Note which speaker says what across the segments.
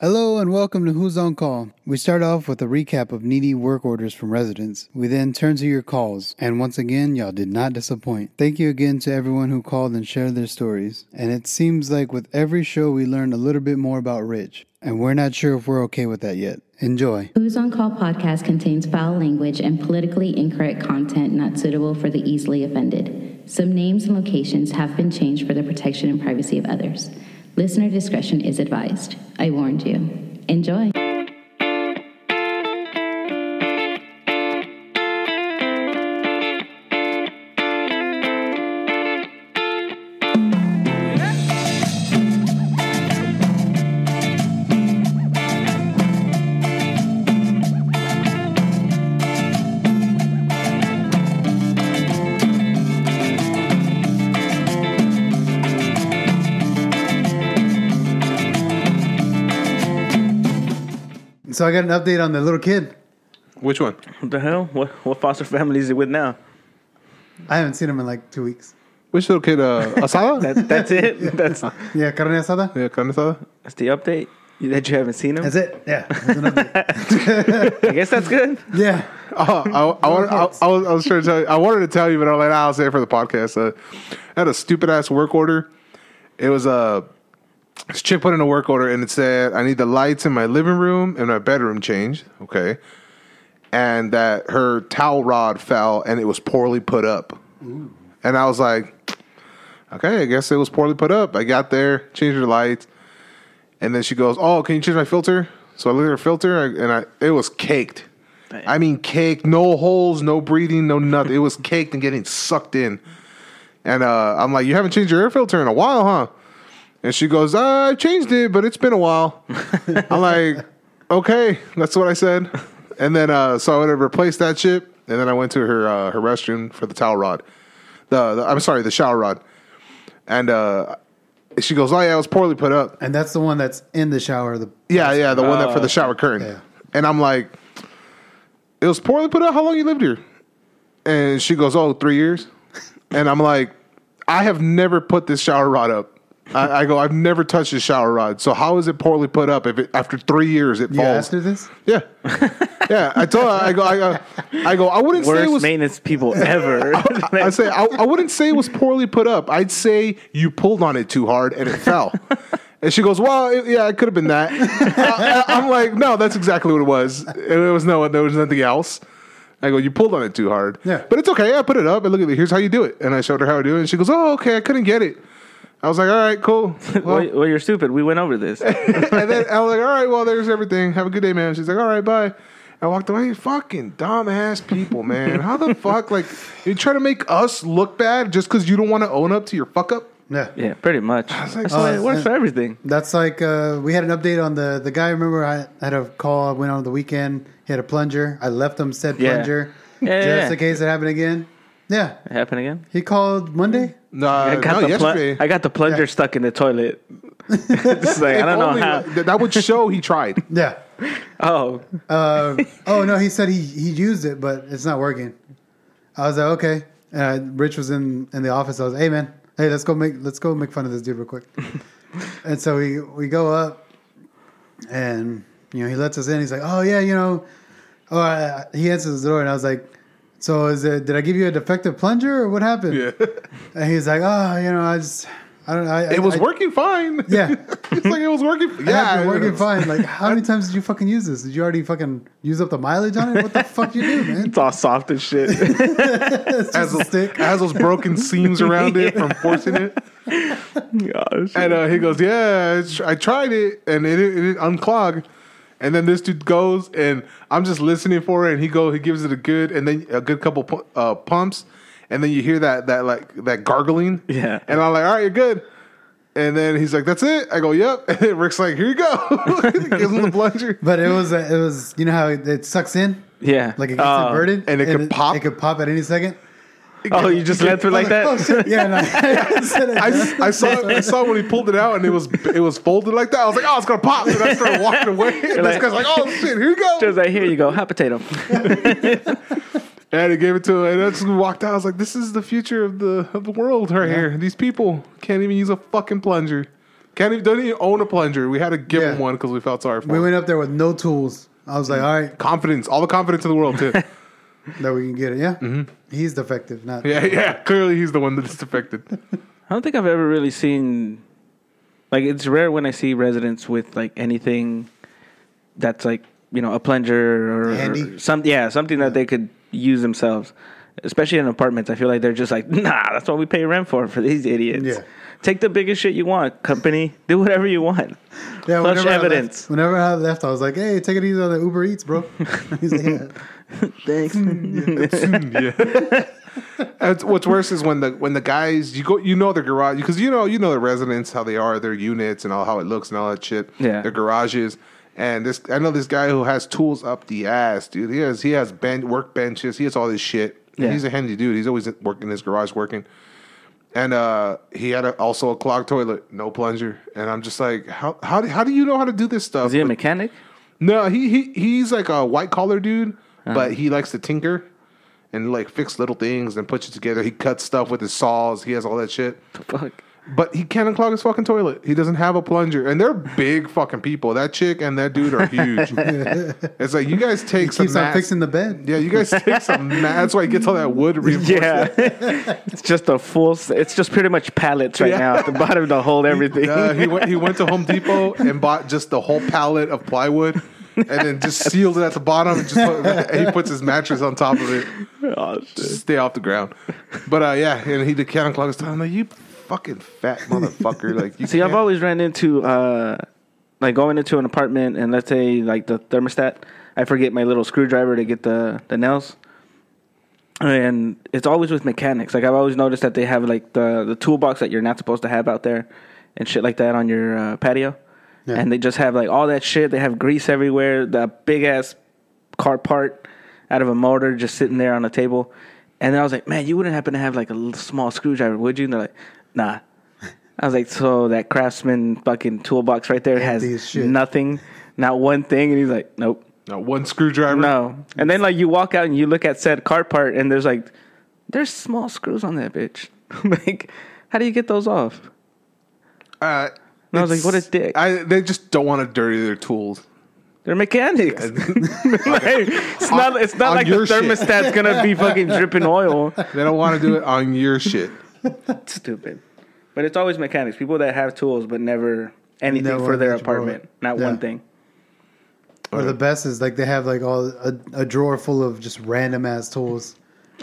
Speaker 1: Hello and welcome to Who's on Call. We start off with a recap of needy work orders from residents. We then turn to your calls, and once again, y'all did not disappoint. Thank you again to everyone who called and shared their stories. And it seems like with every show, we learn a little bit more about Rich, and we're not sure if we're okay with that yet. Enjoy.
Speaker 2: Who's on Call podcast contains foul language and politically incorrect content not suitable for the easily offended. Some names and locations have been changed for the protection and privacy of others. Listener discretion is advised. I warned you. Enjoy.
Speaker 1: So I got an update on the little kid.
Speaker 3: Which one?
Speaker 4: What the hell? What what foster family is it with now?
Speaker 1: I haven't seen him in like two weeks.
Speaker 3: Which little kid? Uh, Asada?
Speaker 4: That, that's it. That's
Speaker 1: Yeah, carne asada.
Speaker 3: yeah, kind of Asada.
Speaker 4: that's the update. You- That you haven't seen him.
Speaker 1: That's it. Yeah. that's an update.
Speaker 4: I guess that's good.
Speaker 1: yeah.
Speaker 3: Oh, I, I, wanted, I, I, was, I was trying to tell you. I wanted to tell you, but I was like, nah, I'll say it for the podcast. Uh, I had a stupid ass work order. It was a this chick put in a work order, and it said I need the lights in my living room and my bedroom changed. Okay, and that her towel rod fell, and it was poorly put up. And I was like, okay, I guess it was poorly put up. I got there, changed her lights, and then she goes, oh, can you change my filter? So I looked at her filter, and I it was caked. I mean, caked, no holes, no breathing, no nothing. It was caked and getting sucked in. And uh, I'm like, you haven't changed your air filter in a while, huh? And she goes, uh, I changed it, but it's been a while. I'm like, okay, that's what I said. And then uh, so I went and replaced that shit. And then I went to her uh, her restroom for the towel rod. The, the I'm sorry, the shower rod. And uh, she goes, oh yeah, it was poorly put up.
Speaker 1: And that's the one that's in the shower. The
Speaker 3: Yeah, yeah, the one that for the shower curtain.
Speaker 1: uh, Yeah.
Speaker 3: And I'm like, it was poorly put out. How long you lived here? And she goes, oh, three years. And I'm like, I have never put this shower rod up. I, I go, I've never touched this shower rod. So how is it poorly put up if it, after three years it
Speaker 1: you
Speaker 3: falls?
Speaker 1: asked her this?
Speaker 3: yeah, yeah. I told her, I go, I go, I go. I wouldn't say
Speaker 4: Worst
Speaker 3: it was.
Speaker 4: maintenance people ever.
Speaker 3: I say I, I wouldn't say it was poorly put up. I'd say you pulled on it too hard and it fell. And she goes, "Well, it- yeah, it could have been that." I, am like, "No, that's exactly what it was. It, was no, there was nothing else." I go, "You pulled on it too hard."
Speaker 1: Yeah.
Speaker 3: but it's okay. I put it up and look at it. Here's how you do it. And I showed her how to do it, and she goes, "Oh, okay. I couldn't get it." I was like, "All right, cool." Well,
Speaker 4: well, well, you're stupid. We went over this.
Speaker 3: and then I was like, all right, well, there's everything. Have a good day, man. She's like, all right, bye. I walked away. Fucking dumbass people, man. How the fuck, like, you try to make us look bad just because you don't want to own up to your fuck up?
Speaker 1: Yeah.
Speaker 4: Yeah, pretty much.
Speaker 3: like,
Speaker 4: That's why
Speaker 1: oh,
Speaker 4: it works for everything.
Speaker 1: That's like uh, we had an update on the the guy. Remember, I had a call. I went on the weekend. He had a plunger. I left him said
Speaker 4: Yeah.
Speaker 1: plunger
Speaker 4: Yeah,
Speaker 1: just
Speaker 4: yeah, yeah.
Speaker 1: in case it happened again. Yeah,
Speaker 4: It happened again.
Speaker 1: he called Monday.
Speaker 3: No,
Speaker 4: I got,
Speaker 3: Uh, no,
Speaker 4: the plu-
Speaker 3: yesterday.
Speaker 4: I got the plunger
Speaker 1: Yeah.
Speaker 4: stuck in the toilet. It's like, I
Speaker 3: If
Speaker 4: don't
Speaker 3: only,
Speaker 4: know how.
Speaker 3: like, that- that would show he tried.
Speaker 1: Yeah.
Speaker 4: Oh,
Speaker 1: Uh, oh no, he said he he used it, but it's not working. I was like, okay. Uh, Rich was in in the office. I was, hey man, hey, let's go make let's go make fun of this dude real quick. and so we we go up, and you know he lets us in. He's like, oh yeah, you know, oh, I, I- he answers the door, and I was like, so is it? Did I give you a defective plunger or what happened?
Speaker 3: Yeah.
Speaker 1: And he's like, oh, you know, I just I don't. I,
Speaker 3: It was
Speaker 1: I,
Speaker 3: working fine.
Speaker 1: Yeah.
Speaker 3: it's like it was working.
Speaker 1: Yeah,
Speaker 3: Yeah,
Speaker 1: been working
Speaker 3: it's-
Speaker 1: fine. Like, how many times did you fucking use this? Did you already fucking use up the mileage on it? What the fuck you do, man?
Speaker 4: it's all soft and shit.
Speaker 3: Has,
Speaker 1: a stick.
Speaker 3: has those broken seams around it from forcing it.
Speaker 4: Gosh.
Speaker 3: And uh, he goes, "Yeah, I tr- I tried it, and it didn't, it didn't unclog." And then this dude goes, and I'm just listening for it. And he goes, he gives it a good, and then a good couple pu- uh, pumps, and then you hear that that like that gargling.
Speaker 4: Yeah.
Speaker 3: And I'm like, "All right, you're good." And then he's like, "That's it." I go, "Yep." And then Rick's like, "Here you go." He gives him the plunger.
Speaker 1: But it was it was you know how it, it sucks in
Speaker 4: yeah.
Speaker 1: like it gets
Speaker 4: Oh.
Speaker 1: inverted
Speaker 3: and it could pop?
Speaker 1: It could pop at any second.
Speaker 4: Oh, you just let through like that?
Speaker 1: Oh shit! Yeah, and I, said it.
Speaker 3: I, I saw I saw when he pulled it out, and it was it was folded like that. I was like, "Oh, it's gonna pop!" And I started walking away. And this
Speaker 4: like-
Speaker 3: guy's like, "Oh shit, here you go."
Speaker 4: Just like, here you go, hot potato.
Speaker 3: And he gave it to him, and I just walked out. I was like, "This is the future of the of the world, right here. These people can't even use a fucking plunger." Can't even, doesn't even own a plunger. We had to give
Speaker 1: Yeah.
Speaker 3: him one because we felt sorry for
Speaker 1: We
Speaker 3: him.
Speaker 1: went up there with no tools. I was like,
Speaker 3: Mm-hmm.
Speaker 1: all right,
Speaker 3: confidence, all the confidence in the world too.
Speaker 1: that we can get it. Yeah, he's defective. Not
Speaker 3: Mm-hmm. yeah, yeah. Clearly, he's the one that is defected.
Speaker 4: I don't think I've ever really seen. Like, it's rare when I see residents with like anything that's like you know a plunger or,
Speaker 1: Handy?
Speaker 4: or some yeah something that they could use themselves. Especially in apartments, I feel like they're just like, nah, that's what we pay rent for for these idiots.
Speaker 1: Yeah.
Speaker 4: Take the biggest shit you want, company. Do whatever you want.
Speaker 1: yeah.
Speaker 4: Flush
Speaker 1: whenever I left-
Speaker 4: evidence.
Speaker 1: whenever I left, I was like, hey, take it easy on the Uber Eats, bro. he's like, yeah.
Speaker 4: Thanks.
Speaker 3: yeah. And it's- what's worse is when the when the guys you go you know their garage because you know you know the residents how they are their units and all how it looks and all that shit.
Speaker 4: Yeah.
Speaker 3: Their garages and this I know this guy who has tools up the ass, dude. He has he has ben, work benches. He has all this shit. And
Speaker 4: Yeah.
Speaker 3: He's a handy dude. He's always working in his garage working. And uh, he had a, also a clogged toilet, no plunger. And I'm just like, how how do, how do you know how to do this stuff?
Speaker 4: Is he a mechanic?
Speaker 3: No, he, he he's like a white collar dude,
Speaker 1: Uh-huh.
Speaker 3: but he likes to tinker and like fix little things and puts it together. He cuts stuff with his saws. He has all that shit.
Speaker 4: Fuck.
Speaker 3: But he can't unclog his fucking toilet. He doesn't have a plunger. And they're big fucking people. That chick and that dude are huge. it's like you guys take some
Speaker 1: keeps on
Speaker 3: mass-
Speaker 1: fixing the bed.
Speaker 3: Yeah, you guys take some ma- that's why he gets all that wood reinforcement.
Speaker 4: Yeah, it's just a full. s- It's just pretty much pallets right
Speaker 3: Yeah.
Speaker 4: now at the bottom to hold everything.
Speaker 3: Uh, he went he went to Home Depot and bought just the whole pallet of plywood and then just sealed it at the bottom and just put, and he puts his mattress on top of it.
Speaker 4: Oh, shit.
Speaker 3: Just stay off the ground. But uh, yeah, and he did count clock his time. I'm like, you fucking fat motherfucker. Like, you
Speaker 4: See, I've
Speaker 3: can't-
Speaker 4: always ran into uh, like going into an apartment and let's say like the thermostat, I forget my little screwdriver to get the the nails, and it's always with mechanics. Like I've always noticed that they have like the the toolbox that you're not supposed to have out there, and shit like that on your uh, patio,
Speaker 1: Yeah.
Speaker 4: and they just have like all that shit. They have grease everywhere. That big ass car part out of a motor just sitting there on a table. And then I was like, man, you wouldn't happen to have like a little small screwdriver, would you? And they're like, nah. I was like, so that craftsman fucking toolbox right there
Speaker 1: Empty as
Speaker 4: has
Speaker 1: shit.
Speaker 4: nothing, not one thing. And he's like, nope,
Speaker 3: No, one screwdriver.
Speaker 4: no. And then like you walk out and you look at said car part and there's like, there's small screws on that bitch. like, how do you get those off?
Speaker 3: Uh,
Speaker 4: And I was
Speaker 3: it's-
Speaker 4: like, what a dick.
Speaker 3: I, they just don't want to dirty their tools.
Speaker 4: They're mechanics. Like, it's not. It's not
Speaker 3: On
Speaker 4: like the
Speaker 3: your shit.
Speaker 4: thermostat's gonna be fucking dripping oil.
Speaker 3: They don't want to do it on your shit.
Speaker 4: Stupid. But it's always mechanics. People that have tools but never anything
Speaker 1: Never
Speaker 4: for their
Speaker 1: get you brought
Speaker 4: apartment.
Speaker 1: it.
Speaker 4: Not
Speaker 1: Yeah.
Speaker 4: one thing.
Speaker 1: Or the best is like they have like all a, a drawer full of just random ass tools.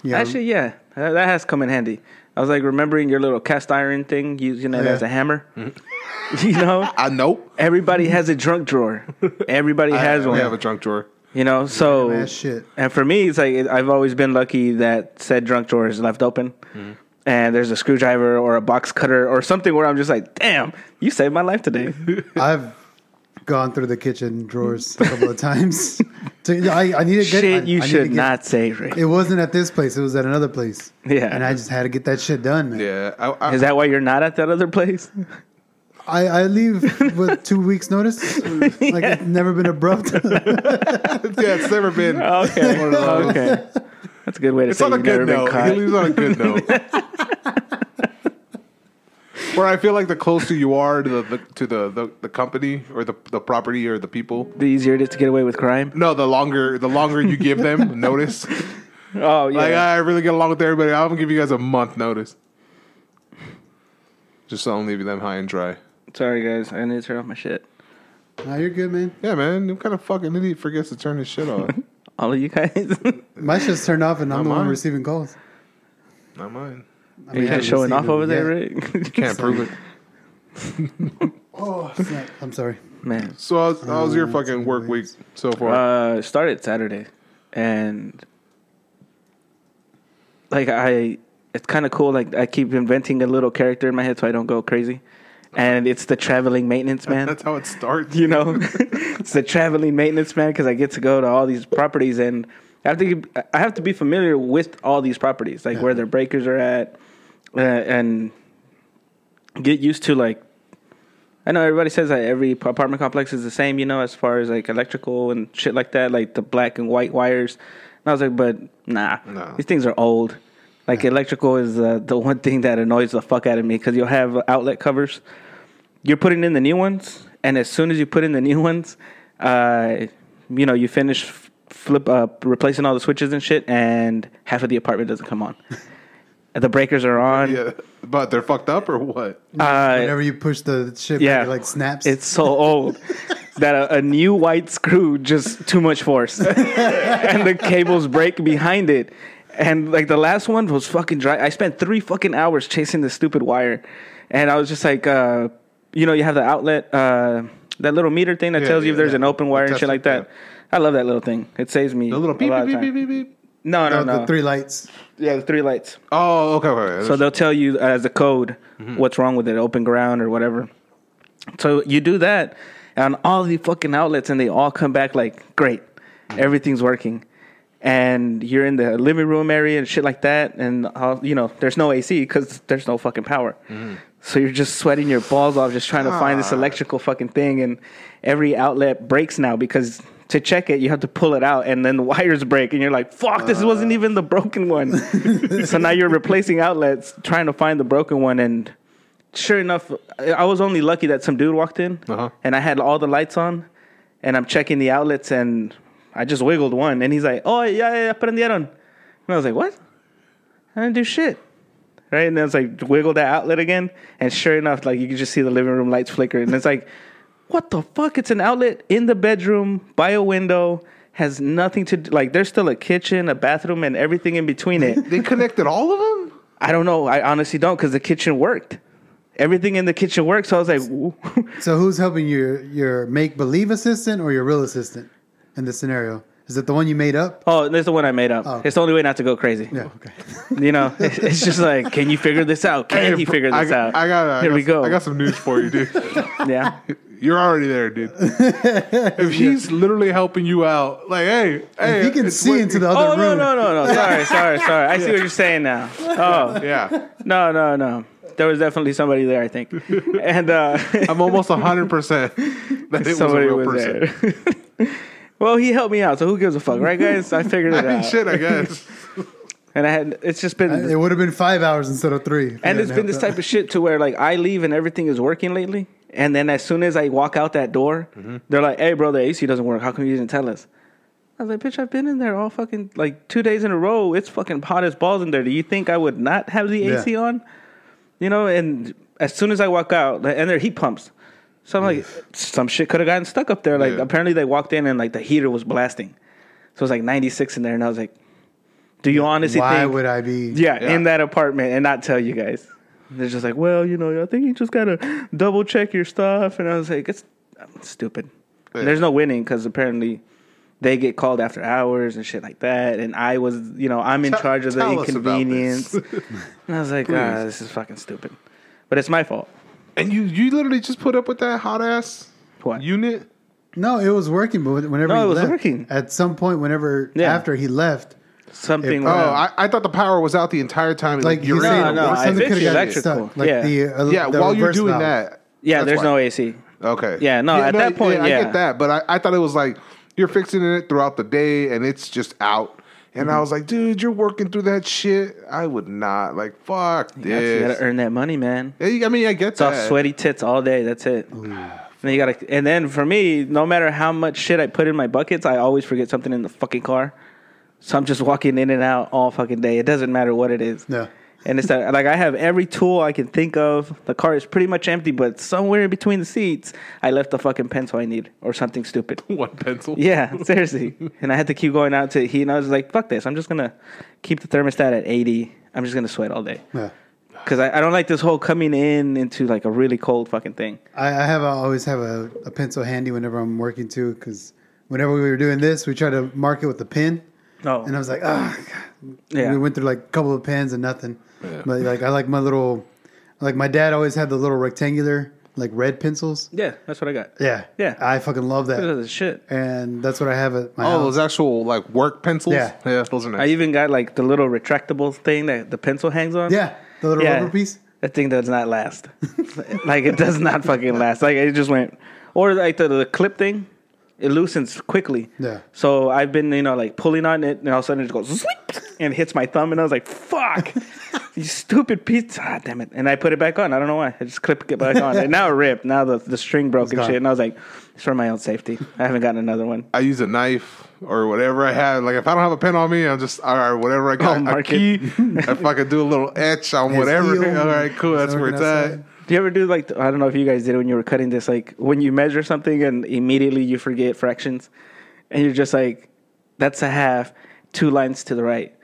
Speaker 1: Yeah,
Speaker 4: Actually, yeah, that, that has come in handy. I was like remembering your little cast iron thing, using it
Speaker 1: Yeah.
Speaker 4: as a hammer. you know,
Speaker 3: I know.
Speaker 4: everybody has a drunk drawer. Everybody has
Speaker 3: I,
Speaker 4: one.
Speaker 3: We have a drunk drawer.
Speaker 4: You know, so
Speaker 1: ass shit.
Speaker 4: And for me, it's like it- I've always been lucky that said drunk drawer is left open,
Speaker 3: Mm-hmm.
Speaker 4: and there's a screwdriver or a box cutter or something where I'm just like, damn, you saved my life today.
Speaker 1: I've gone through the kitchen drawers a couple of times. To- I, I need to get
Speaker 4: Shit,
Speaker 1: I- I
Speaker 4: you
Speaker 1: need to
Speaker 4: should
Speaker 1: get-
Speaker 4: not say, Rick.
Speaker 1: It wasn't at this place. It was at another place.
Speaker 4: Yeah.
Speaker 1: and I just had to get that shit done, man.
Speaker 3: Yeah. I, I,
Speaker 4: Is that why you're not at that other place?
Speaker 1: I, I leave with two weeks notice. Like it's never been abrupt.
Speaker 3: yeah, it's never been.
Speaker 4: Okay,
Speaker 3: One of those.
Speaker 4: okay, that's a good way to
Speaker 3: It's
Speaker 4: say
Speaker 3: on a
Speaker 4: Oh,
Speaker 3: good
Speaker 4: you've never been
Speaker 3: note. He
Speaker 4: caught.
Speaker 3: leaves on a good note. Where I feel like the closer you are to the, the to the, the, the company or the, the property or the people,
Speaker 4: The easier it is to get away with crime.
Speaker 3: no, the longer the longer you give them notice,
Speaker 4: Oh yeah,
Speaker 3: Like I really get along with everybody. I'm gonna give you guys a month notice. Just so I don't leave them high and dry.
Speaker 4: sorry guys, I need to turn off my shit.
Speaker 1: no, you're good, man.
Speaker 3: Yeah, man. What kind of fucking idiot forgets to turn his shit off?
Speaker 4: All of you guys,
Speaker 1: My shit's turned off, and I'm
Speaker 3: Not
Speaker 1: the one
Speaker 3: mine.
Speaker 1: receiving calls.
Speaker 3: Not mine.
Speaker 1: I
Speaker 4: you
Speaker 1: mean, I
Speaker 4: guys showing
Speaker 1: received
Speaker 4: off
Speaker 1: them,
Speaker 4: over there,
Speaker 1: yeah.
Speaker 4: Rick?
Speaker 3: Can't prove it.
Speaker 1: Oh, snap. I'm sorry.
Speaker 4: Man,
Speaker 3: So how's, how's your fucking work week so far?
Speaker 4: Uh, started Saturday, and like I, it's kind of cool. Like I keep inventing a little character in my head so I don't go crazy, and it's the traveling maintenance man.
Speaker 3: That's how it starts.
Speaker 4: you know, it's the traveling maintenance man because I get to go to all these properties and I have to get, I have to be familiar with all these properties, like where their breakers are at, uh, and get used to like I know everybody says that every apartment complex is the same, you know, as far as like electrical and shit like that, like the black and white wires. And I was like, but nah,
Speaker 3: No.
Speaker 4: these things are old. Like electrical is uh, the one thing that annoys the fuck out of me because you'll have outlet covers you're putting in the new ones, and as soon as you put in the new ones, uh, you know you finish f- flip up replacing all the switches and shit, and half of the apartment doesn't come on. the breakers are on.
Speaker 3: Yeah, but they're fucked up or what?
Speaker 4: Uh,
Speaker 1: Whenever you push the shit,
Speaker 4: yeah,
Speaker 1: it like snaps.
Speaker 4: It's so old that a, a new white screw just too much force, and the cables break behind it. And like the last one was fucking dry. I spent three fucking hours chasing the stupid wire, and I was just like, uh, you know, you have the outlet, uh, that little meter thing that
Speaker 3: Yeah,
Speaker 4: tells you
Speaker 3: yeah,
Speaker 4: if there's
Speaker 3: yeah.
Speaker 4: an open wire and
Speaker 3: Test
Speaker 4: shit
Speaker 3: it,
Speaker 4: like that. I love that little thing. It saves me
Speaker 3: The little
Speaker 4: a
Speaker 3: beep
Speaker 4: lot
Speaker 3: beep
Speaker 4: of
Speaker 3: beep,
Speaker 4: time.
Speaker 3: beep beep beep.
Speaker 4: No, no,
Speaker 1: Oh,
Speaker 4: no.
Speaker 1: the three lights.
Speaker 4: yeah, the three lights.
Speaker 3: Oh, okay, okay.
Speaker 4: So they'll tell you as a code what's wrong with it, open ground or whatever. So you do that on all the fucking outlets, and they all come back like, great, everything's working. And you're in the living room area and shit like that, and all, you know there's no AC because there's no fucking power. So you're just sweating your balls off, just trying to find this
Speaker 3: God.
Speaker 4: electrical fucking thing. And every outlet breaks now because to check it, you have to pull it out, and then the wires break, and you're like, "Fuck, this wasn't even the broken one." so now you're replacing outlets, trying to find the broken one, and sure enough, I I was only lucky that some dude walked in,
Speaker 3: Uh-huh.
Speaker 4: and I had all the lights on, and I'm checking the outlets, and I just wiggled one, and he's like, "Oh yeah, yeah, yeah, prendieron," and I was like, "What? I didn't do shit." Right, and then it's like wiggle that outlet again, and sure enough, like you can just see the living room lights flicker, and it's like, what the fuck? It's an outlet in the bedroom by a window, has nothing to do. Like there's still a kitchen, a bathroom, and everything in between it.
Speaker 3: they connected all of them.
Speaker 4: I don't know. I honestly don't because the kitchen worked. Everything in the kitchen worked. So I was like, "Ooh."
Speaker 1: So who's helping your your make believe assistant or your real assistant in this scenario? Is it the one you made up?
Speaker 4: oh, that's the one I made up.
Speaker 1: Oh.
Speaker 4: It's the only way not to go crazy.
Speaker 1: Yeah. Okay.
Speaker 4: You know, it's, it's just like, can you figure this out? Can you figure this
Speaker 3: I,
Speaker 4: out?
Speaker 3: I got. I
Speaker 4: Here
Speaker 3: got,
Speaker 4: we go.
Speaker 3: I got some news for you, dude.
Speaker 4: yeah.
Speaker 3: You're already there, dude. if he's literally helping you out, like, hey, hey,
Speaker 1: he can
Speaker 3: it's
Speaker 1: see
Speaker 3: what-
Speaker 1: into the
Speaker 4: Oh
Speaker 1: other
Speaker 4: no
Speaker 1: room.
Speaker 4: no no no! Sorry sorry sorry. I see what you're saying now. Oh
Speaker 3: Yeah,
Speaker 4: no no no! There was definitely somebody there, I think, and uh,
Speaker 3: I'm almost 100 percent that it
Speaker 4: somebody
Speaker 3: was a real
Speaker 4: was
Speaker 3: person.
Speaker 4: there. well, he helped me out, so who gives a fuck, right, guys? I figured it
Speaker 3: I mean,
Speaker 4: out,
Speaker 3: shit, I guess.
Speaker 4: and I had it's just been
Speaker 1: It would have been five hours instead of three. if
Speaker 4: and
Speaker 1: you
Speaker 4: it's
Speaker 1: hadn't
Speaker 4: been this
Speaker 1: helped
Speaker 4: type of shit to where like I leave and everything is working lately, and then as soon as I walk out that door,
Speaker 1: Mm-hmm.
Speaker 4: they're like, "Hey, bro, the AC doesn't work. How come you didn't tell us?" I was like, "Bitch, I've been in there all fucking like two days in a row. It's fucking hot as balls in there. Do you think I would not have the AC
Speaker 1: Yeah.
Speaker 4: on? You know?" And as soon as I walk out, and they're heat pumps. So I'm like,
Speaker 1: Mm.
Speaker 4: some shit could have gotten stuck up there. Like
Speaker 3: Yeah.
Speaker 4: apparently they walked in and like the heater was blasting, so it was like 96 in there, and I was like, "Do you honestly
Speaker 1: Why
Speaker 4: think
Speaker 1: would I be?
Speaker 4: yeah,
Speaker 3: Yeah.
Speaker 4: in that apartment and not tell you guys. They're just like, well, you know, I think you just gotta double check your stuff. And I was like, it's I'm stupid.
Speaker 3: Yeah.
Speaker 4: There's no winning because apparently they get called after hours and shit like that. And I was, you know, I'm in
Speaker 3: Tell-
Speaker 4: charge of the
Speaker 3: tell us about
Speaker 4: inconvenience. and
Speaker 3: this.
Speaker 4: I was like, ah, this is fucking stupid. But it's my fault.
Speaker 3: and you, you literally just put up with that hot ass
Speaker 4: What?
Speaker 3: unit.
Speaker 1: No, it was working. But whenever
Speaker 4: No,
Speaker 1: he
Speaker 4: it was
Speaker 1: left,
Speaker 4: working.
Speaker 1: At some point, whenever
Speaker 4: Yeah.
Speaker 1: after he left,
Speaker 4: Something.
Speaker 1: It-
Speaker 3: Oh,
Speaker 4: went up.
Speaker 3: I, I thought the power was out the entire time.
Speaker 1: like you're
Speaker 4: saying
Speaker 1: saying,
Speaker 4: no,
Speaker 1: or
Speaker 4: I
Speaker 1: something
Speaker 4: fixed
Speaker 1: could
Speaker 4: it.
Speaker 1: have gotten
Speaker 4: Electrical.
Speaker 1: stuck. Like
Speaker 4: Yeah.
Speaker 1: the uh,
Speaker 3: yeah,
Speaker 1: the
Speaker 3: while you're
Speaker 1: reverse
Speaker 3: doing
Speaker 1: valve.
Speaker 3: that.
Speaker 4: yeah,
Speaker 3: that's
Speaker 4: there's
Speaker 3: why.
Speaker 4: no AC.
Speaker 3: Okay.
Speaker 4: Yeah, no, at that point,
Speaker 3: I
Speaker 4: yeah.
Speaker 3: get that, but I, I thought it was like you're fixing it throughout the day and it's just out. And
Speaker 4: Mm-hmm.
Speaker 3: I was like, dude, you're working through that shit. I would not. Like, fuck
Speaker 4: You gotta
Speaker 3: this.
Speaker 4: earn that money, man.
Speaker 3: Hey, I mean, I get
Speaker 4: It's all
Speaker 3: that.
Speaker 4: sweaty tits all day. That's it. And then you gotta, and then for me, no matter how much shit I put in my buckets, I always forget something in the fucking car. So I'm just walking in and out all fucking day. It doesn't matter what it is.
Speaker 1: Yeah.
Speaker 4: And it's that, like I have every tool I can think of. The car is pretty much empty, but somewhere in between the seats, I left the fucking pencil I need or something stupid.
Speaker 3: One pencil.
Speaker 4: Yeah, seriously. and I had to keep going out to heat, and I was like, fuck this. I'm just gonna keep the thermostat at 80. I'm just gonna sweat all day.
Speaker 1: Yeah.
Speaker 4: Because I, I don't like this whole coming in into like a really cold fucking thing.
Speaker 1: I, I have I always have a, a pencil handy whenever I'm working too, because whenever we were doing this, we tried to mark it with the pen,
Speaker 4: Oh,
Speaker 1: and I was like, ah, God.
Speaker 4: yeah.
Speaker 1: we went through like a couple of pens and nothing.
Speaker 3: Yeah.
Speaker 1: But like I like my little, like my dad always had the little rectangular like red pencils.
Speaker 4: yeah, that's what I got.
Speaker 1: Yeah,
Speaker 4: Yeah.
Speaker 1: I fucking love
Speaker 4: Look at
Speaker 1: that,
Speaker 4: this shit.
Speaker 1: and that's what I have at my
Speaker 3: Oh,
Speaker 1: house.
Speaker 3: those actual like work pencils.
Speaker 1: Yeah.
Speaker 3: yeah, those are
Speaker 4: I
Speaker 3: nice.
Speaker 4: even got like the little retractable thing that the pencil hangs on.
Speaker 1: yeah, the little
Speaker 4: Yeah.
Speaker 1: rubber piece.
Speaker 4: That thing does not last. like it does not fucking last. Like it just went or like the, the clip thing, it loosens quickly.
Speaker 1: Yeah.
Speaker 4: So I've been, you know, like pulling on it and all of a sudden it just goes zoink, and hits my thumb and I was like, fuck. you stupid pizza. Ah, damn it. And I put it back on. I don't know why. I just clipped it back on. And now it ripped. Now the, the string broke and
Speaker 1: gone.
Speaker 4: shit. And I was like, it's for my own safety. I haven't gotten another one.
Speaker 3: I use a knife or whatever I have. Like if I don't have a pen on me, I'm just all right. Whatever I got,
Speaker 4: I'll
Speaker 3: a
Speaker 4: mark it.
Speaker 3: key. if I could do a little etch on whatever.
Speaker 1: heel.
Speaker 3: All right, cool.
Speaker 1: It's
Speaker 3: That's where it's
Speaker 1: working
Speaker 3: at.
Speaker 1: outside.
Speaker 4: Do you ever do like, I don't know if you guys did it when you were cutting this, like when you measure something and immediately you forget fractions and you're just like, that's a half, two lines to the right.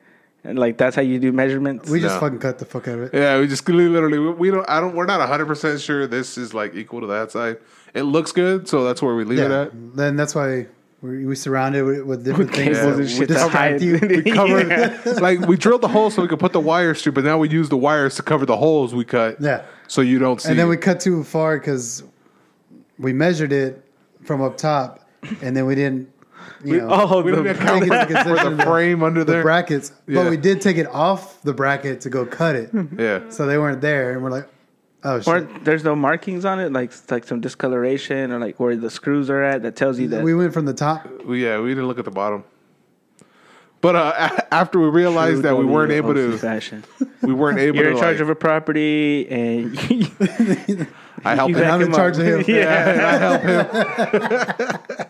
Speaker 4: And like, that's how you do measurements.
Speaker 1: We just
Speaker 3: No.
Speaker 1: fucking cut the fuck out of it.
Speaker 3: Yeah, we just literally we, we don't. I don't. We're not 100 percent sure this is like equal to that side. It looks good, so that's where we leave it
Speaker 1: Yeah.
Speaker 3: at.
Speaker 1: Then that's why we, we surrounded it with, with different things.
Speaker 4: cables
Speaker 1: that
Speaker 4: and shit to
Speaker 1: distract
Speaker 4: hide.
Speaker 1: you.
Speaker 3: We covered like we drilled the hole so we could put the wires through, but now we use the wires to cover the holes we cut.
Speaker 1: Yeah.
Speaker 3: So you don't see.
Speaker 1: And then we
Speaker 3: it.
Speaker 1: cut too far because we measured it from up top, and then we didn't, you know,
Speaker 4: oh,
Speaker 3: we didn't
Speaker 4: the-
Speaker 1: take
Speaker 3: account
Speaker 1: into
Speaker 3: for
Speaker 1: consideration
Speaker 3: the frame under
Speaker 1: the
Speaker 3: there.
Speaker 1: brackets,
Speaker 3: Yeah.
Speaker 1: but we did take it off the bracket to go cut it,
Speaker 3: yeah.
Speaker 1: so they weren't there, and we're like, oh shit.
Speaker 4: Weren't, there's no markings on it, like like some discoloration or like where the screws are at that tells you that.
Speaker 1: We went from the top.
Speaker 3: We, yeah, we didn't look at the bottom. But uh, a- after we realized that we weren't able to,
Speaker 4: Fashion.
Speaker 3: we weren't able
Speaker 4: You're
Speaker 3: to.
Speaker 4: in charge
Speaker 3: like,
Speaker 4: of a property, and you
Speaker 3: I helped
Speaker 4: you
Speaker 3: him.
Speaker 4: back
Speaker 1: I'm in
Speaker 4: him up.
Speaker 1: charge of him.
Speaker 4: yeah,
Speaker 3: and I helped him.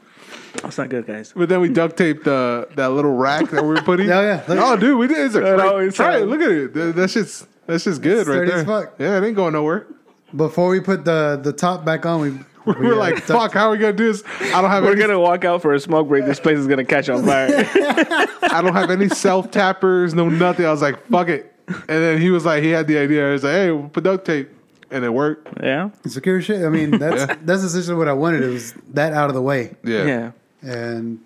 Speaker 4: that's not good, guys.
Speaker 3: But then we duct taped the that little rack that we were putting.
Speaker 1: Oh, yeah.
Speaker 3: Oh dude, we did. It's a
Speaker 4: That
Speaker 3: great,
Speaker 4: always
Speaker 3: try it.
Speaker 4: helps.
Speaker 3: Look at it. Th- That's just that's just good right
Speaker 1: sturdy
Speaker 3: there.
Speaker 1: as fuck.
Speaker 3: Yeah, it ain't going nowhere.
Speaker 1: Before we put the the top back on, we
Speaker 3: We were
Speaker 1: uh,
Speaker 3: like,
Speaker 1: duct-
Speaker 3: fuck, how are we gonna do this? I don't have
Speaker 4: We're
Speaker 3: any,
Speaker 4: gonna walk out for a smoke break. This place is gonna catch on fire.
Speaker 3: I don't have any self tappers, no nothing. I was like, fuck it. And then he was like, he had the idea. He was like, hey, we'll put duct tape, and it worked.
Speaker 4: yeah,
Speaker 1: secure shit. I mean, that's that's essentially what I wanted. It was that out of the way,
Speaker 3: Yeah.
Speaker 4: yeah.
Speaker 1: and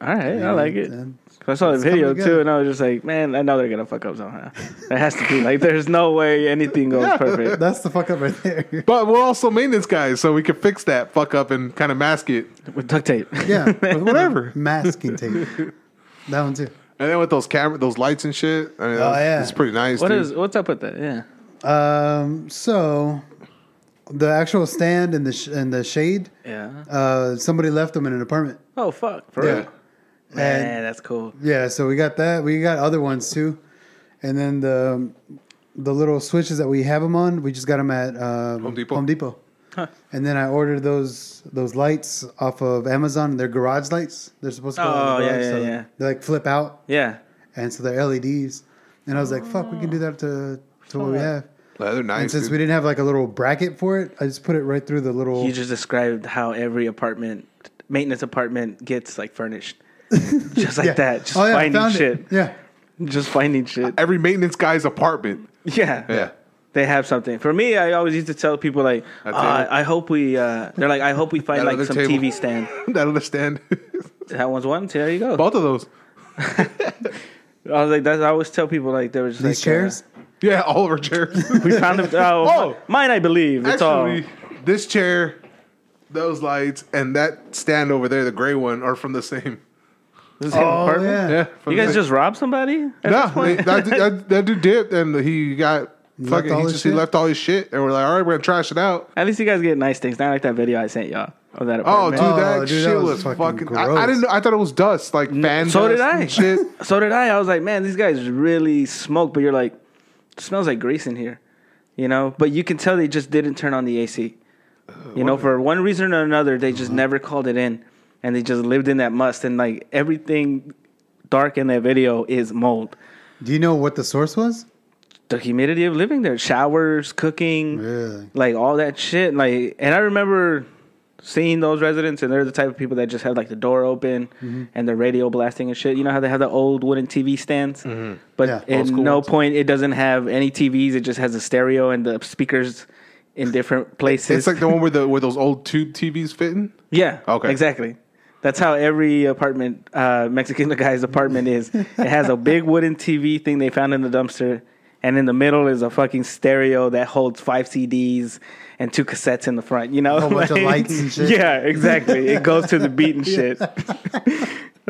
Speaker 4: All right, I like it.
Speaker 1: and-
Speaker 4: 'Cause I saw the
Speaker 1: It's coming
Speaker 4: video
Speaker 1: together.
Speaker 4: too, and I was just like, man, I know they're gonna fuck up somehow. It has to be like, there's no way anything goes perfect.
Speaker 1: that's the fuck up right there.
Speaker 3: But we're also maintenance guys, so we can fix that fuck up and kind of mask it.
Speaker 4: With duct tape.
Speaker 1: Yeah,
Speaker 3: With whatever.
Speaker 1: masking tape. That one too.
Speaker 3: And then with those camera, those lights and shit, I mean,
Speaker 1: Oh, yeah.
Speaker 3: it's pretty nice.
Speaker 4: What
Speaker 3: dude.
Speaker 4: is what's up with that? Yeah.
Speaker 1: Um, so the actual stand and the sh- and the shade,
Speaker 4: Yeah.
Speaker 1: uh, somebody left them in an apartment.
Speaker 4: Oh fuck. For
Speaker 1: Yeah.
Speaker 4: real.
Speaker 1: And-
Speaker 4: Man, that's cool.
Speaker 1: Yeah, so we got that. We got other ones too, and then the the little switches that we have them on, we just got them at um,
Speaker 3: Home Depot.
Speaker 1: Home Depot. And then I ordered those those lights off of Amazon. They're garage lights. They're supposed to go
Speaker 4: Oh,
Speaker 1: on the
Speaker 4: yeah,
Speaker 1: garage,
Speaker 4: yeah,
Speaker 1: so
Speaker 4: yeah.
Speaker 1: They like flip out,
Speaker 4: Yeah.
Speaker 1: and so they're LEDs. And I was like, "Fuck, we can do that to to what we
Speaker 4: Fuck.
Speaker 1: have."
Speaker 3: Yeah, they're nice.
Speaker 1: And since
Speaker 3: dude.
Speaker 1: we didn't have like a little bracket for it, I just put it right through the little.
Speaker 4: You just described how every apartment, maintenance apartment, gets like furnished, just like
Speaker 1: Yeah.
Speaker 4: that. Just
Speaker 1: Oh, yeah, I
Speaker 4: finding
Speaker 1: found it.
Speaker 4: shit.
Speaker 1: Yeah,
Speaker 4: Just finding shit.
Speaker 3: every maintenance guy's apartment.
Speaker 4: Yeah.
Speaker 3: Yeah.
Speaker 4: They have something. For me, I always used to tell people like,
Speaker 3: A
Speaker 4: uh,
Speaker 3: table.
Speaker 4: I hope we. Uh, they're like, I hope we find like
Speaker 3: Another
Speaker 4: some
Speaker 3: table.
Speaker 4: TV stand.
Speaker 3: that understand
Speaker 4: That one's one. There you go.
Speaker 3: both of those.
Speaker 4: I was like, that's, I always tell people like there was
Speaker 1: these
Speaker 4: like,
Speaker 1: chairs.
Speaker 3: Yeah, all of our chairs.
Speaker 4: uh, we found them. Oh,
Speaker 3: Oh!
Speaker 4: mine, I believe. It's
Speaker 3: Actually,
Speaker 4: all.
Speaker 3: this chair, those lights, and that stand over there, the gray one, are from the same.
Speaker 4: This is an apartment?
Speaker 1: Oh, yeah.
Speaker 3: oh, Yeah,
Speaker 4: You guys just robbed somebody? at this
Speaker 3: no.
Speaker 4: point?
Speaker 3: they- that, dude- that, that dude dipped, and he got
Speaker 1: Left
Speaker 3: fucking.
Speaker 1: all
Speaker 3: He
Speaker 1: his
Speaker 3: just he
Speaker 1: shit?
Speaker 3: left all his shit, and we're like, all right, we're gonna trash it out.
Speaker 4: At least you guys get nice things. Not like that video I sent y'all of that
Speaker 3: Oh,
Speaker 4: apartment.
Speaker 3: dude,
Speaker 1: Oh,
Speaker 3: that
Speaker 1: dude,
Speaker 3: shit
Speaker 1: that was
Speaker 3: was,
Speaker 1: fucking
Speaker 3: fucking. I, I
Speaker 1: gross.
Speaker 3: didn't. know- I thought it was dust, like fan.
Speaker 4: Mm. so did
Speaker 3: dust and
Speaker 4: I.
Speaker 3: Shit.
Speaker 4: So did I. I was like, man, these guys really smoke, but you're like, it smells like grease in here, you know. But you can tell they just didn't turn on the AC,
Speaker 3: Uh,
Speaker 4: you know, for one reason or another. They
Speaker 3: Uh-huh.
Speaker 4: just never called it in, and they just lived in that must. And like everything dark in that video is mold.
Speaker 1: Do you know what the source was?
Speaker 4: The humidity of living there, showers, cooking,
Speaker 1: Really?
Speaker 4: like all that shit. Like, and I remember seeing those residents, and they're the type of people that just have like the door open and the radio blasting and shit. You know how they have the old wooden TV stands, but
Speaker 1: Yeah,
Speaker 4: at
Speaker 1: Mm-hmm. old school
Speaker 4: no
Speaker 1: ones.
Speaker 4: point it doesn't have any TVs. It just has a stereo and the speakers in different places.
Speaker 3: It's like the one where the where those old tube TVs fitting.
Speaker 4: yeah,
Speaker 3: Okay.
Speaker 4: exactly. That's how every apartment, uh, Mexican guy's apartment is. It has a big wooden TV thing they found in the dumpster, and in the middle is a fucking stereo that holds five CDs and two cassettes in the front. You know,
Speaker 1: whole bunch of lights and shit.
Speaker 4: Yeah, exactly. It goes to the beat and shit. and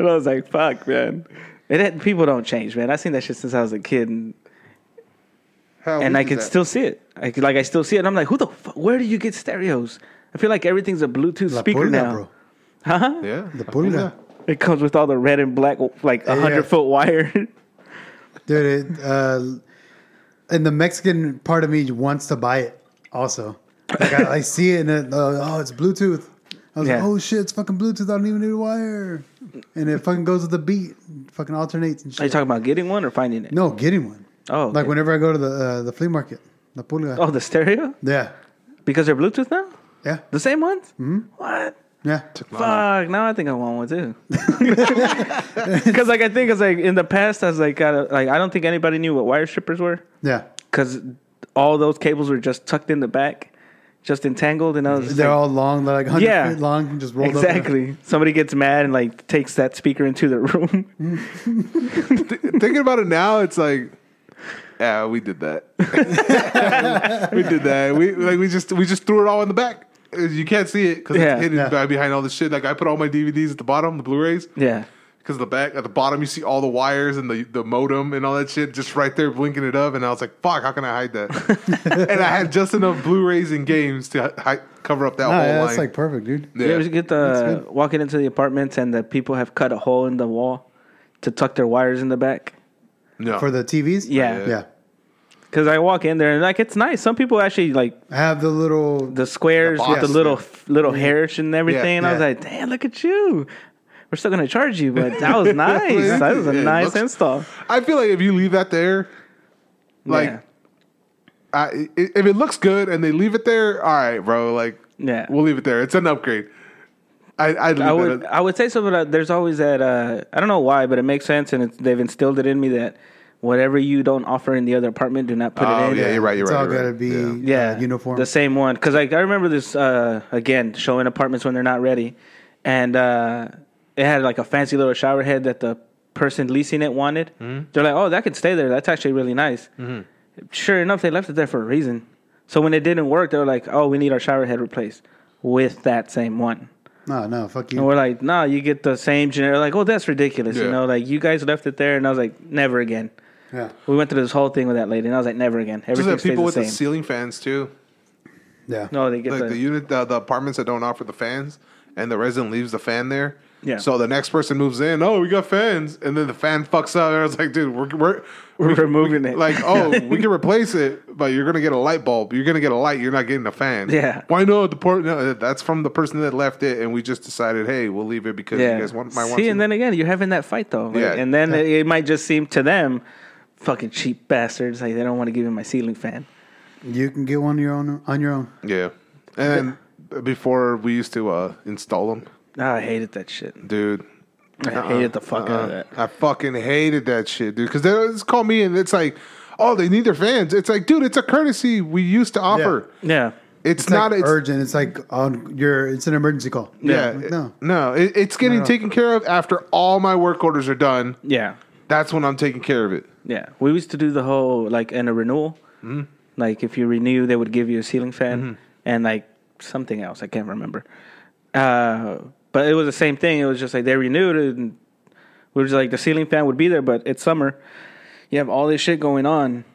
Speaker 4: I was like, "Fuck, man." It, had- people don't change, man. I've seen that shit since I was a kid, and,
Speaker 3: How
Speaker 4: and
Speaker 3: weird
Speaker 4: I
Speaker 3: is
Speaker 4: can
Speaker 3: that?
Speaker 4: still see it. I could, like I still see it. And I'm like, "Who the fuck? Where do you get stereos?" I feel like everything's a Bluetooth
Speaker 1: La
Speaker 4: speaker
Speaker 1: pulga,
Speaker 4: now.
Speaker 1: bro.
Speaker 4: Huh?
Speaker 3: Yeah,
Speaker 1: The pulga.
Speaker 4: It comes with all the red and black, like a
Speaker 1: Yeah.
Speaker 4: hundred foot wire.
Speaker 1: Dude, it, uh, and the Mexican part of me wants to buy it also. Like I, I see it and it, uh, oh, it's Bluetooth. I was like,
Speaker 4: Yeah.
Speaker 1: oh shit, it's fucking Bluetooth. I don't even need a wire. And it fucking goes with the beat, fucking alternates and
Speaker 4: Are you
Speaker 1: shit.
Speaker 4: talking about getting one or finding it?
Speaker 1: no, getting one.
Speaker 4: Oh,
Speaker 1: Like
Speaker 4: okay.
Speaker 1: whenever I go to the uh, the flea market, the pulga.
Speaker 4: Oh, the stereo
Speaker 1: Yeah,
Speaker 4: because they're Bluetooth now.
Speaker 1: yeah,
Speaker 4: The same ones? Mm-hmm. What?
Speaker 1: yeah.
Speaker 4: Fuck! Now I think I want one too. Because like I think it's like in the past I was like I, like I don't think anybody knew what wire strippers were
Speaker 1: Yeah.
Speaker 4: because all those cables were just tucked in the back, just entangled, and I was just
Speaker 1: They're
Speaker 4: like,
Speaker 1: all long, they're like 100
Speaker 4: Yeah.
Speaker 1: feet long, just rolled up.
Speaker 4: exactly. Somebody gets mad and like takes that speaker into the room.
Speaker 3: Thinking about it now, it's like, yeah, we did that. we did that. We like we just we just threw it all in the back. You can't see it because
Speaker 4: Yeah.
Speaker 3: it's hidden
Speaker 1: Yeah.
Speaker 3: back behind all the shit. Like I put all my DVDs at the bottom, the Blu-rays,
Speaker 4: yeah,
Speaker 3: because the back at the bottom you see all the wires and the the modem and all that shit just right there blinking it up. And I was like, fuck, how can I hide that? and I had just enough Blu-rays and games to hi- cover up that
Speaker 1: No,
Speaker 3: whole
Speaker 1: yeah,
Speaker 3: line.
Speaker 1: that's like perfect, dude.
Speaker 3: yeah.
Speaker 4: You ever get the walking into the apartments and the people have cut a hole in the wall to tuck their wires in the back?
Speaker 3: Oh, no.
Speaker 1: For the TVs?
Speaker 4: Yeah.
Speaker 1: Yeah.
Speaker 4: Because I walk in there and like it's nice. Some people actually like
Speaker 1: I have the little.
Speaker 4: the squares
Speaker 3: The
Speaker 4: with the
Speaker 3: box,
Speaker 4: little little hairs and everything. and I was
Speaker 1: yeah.
Speaker 4: like, damn, look at you. We're still gonna charge you, but that was nice. that was a
Speaker 3: Yeah, it
Speaker 4: nice
Speaker 3: looks-
Speaker 4: install.
Speaker 3: I feel like if you leave that there, like.
Speaker 4: yeah.
Speaker 3: I, i- if it looks good and they leave it there, all right, bro. Like,
Speaker 4: Yeah.
Speaker 3: we'll leave it there. It's an upgrade. I, I'd leave
Speaker 4: I
Speaker 3: it
Speaker 4: would
Speaker 3: at-
Speaker 4: I would say so, but uh, there's always that. Uh, I don't know why, but it makes sense, and it's, they've instilled it in me that whatever you don't offer in the other apartment, do not put
Speaker 3: Oh,
Speaker 4: it in.
Speaker 3: yeah, you're right. You're
Speaker 1: it's
Speaker 3: right.
Speaker 1: all
Speaker 3: you're
Speaker 1: got to
Speaker 3: right.
Speaker 1: be
Speaker 3: Yeah.
Speaker 1: yeah.
Speaker 4: yeah,
Speaker 1: Uh, uniform.
Speaker 4: The same one, because like I remember this uh, again showing apartments when they're not ready, and uh, it had like a fancy little shower head that the person leasing it wanted.
Speaker 3: Hmm?
Speaker 4: They're like, "Oh, that could stay there. That's actually really nice."
Speaker 3: Mm-hmm.
Speaker 4: Sure enough, they left it there for a reason. So when it didn't work, they were like, "Oh, we need our shower head replaced with that same one."
Speaker 1: No, no, fuck
Speaker 4: And
Speaker 1: you.
Speaker 4: we're like, "No, you get the same generic." Like, "Oh, that's ridiculous." You
Speaker 3: Yeah.
Speaker 4: know, like you guys left it there, and I was like, "Never again."
Speaker 1: Yeah.
Speaker 4: We went through this whole thing with that lady, and I was like, "Never again."
Speaker 3: Just
Speaker 4: Everything
Speaker 3: that
Speaker 4: stays
Speaker 3: people
Speaker 4: the
Speaker 3: with
Speaker 4: same.
Speaker 3: the ceiling fans too.
Speaker 1: Yeah.
Speaker 4: no, they get
Speaker 3: like the, unit, the, the apartments that don't offer the fans, and the resident leaves the fan there.
Speaker 4: Yeah.
Speaker 3: So the next person moves in. Oh, we got fans, and then the fan fucks up. And I was like, dude, we're we're,
Speaker 4: We're removing it.
Speaker 3: like, oh, we can replace it, but you're gonna get a light bulb. You're gonna get a light. You're not getting a fan.
Speaker 4: Yeah.
Speaker 3: Why not? The part no, that's from the person that left it, and we just decided, hey, we'll leave it because you guys want my
Speaker 4: See, and then again, you're having that fight though. like-
Speaker 3: Yeah.
Speaker 4: and then it, it might just seem to them, fucking cheap bastards, like they don't want to give me my ceiling fan.
Speaker 1: You can get one your own on your own.
Speaker 3: yeah. And then before we used to uh, install them,
Speaker 4: Ah, I hated that shit.
Speaker 3: dude.
Speaker 4: I
Speaker 3: Uh-uh.
Speaker 4: hated the fuck out of that.
Speaker 3: I fucking hated that shit, dude. Because they just call me and it's like, oh, they need their fans. It's like, dude, it's a courtesy we used to offer.
Speaker 4: Yeah,
Speaker 3: It's,
Speaker 1: It's
Speaker 3: not
Speaker 1: like
Speaker 3: it's,
Speaker 1: urgent. It's like on your. It's an emergency call.
Speaker 3: Yeah,
Speaker 1: Like,
Speaker 3: it-
Speaker 1: no.
Speaker 3: no, it- it's getting taken care of after all my work orders are done.
Speaker 4: yeah,
Speaker 3: That's when I'm taking care of it.
Speaker 4: yeah. We used to do the whole like in a renewal, like if you renew, they would give you a ceiling fan and like something else. I can't remember. Uh, but it was the same thing. It was just like they renewed it, and we were just like the ceiling fan would be there, but it's summer. You have all this shit going on,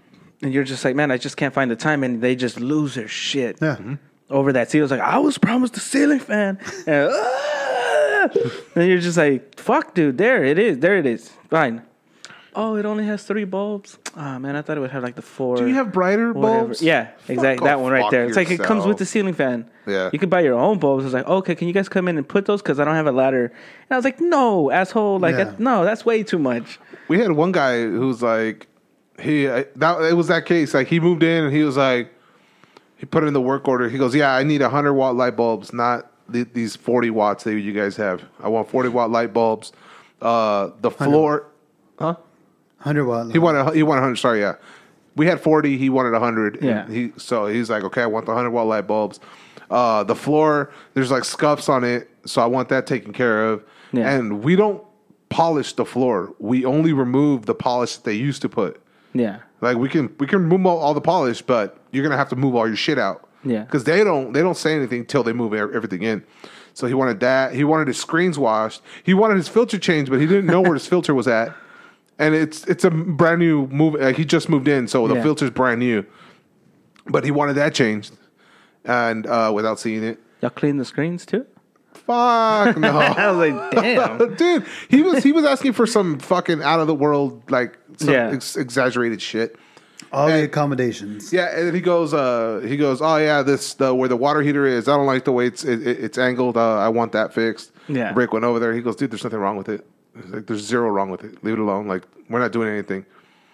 Speaker 4: and you're just like, man, I just can't find the time, and they just lose their shit. Mm-hmm.
Speaker 1: Yeah.
Speaker 4: over that ceiling. It's like, I was promised a ceiling fan. And, ah! and you're just like, fuck, dude, there it is. There it is. Fine. Oh, it only has three bulbs. Ah, man, I thought it would have like the four.
Speaker 3: Do you have brighter
Speaker 4: whatever.
Speaker 3: bulbs?
Speaker 4: Yeah,
Speaker 3: Fuck
Speaker 4: exactly. That
Speaker 3: off,
Speaker 4: one right
Speaker 3: fuck
Speaker 4: there. It's like it comes
Speaker 3: yourself.
Speaker 4: with the ceiling fan.
Speaker 3: Yeah.
Speaker 4: You could buy your own bulbs. It's like, okay, can you guys come in and put those? Because I don't have a ladder. And I was like, no, asshole. Like,
Speaker 1: Yeah.
Speaker 4: that- no, that's way too much.
Speaker 3: We had one guy who's like, he I- that it was that case. Like he moved in and he was like, he put in the work order. He goes, yeah, I need hundred watt light bulbs, not th- these forty watts that you guys have. I want forty watt light bulbs. Uh, the floor, huh?
Speaker 1: Hundred watt.
Speaker 3: He wanted he wanted hundred. Sorry, yeah. We had forty. He wanted hundred.
Speaker 4: Yeah.
Speaker 3: He so he's like, okay, I want the hundred watt light bulbs. Uh, the floor there's like scuffs on it, so I want that taken care of.
Speaker 4: Yeah.
Speaker 3: And we don't polish the floor. We only remove the polish that they used to put.
Speaker 4: Yeah.
Speaker 3: Like we can we can remove all, all the polish, but you're gonna have to move all your shit out.
Speaker 4: Yeah.
Speaker 3: Because they don't they don't say anything till they move e- everything in. So he wanted that. He wanted his screens washed. He wanted his filter changed, but he didn't know where his filter was at. And it's it's a brand new move. Like he just moved in, so the
Speaker 4: Yeah.
Speaker 3: filter's brand new. But he wanted that changed, and uh, without seeing it,
Speaker 4: Y'all clean the screens too?
Speaker 3: fuck
Speaker 4: I
Speaker 3: no,
Speaker 4: was like, damn.
Speaker 3: dude. He was he was asking for some fucking out of the world like some
Speaker 4: Yeah.
Speaker 3: ex- exaggerated shit.
Speaker 1: All the
Speaker 3: And-
Speaker 1: accommodations.
Speaker 3: Yeah, and then he goes, uh, he goes, oh yeah, this the where the water heater is. I don't like the way it's it, it- it's angled. Uh, I want that fixed.
Speaker 4: Yeah.
Speaker 3: Rick went over there. He goes, dude, there's nothing wrong with it. He's like, there's zero wrong with it. Leave it alone. Like we're not doing anything.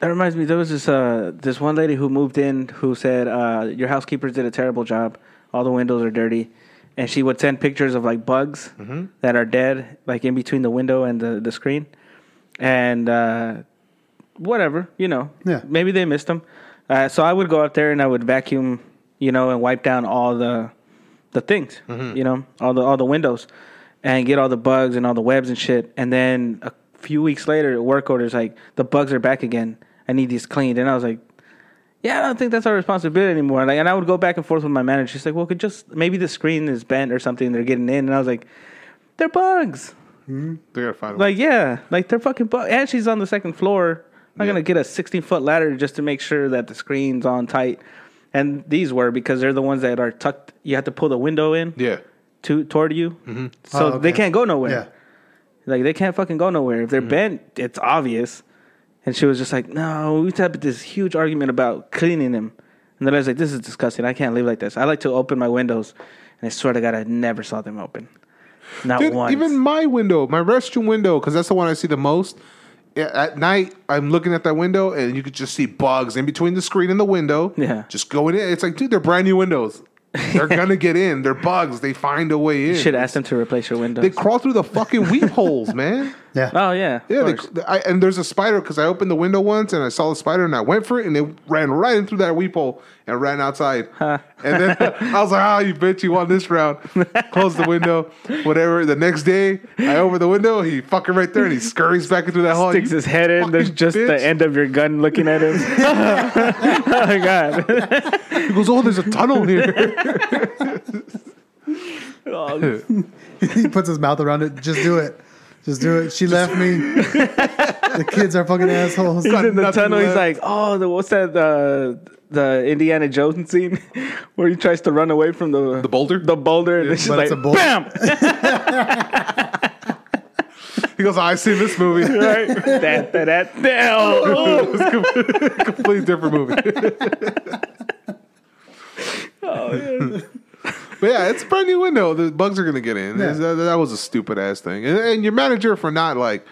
Speaker 4: That reminds me. There was this uh, this one lady who moved in who said uh, your housekeepers did a terrible job. All the windows are dirty, and she would send pictures of like bugs that are dead, like in between the window and the the screen, and uh, whatever you know.
Speaker 1: Yeah.
Speaker 4: Maybe they missed them. Uh, so I would go out there and I would vacuum, you know, and wipe down all the the things, you know, all the all the windows, and get all the bugs and all the webs and shit. And then a few weeks later, work orders like the bugs are back again. I need these cleaned, and I was like, yeah, I don't think that's our responsibility anymore. Like, and I would go back and forth with my manager. She's like, well, could just maybe the screen is bent or something. They're getting in, and I was like, they're bugs.
Speaker 3: They gotta find
Speaker 4: Like, yeah, like they're fucking bugs. And she's on the second floor. I'm
Speaker 3: Yeah.
Speaker 4: gonna get a 16 foot ladder just to make sure that the screen's on tight. And these were because they're the ones that are tucked. You have to pull the window in
Speaker 3: Yeah, Mm-hmm.
Speaker 4: to toward you, so
Speaker 1: Oh, okay.
Speaker 4: they can't go nowhere.
Speaker 1: Yeah.
Speaker 4: Like they can't fucking go nowhere. If
Speaker 3: Mm-hmm.
Speaker 4: they're bent, it's obvious. And she was just like, "No, we had this huge argument about cleaning them." And then I was like, "This is disgusting. I can't live like this. I like to open my windows, and I swear to God, I never saw them open, not
Speaker 3: dude.
Speaker 4: once."
Speaker 3: Even my window, my restroom window, because that's the one I see the most. Yeah, At night, I'm looking at that window, and you could just see bugs in between the screen and the window.
Speaker 4: Yeah.
Speaker 3: just going in. It's like, dude, they're brand new windows. They're gonna get in. They're bugs. They find a way in.
Speaker 4: you should ask them to replace your windows.
Speaker 3: They crawl through the fucking weep holes, man.
Speaker 1: Yeah.
Speaker 4: oh yeah, of
Speaker 3: Yeah,
Speaker 4: course.
Speaker 3: they, I, and there's a spider because I opened the window once and I saw the spider and I went for it and it ran right in through that weephole and ran outside. And then I was like, "Ah, you bitch, you won this round." Close the window, whatever. The next day, I open the window, he fucking right there and he scurries back into that hole.
Speaker 4: sticks
Speaker 3: Oh, You
Speaker 4: his head in. There's
Speaker 3: fucking
Speaker 4: just
Speaker 3: bitch.
Speaker 4: the end of your gun looking at him. oh my god!
Speaker 3: He goes, "Oh, there's a tunnel here."
Speaker 4: Oh,
Speaker 1: he puts his mouth around it. Just do it. Just do it. She left me. the kids are fucking assholes.
Speaker 4: he's in the
Speaker 3: nothing
Speaker 4: tunnel. He's
Speaker 3: left.
Speaker 4: like, oh, the, what's that? The the Indiana Jones scene where he tries to run away from the the
Speaker 3: boulder?
Speaker 4: the boulder, and it's just
Speaker 1: but
Speaker 4: like,
Speaker 1: it's a boulder.
Speaker 4: bam!
Speaker 3: he goes, "I've seen this movie.
Speaker 4: Right? that that that. that. Oh,
Speaker 3: It's a completely different movie." But yeah, it's a brand new window. The bugs are gonna get in.
Speaker 1: Yeah.
Speaker 3: That, that was a stupid ass thing. And, and your manager for not like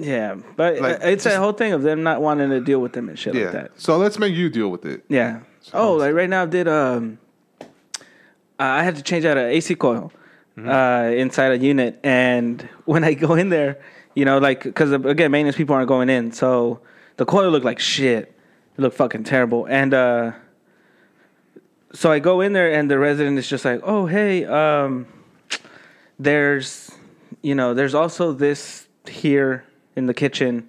Speaker 4: yeah, but
Speaker 3: Like,
Speaker 4: it's that whole thing of them not wanting to deal with them and shit
Speaker 3: yeah.
Speaker 4: like that.
Speaker 3: So let's make you deal with it.
Speaker 4: Yeah. Oh, like right now, I did um, Uh, I had to change out an AC coil uh, inside a unit, and when I go in there, you know, like because again, maintenance people aren't going in, so the coil looked like shit. It looked fucking terrible, and uh, so I go in there, and the resident is just like, "Oh, hey, um, there's, you know, there's also this here in the kitchen,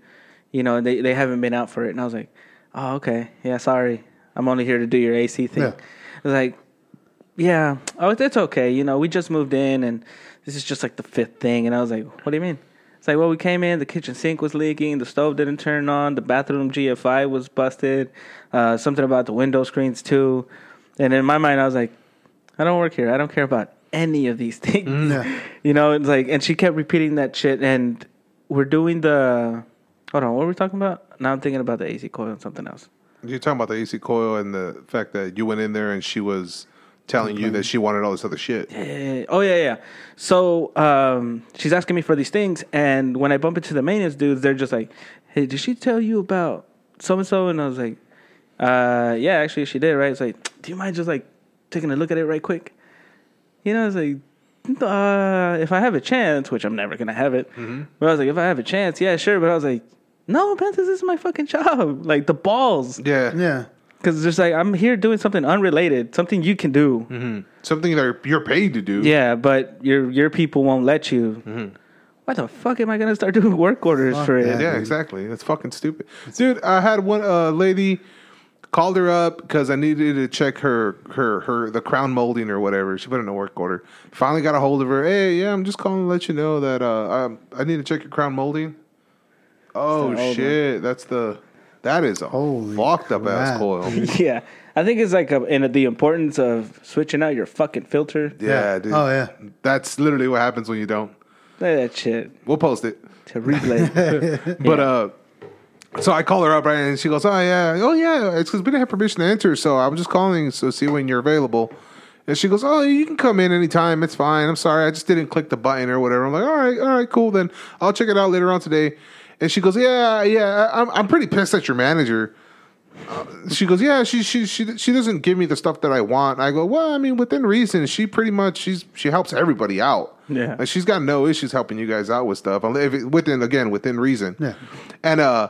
Speaker 4: you know, they they haven't been out for it." And I was like, "Oh, okay, yeah, sorry, I'm only here to do your AC thing."
Speaker 1: Yeah.
Speaker 4: I was like, "Yeah, oh, it's okay, you know, we just moved in, and this is just like the fifth thing." And I was like, "What do you mean?" It's like, well, we came in, the kitchen sink was leaking, the stove didn't turn on, the bathroom GFI was busted, uh, something about the window screens too. And in my mind, I was like, I don't work here. I don't care about any of these things.
Speaker 1: Yeah.
Speaker 4: You know, it's like, and she kept repeating that shit. And we're doing the, hold on, what were we talking about? Now I'm thinking about the AC coil and something else.
Speaker 3: You're talking about the AC coil and the fact that you went in there and she was telling you that she wanted all this other shit.
Speaker 4: Eh, oh yeah, yeah. So um, she's asking me for these things, and when I bump into the maintenance dudes, they're just like, "Hey, did she tell you about so and so?" And I was like, uh, "Yeah, actually, she did." Right? It's like, "Do you mind just like taking a look at it right quick?" You know, I was like, uh, "If I have a chance, which I'm never gonna have it," but I was like, "If I have a chance, yeah, sure." But I was like, "No, Panthers, this is my fucking job. Like the balls,
Speaker 3: Yeah.
Speaker 1: Yeah.
Speaker 4: because it's just like I'm here doing something unrelated, something you can do."
Speaker 3: Mm-hmm. Something that you're paid to do.
Speaker 4: Yeah, but your your people won't let you. Why the fuck am I gonna start doing work orders
Speaker 1: Fuck
Speaker 4: for it?
Speaker 1: that.
Speaker 3: Yeah, exactly. That's fucking stupid. Dude, I had one uh, lady called her up because I needed to check her her her the crown molding or whatever. She put in a work order. Finally got a hold of her. Hey, yeah, I'm just calling to let you know that uh, I, I need to check your crown molding. Oh
Speaker 4: old one.
Speaker 3: shit, that's the that is a
Speaker 1: Holy
Speaker 3: fucked up ass
Speaker 1: crap.
Speaker 3: coil.
Speaker 4: Yeah. I think it's like a, and the importance of switching out your fucking filter.
Speaker 3: Yeah, dude.
Speaker 1: Oh yeah.
Speaker 3: That's literally what happens when you don't.
Speaker 4: Look at that shit
Speaker 3: We'll post it.
Speaker 4: to replay.
Speaker 3: But uh So I call her up, right? And she goes, Oh, yeah. Oh, yeah. It's because we didn't have permission to enter. So I'm just calling so see when you're available. And she goes, Oh, you can come in anytime. It's fine. I'm sorry. I just didn't click the button or whatever. I'm like, All right. All right. Cool. Then I'll check it out later on today. And she goes, Yeah. Yeah. I- I'm, I'm pretty pissed at your manager. Uh, She goes, yeah. She she she she doesn't give me the stuff that I want. I go, well, I mean, within reason. She pretty much she's she helps everybody out.
Speaker 4: Yeah.
Speaker 3: like she's got no issues helping you guys out with stuff. unless- If it, within again within reason.
Speaker 1: Yeah.
Speaker 3: And uh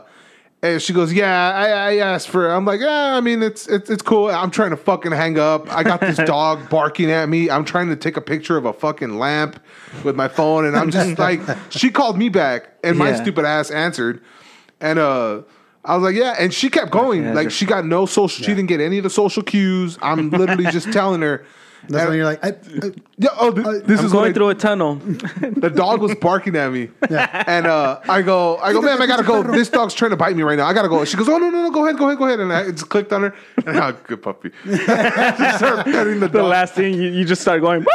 Speaker 3: and she goes, "Yeah, I, I asked for." It. I'm like, "Yeah, I mean, it's, it's it's cool. I'm trying to fucking hang up. I got this dog barking at me. I'm trying to take a picture of a fucking lamp with my phone, and I'm just like, she called me back, and my
Speaker 4: Yeah.
Speaker 3: stupid ass answered, and uh, I was like, yeah, and she kept going.
Speaker 4: Yeah,
Speaker 3: like
Speaker 4: just-
Speaker 3: she got no social. She didn't get any of the social cues. I'm literally just telling her.
Speaker 1: That's
Speaker 3: and-
Speaker 1: when you're like, I, I,
Speaker 3: yeah, oh, th- this
Speaker 4: Uh, I'm
Speaker 3: is
Speaker 4: going
Speaker 3: what I-
Speaker 4: through a tunnel.
Speaker 3: the dog was barking at me, and uh, I go, I go, ma'am, I gotta go. This dog's trying to bite me right now. I gotta go. She goes, oh no, no, no, go ahead, go ahead, go ahead. And I just clicked on her, and I, good puppy. just started petting the
Speaker 4: the
Speaker 3: dog.
Speaker 4: last thing you, you just start going,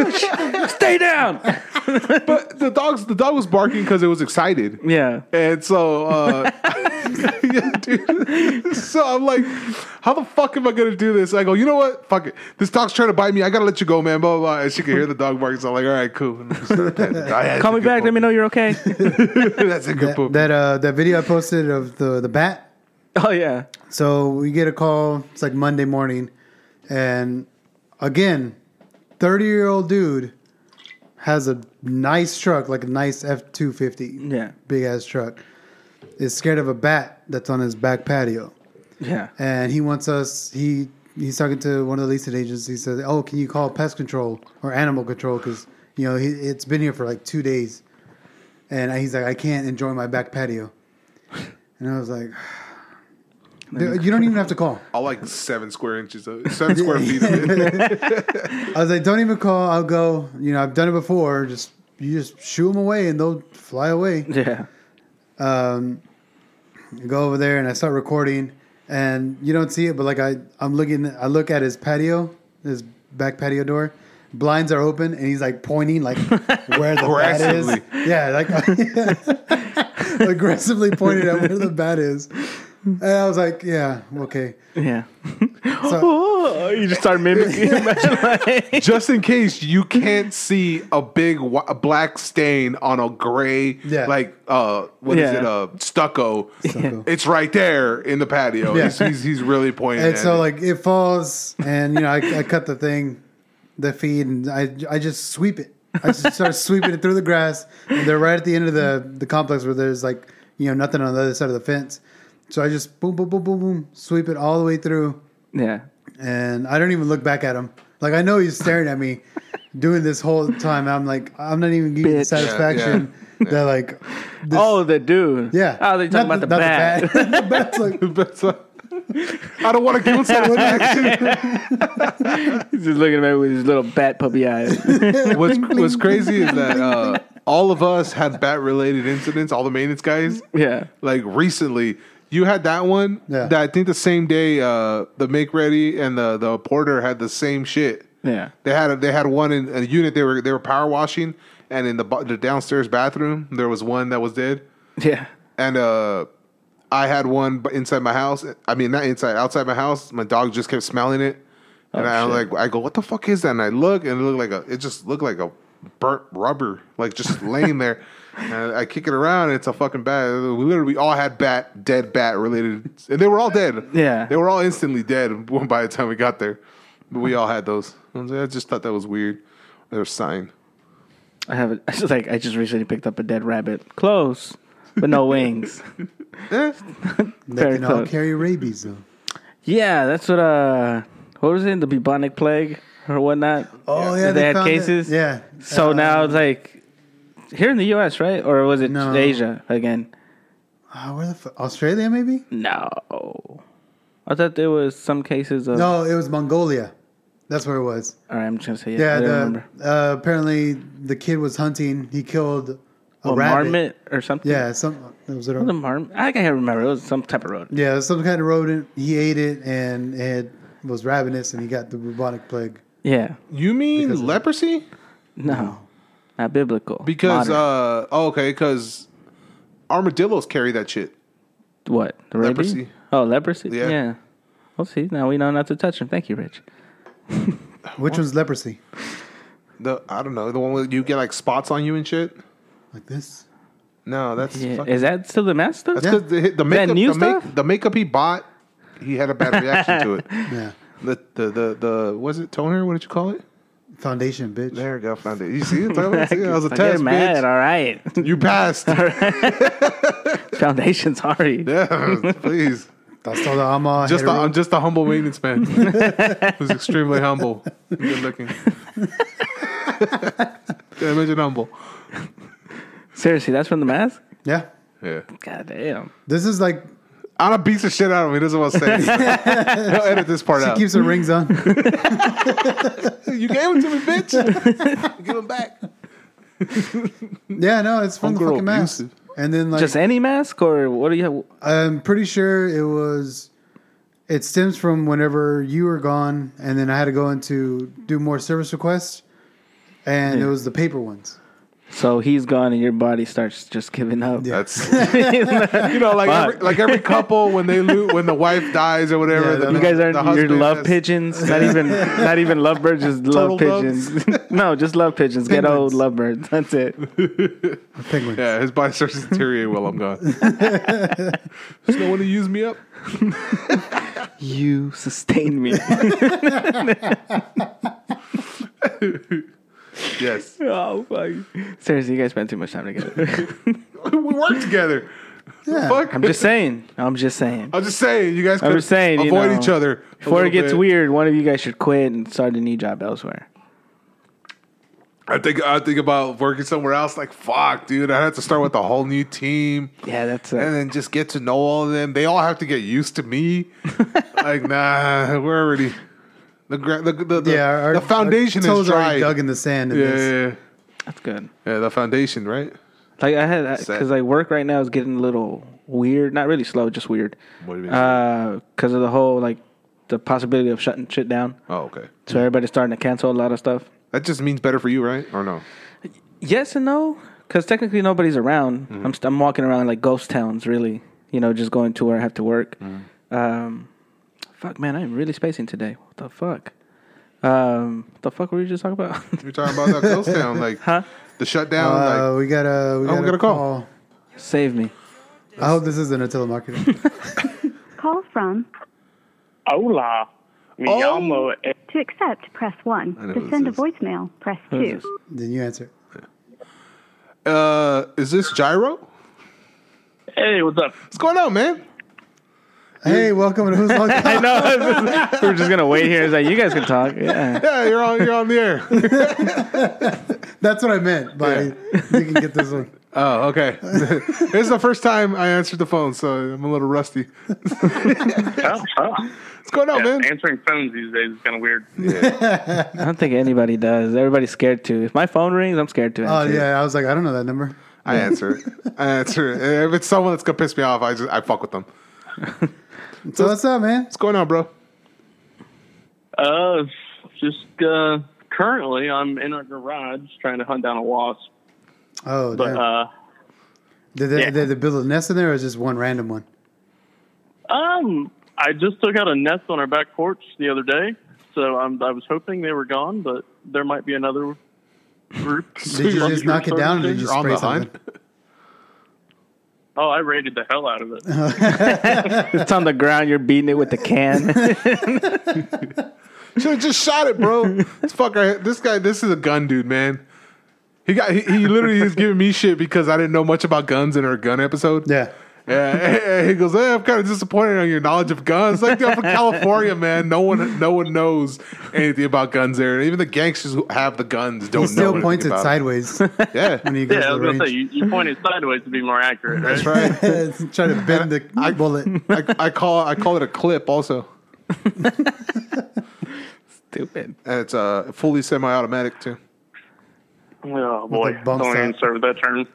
Speaker 4: stay down.
Speaker 3: but the dog's the dog was barking because it was excited.
Speaker 4: Yeah.
Speaker 3: And so, uh, yeah, dude. so I'm like, how the fuck am I gonna do this? I go, you know what? Fuck it. This dog's trying to bite me. I gotta let you go, man. Blah blah. blah. And she can hear the dog barking. So I'm like, all right, cool.
Speaker 4: Call me back. Let me know you're okay.
Speaker 3: That's a good
Speaker 1: that
Speaker 3: poop.
Speaker 1: that, uh, that video I posted of the the bat.
Speaker 4: oh yeah.
Speaker 1: So we get a call. It's like Monday morning, and again, thirty year old dude has a nice truck, like a nice F two fifty,
Speaker 4: Yeah.
Speaker 1: big ass truck. Is scared of a bat that's on his back patio,
Speaker 4: Yeah.
Speaker 1: and he wants us. He he's talking to one of the leasing agents. He says, "Oh, can you call pest control or animal control? Because you know he, it's been here for like two days." And he's like, "I can't enjoy my back patio," and I was like. "Dude, You don't even have to call.
Speaker 3: I like seven square inches of seven square feet of it.
Speaker 1: I was like, don't even call. I'll go. You know, I've done it before. Just you just shoo them away and they'll fly away.
Speaker 4: Yeah.
Speaker 1: Um, I go over there and I start recording, and you don't see it, but like I, I'm looking. I look at his patio, his back patio door. Blinds are open, and he's like pointing, like where the bat is.
Speaker 3: Aggressively.
Speaker 1: Yeah, like aggressively pointing at where the bat is. And I was like, yeah, okay.
Speaker 4: Yeah.
Speaker 1: So
Speaker 4: you just start mimicking.
Speaker 3: just in case you can't see a big wh- a black stain on a gray,
Speaker 1: Yeah.
Speaker 3: like uh, what is
Speaker 4: Yeah.
Speaker 3: it, uh, stucco.
Speaker 1: Stucco.
Speaker 3: It's right there in the patio.
Speaker 1: Yeah.
Speaker 3: He's, he's he's really pointing.
Speaker 1: And
Speaker 3: at
Speaker 1: so
Speaker 3: it.
Speaker 1: like it falls, and you know I, I cut the thing, the feed, and I I just sweep it. I just start sweeping it through the grass. And they're right at the end of the the complex where there's like you know nothing on the other side of the fence. So I just boom boom boom boom boom sweep it all the way through,
Speaker 4: yeah.
Speaker 1: and I don't even look back at him. Like I know he's staring at me, doing this whole time. I'm like I'm not even getting the
Speaker 4: Bitch. Yeah, yeah,
Speaker 1: satisfaction that like this-
Speaker 4: oh, the dude.
Speaker 1: yeah.
Speaker 4: Oh, they're talking
Speaker 1: Not
Speaker 4: about the bat.
Speaker 1: The bat. the bat's like
Speaker 3: That's a- I don't want to give him
Speaker 4: He's just looking at me with his little bat puppy eyes.
Speaker 3: What's what's crazy is that uh, all of us had bat related incidents. All the maintenance guys.
Speaker 4: yeah.
Speaker 3: like recently. You had that one.
Speaker 1: Yeah.
Speaker 3: That I think the same day uh, the make ready and the the porter had the same shit.
Speaker 4: Yeah.
Speaker 3: They had a, they had one in a unit they were they were power washing and in the bu- the downstairs bathroom there was one that was dead
Speaker 4: Yeah.
Speaker 3: and uh I had one bu- inside my house. I mean not inside outside my house. My dog just kept smelling it. And I was
Speaker 4: Oh, shit.
Speaker 3: like I go what the fuck is that? And I look and it looked like a it just looked like a burnt rubber like just laying there. And I kick it around and it's a fucking bat. We literally all had bat dead bat related and they were all dead.
Speaker 4: Yeah.
Speaker 3: They were all instantly dead by the time we got there. But we all had those. I was like, I just thought that was weird. Their sign.
Speaker 4: I have it. I just like I just recently picked up a dead rabbit. Close, but no wings.
Speaker 3: Eh,
Speaker 1: they
Speaker 4: Very
Speaker 1: can all
Speaker 4: close.
Speaker 1: carry rabies though.
Speaker 4: Yeah, that's what. Uh, what was it? The bubonic plague or whatnot.
Speaker 1: Oh
Speaker 4: That
Speaker 1: yeah,
Speaker 4: they, had
Speaker 1: found it.
Speaker 4: cases.
Speaker 1: Yeah.
Speaker 4: So
Speaker 1: Uh,
Speaker 4: now it's like here in the U.S., right? Or was it
Speaker 1: No.
Speaker 4: Asia again?
Speaker 1: uh, where the f- Australia maybe?
Speaker 4: No. I thought there was some cases of.
Speaker 1: No, it was Mongolia. That's where it was.
Speaker 4: All right, I'm just gonna say yeah. I
Speaker 1: Yeah.
Speaker 4: don't
Speaker 1: The,
Speaker 4: remember.
Speaker 1: uh, apparently, the kid was hunting. He killed a
Speaker 4: A
Speaker 1: rabbit.
Speaker 4: marmot or something.
Speaker 1: Yeah. Some. It was it
Speaker 4: The
Speaker 1: a,
Speaker 4: marmot. I can't remember. It was some type of rodent.
Speaker 1: yeah. It was some kind of rodent. He ate it and it was ravenous, and he got the bubonic plague.
Speaker 4: Yeah.
Speaker 3: You mean leprosy?
Speaker 4: No. Not biblical.
Speaker 3: Because
Speaker 4: Modern.
Speaker 3: uh oh, okay, because armadillos carry that shit.
Speaker 4: What? The rabies?
Speaker 3: Leprosy.
Speaker 4: Oh, leprosy.
Speaker 3: Yeah.
Speaker 4: Yeah. We'll see. Now we know not to touch him. Thank you, Rich.
Speaker 1: Which one's leprosy?
Speaker 3: The I don't know the one where you get like spots on you and shit.
Speaker 1: Like this?
Speaker 3: No, that's
Speaker 4: Yeah.
Speaker 3: fucking,
Speaker 4: Is that still the mask stuff?
Speaker 3: that's 'cause the, the makeup.
Speaker 4: new
Speaker 3: the, make-
Speaker 4: stuff?
Speaker 3: the makeup he bought, he had a bad reaction to it.
Speaker 1: Yeah.
Speaker 3: The the the the was it toner? What did you call it?
Speaker 1: Foundation, bitch.
Speaker 3: There you go. Found it. You see it? Tyler? See, that was a
Speaker 4: I
Speaker 3: test,
Speaker 4: get mad.
Speaker 3: bitch.
Speaker 4: All right.
Speaker 3: You passed.
Speaker 4: Foundation. Sorry.
Speaker 3: yeah, please.
Speaker 1: That's all the Ama.
Speaker 3: Just a,
Speaker 1: hetero-
Speaker 3: I'm just a humble maintenance man who's extremely humble, and good looking. yeah, imagine humble.
Speaker 4: Seriously, that's from the mask.
Speaker 1: yeah.
Speaker 3: Yeah,
Speaker 4: God damn.
Speaker 1: This is like
Speaker 3: Anna beats the shit out of me. Doesn't want to say. It. He'll edit this part
Speaker 1: she
Speaker 3: out.
Speaker 1: keeps her rings on.
Speaker 3: you gave it to me, bitch. Give him back.
Speaker 1: Yeah, no, it's from the
Speaker 3: Homegirl
Speaker 1: fucking mask.
Speaker 3: abusive.
Speaker 1: And then like
Speaker 4: Just any mask, or what do you have?
Speaker 1: I'm pretty sure it was. It stems from whenever you were gone, and then I had to go into do more service requests, and it was the paper ones.
Speaker 4: So he's gone, and your body starts just giving up.
Speaker 1: Yeah.
Speaker 3: That's you know like
Speaker 4: Fuck.
Speaker 3: every, like every couple when they loot when the wife dies or whatever.
Speaker 1: Yeah,
Speaker 3: the,
Speaker 1: you
Speaker 4: You guys aren't
Speaker 3: the
Speaker 4: your
Speaker 3: husband
Speaker 4: love
Speaker 3: has-
Speaker 4: pigeons. Not even not even lovebirds, just
Speaker 3: Turtle
Speaker 4: love
Speaker 3: doves.
Speaker 4: pigeons. no, just love pigeons. Get old
Speaker 1: Penguins.
Speaker 4: lovebirds. That's it.
Speaker 1: The penguins.
Speaker 3: Yeah, his body starts to deteriorate while I'm gone. There's no one to use me up.
Speaker 4: You sustain me.
Speaker 3: Yes,
Speaker 4: oh fuck. Seriously, you guys spend too much time together.
Speaker 3: we work together.
Speaker 1: Yeah.
Speaker 3: Fuck.
Speaker 4: I'm just saying. I'm just saying.
Speaker 3: I'm just saying, you guys
Speaker 4: I'm
Speaker 3: could
Speaker 4: just saying, you
Speaker 3: avoid
Speaker 4: know,
Speaker 3: each other. a
Speaker 4: Before it
Speaker 3: little
Speaker 4: gets
Speaker 3: bit.
Speaker 4: weird, one of you guys should quit and start a new job elsewhere.
Speaker 3: I think I think about working somewhere else. Like, fuck, dude, I have to start with a whole new team,
Speaker 4: Yeah, that's
Speaker 3: and
Speaker 4: uh,
Speaker 3: then just get to know all of them. They all have to get used to me. like, nah, we're already the gra- the the, the,
Speaker 1: Yeah, our- our-
Speaker 3: the foundation
Speaker 1: our toes
Speaker 3: is
Speaker 1: are
Speaker 3: dry.
Speaker 1: already dug in the sand. In
Speaker 3: yeah,
Speaker 1: this.
Speaker 3: yeah, yeah.
Speaker 4: that's good.
Speaker 3: Yeah, the foundation, right?
Speaker 4: Like I had
Speaker 3: Sad.
Speaker 4: because like work right now is getting a little weird. Not really slow, just weird.
Speaker 3: What do you mean?
Speaker 4: Because of the whole like the possibility of shutting shit down.
Speaker 3: oh, okay.
Speaker 4: So everybody's starting to cancel a lot of stuff.
Speaker 3: That just means better for you, right? Or no?
Speaker 4: Yes and no, because technically nobody's around. I'm st- I'm walking around like ghost towns, really. You know, just going to where I have to work. Um, fuck, man, I'm really spacing today. What the fuck? Um, what the fuck were you just talking about?
Speaker 3: You're talking about that ghost town, like
Speaker 4: huh?
Speaker 3: the shutdown.
Speaker 1: Uh,
Speaker 3: like, oh,
Speaker 1: we got a we got,
Speaker 3: we got a
Speaker 1: a
Speaker 3: call.
Speaker 1: call.
Speaker 4: Save me.
Speaker 1: I hope this isn't a telemarketer.
Speaker 5: Call from
Speaker 6: Hola. Me
Speaker 3: Oh.
Speaker 6: llamo. E-
Speaker 5: to accept, press 1.
Speaker 3: I know who
Speaker 5: To send a
Speaker 3: this is.
Speaker 5: voicemail, press
Speaker 4: Who is
Speaker 5: 2.
Speaker 4: this?
Speaker 1: then you answer.
Speaker 3: uh, is this Gyro?
Speaker 6: Hey, what's up?
Speaker 3: What's going on, man?
Speaker 1: Hey, welcome to Who's Long
Speaker 4: I know. we're just gonna wait here. It's like you guys can talk. Yeah.
Speaker 3: Yeah, you're on. You're on the air.
Speaker 1: That's what I meant by
Speaker 3: Yeah.
Speaker 1: you can get this one.
Speaker 3: oh, okay. it's the first time I answered the phone, so I'm a little rusty.
Speaker 6: Oh, oh.
Speaker 3: What's going on,
Speaker 6: Yeah,
Speaker 3: man?
Speaker 6: answering phones these days is kind of weird.
Speaker 4: I don't think anybody does. Everybody's scared to. If my phone rings, I'm scared to.
Speaker 1: Oh
Speaker 4: answer it.
Speaker 1: yeah, I was like, I don't know that number.
Speaker 3: I answer it. I answer it. If it's someone that's gonna piss me off, I just I fuck with them. What's
Speaker 1: So what's up, man?
Speaker 3: going on, bro?
Speaker 6: Uh, just uh, currently, I'm in our garage trying to hunt down a wasp.
Speaker 1: Oh,
Speaker 6: But
Speaker 1: damn.
Speaker 6: uh,
Speaker 1: did, they,
Speaker 6: yeah.
Speaker 1: did they build a nest in there, or just one random one?
Speaker 6: um, I just took out a nest on our back porch the other day, so I'm, I was hoping they were gone, but there might be another group.
Speaker 1: Did you just knock it down, or did you
Speaker 3: You're on
Speaker 1: spray
Speaker 3: the
Speaker 1: something?
Speaker 3: hunt.
Speaker 6: Oh, I raided the hell out of it.
Speaker 4: It's on the ground. You're beating it with the can.
Speaker 3: Should have just shot it, bro. this fucker, this guy, this is a gun dude, man. He got he, he literally is giving me shit because I didn't know much about guns in our gun episode.
Speaker 1: Yeah.
Speaker 3: Yeah, and he goes, hey, I'm kind of disappointed on your knowledge of guns. Like, dude, I'm from California, man. No one, no one knows anything about guns there. And even the gangsters who have the guns don't
Speaker 1: He
Speaker 3: know.
Speaker 1: still
Speaker 3: anything
Speaker 1: points it
Speaker 3: about
Speaker 1: sideways when
Speaker 3: it. Yeah,
Speaker 1: he goes
Speaker 6: Yeah,
Speaker 1: to
Speaker 6: I
Speaker 1: the
Speaker 6: was going to say,
Speaker 1: range.
Speaker 6: you, you pointed sideways to be more accurate, right?
Speaker 3: that's right.
Speaker 1: Try to bend the
Speaker 3: I-
Speaker 1: bullet.
Speaker 3: I, I call, I call it a clip. Also,
Speaker 4: Stupid.
Speaker 3: and it's uh, fully semi-automatic too.
Speaker 6: Oh,
Speaker 1: With
Speaker 6: boy.
Speaker 1: the bump
Speaker 6: Don't even
Speaker 1: stop.
Speaker 6: start with that term.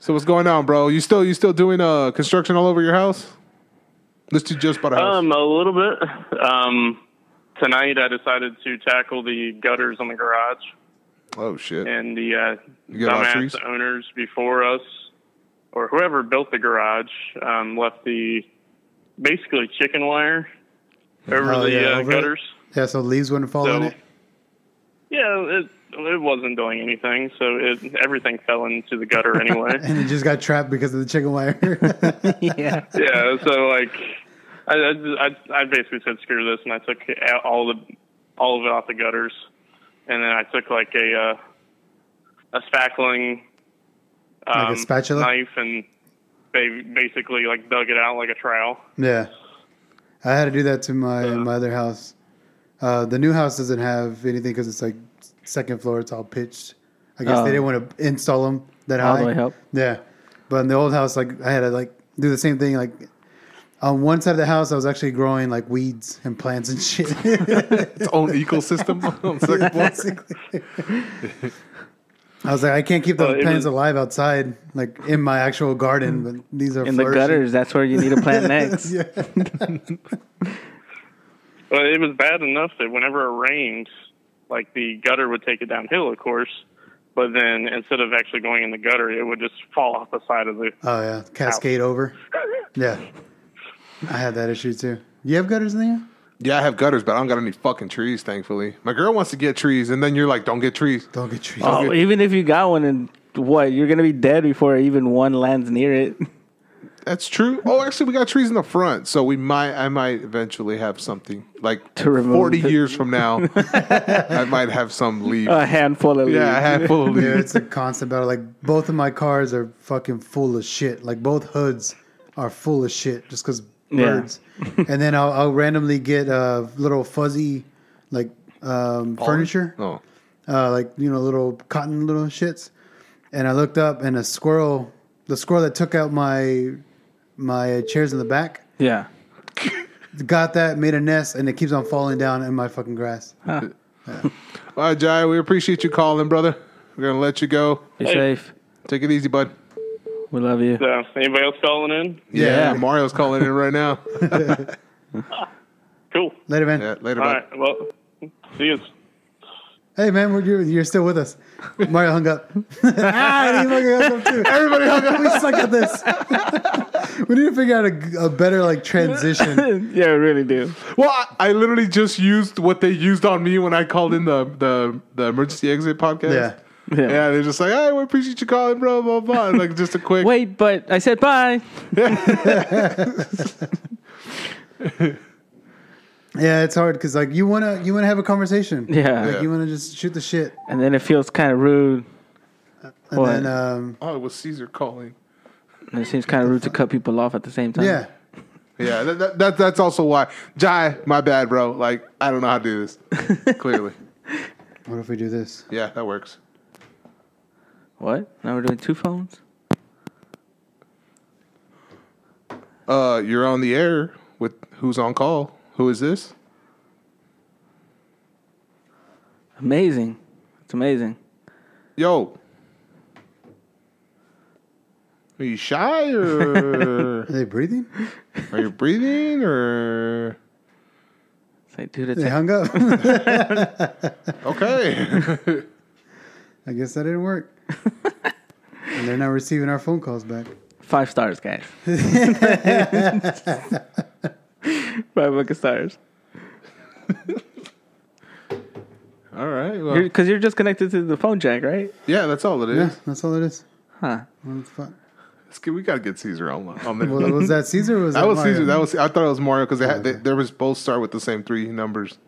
Speaker 3: So what's going on, bro? You still, you still doing uh construction all over your house? This dude just bought a house.
Speaker 6: Um, a little bit. Um, tonight I decided to tackle the gutters on the garage
Speaker 3: oh shit!
Speaker 6: and the
Speaker 3: got
Speaker 6: uh,
Speaker 3: a lot of trees?
Speaker 6: dumbass owners before us or whoever built the garage um, left the basically chicken wire over
Speaker 1: Oh,
Speaker 6: the
Speaker 1: yeah,
Speaker 6: uh,
Speaker 1: over it.
Speaker 6: gutters.
Speaker 1: Yeah, so leaves wouldn't fall
Speaker 6: So
Speaker 1: in it.
Speaker 6: yeah, it it wasn't doing anything, so it everything fell into the gutter anyway.
Speaker 1: And it just got trapped because of the chicken wire.
Speaker 4: yeah.
Speaker 6: yeah, so like, I, I, I, I basically said screw this, and I took out all the all of it off the gutters, and then I took like a uh, a spackling, um,
Speaker 1: Like a spatula?
Speaker 6: knife, and they basically like dug it out like a trowel.
Speaker 1: yeah. I had to do that to my, my other house. Uh, the new house doesn't have anything because it's like second floor, it's all pitched. I guess
Speaker 4: Oh.
Speaker 1: they didn't want to install them that
Speaker 4: All
Speaker 1: high.
Speaker 4: the way up.
Speaker 1: Yeah. But in the old house, like I had to like do the same thing. Like on one side of the house, I was actually growing like weeds and plants and shit.
Speaker 3: Its own ecosystem on the second floor.
Speaker 1: basically. I was like, I can't keep the
Speaker 6: Well, it
Speaker 1: plants
Speaker 6: was-
Speaker 1: alive outside, like in my actual garden, but these are
Speaker 4: Mm. In the
Speaker 1: flourishing.
Speaker 4: gutters, that's where you need to plant next.
Speaker 1: yeah. Oh,
Speaker 6: But it was bad enough that whenever it rained, like the gutter would take it downhill, of course. But then instead of actually going in the gutter, it would just fall off the side of the.
Speaker 1: Oh yeah, cascade over. Yeah, I had that issue too. You have gutters in there?
Speaker 3: Yeah, I have gutters, but I don't got any fucking trees, thankfully. My girl wants to get trees, and then you're like, don't get trees.
Speaker 1: Don't get trees.
Speaker 4: Oh, even if you got one, and what you're gonna be dead before even one lands near it.
Speaker 3: That's true. Oh, actually, we got trees in the front, so we might. I might eventually have something like
Speaker 4: To remove
Speaker 3: forty
Speaker 4: the-
Speaker 3: years from now. I might have some leaves.
Speaker 4: A handful of
Speaker 3: yeah, a
Speaker 4: leaves.
Speaker 3: handful of
Speaker 1: Dude,
Speaker 3: leaves.
Speaker 1: it's a constant battle. Like both of my cars are fucking full of shit. Like both hoods are full of shit just because
Speaker 4: Yeah.
Speaker 1: birds. and then I'll, I'll randomly get uh, little fuzzy like um, furniture,
Speaker 3: Oh,
Speaker 1: uh, like you know little cotton little shits. And I looked up, and a squirrel, the squirrel that took out my my chairs in the back,
Speaker 4: Yeah.
Speaker 1: got that, made a nest, and it keeps on falling down in my fucking grass.
Speaker 3: all right, Jai. We appreciate you calling, brother. We're gonna let you go.
Speaker 4: Be
Speaker 6: Hey.
Speaker 4: safe.
Speaker 3: Take it easy, bud.
Speaker 4: We love you.
Speaker 6: So anybody else calling in?
Speaker 3: Yeah,
Speaker 4: Yeah.
Speaker 3: Mario's calling in right now.
Speaker 6: Cool.
Speaker 1: Later, man.
Speaker 3: Yeah, later,
Speaker 6: All
Speaker 3: bud.
Speaker 6: right. Well, see you.
Speaker 1: Hey, man, we're, you're, you're still with us. Mario hung up. ah, he fucking hung up too.
Speaker 3: Everybody, hung up.
Speaker 1: We suck at this. we need to figure out a, a better like transition.
Speaker 4: yeah, we really do.
Speaker 3: Well, I, I literally just used what they used on me when I called in the the, the emergency exit podcast.
Speaker 1: Yeah.
Speaker 3: Yeah, they're just like, hey, we appreciate you calling, bro, blah, blah. And, like, just a quick.
Speaker 4: Wait, but I said bye.
Speaker 1: Yeah, it's hard because like you wanna you wanna have a conversation.
Speaker 4: Yeah.
Speaker 1: Like
Speaker 3: Yeah.
Speaker 1: you wanna just shoot the shit,
Speaker 4: And then it feels kind of rude.
Speaker 1: and
Speaker 4: What?
Speaker 1: then um
Speaker 3: Oh, it was Caesar calling.
Speaker 4: And it seems kind of rude to cut people off at the same time.
Speaker 1: yeah.
Speaker 3: Yeah, that, that, that, that's also why. Jai, my bad, bro. Like, I don't know how to do this. Clearly.
Speaker 1: What if we do this?
Speaker 3: Yeah, that works.
Speaker 4: What? Now we're doing two phones?
Speaker 3: Uh, You're on the air with who's on call. Who is this?
Speaker 4: Amazing. It's amazing.
Speaker 3: Yo. Are you shy or
Speaker 1: Are they breathing?
Speaker 3: are you breathing or
Speaker 4: It's like, dude, it's
Speaker 1: They
Speaker 4: like,
Speaker 1: hung up.
Speaker 3: okay?
Speaker 1: I guess that didn't work. and they're not receiving our phone calls back.
Speaker 4: five stars, guys. five fucking stars.
Speaker 3: all right. Well,
Speaker 4: Because you're, just connected to the phone jack, right?
Speaker 3: yeah, that's all it
Speaker 1: Yeah,
Speaker 3: is.
Speaker 1: that's all it is.
Speaker 4: Huh.
Speaker 1: Well, it's fine.
Speaker 3: Let's get- we gotta get Caesar on. on the,
Speaker 1: Well, um, was that Caesar? Or was
Speaker 3: That was
Speaker 1: Mario?
Speaker 3: Caesar. That was I thought it was Mario because they had they, there was both start with the same three numbers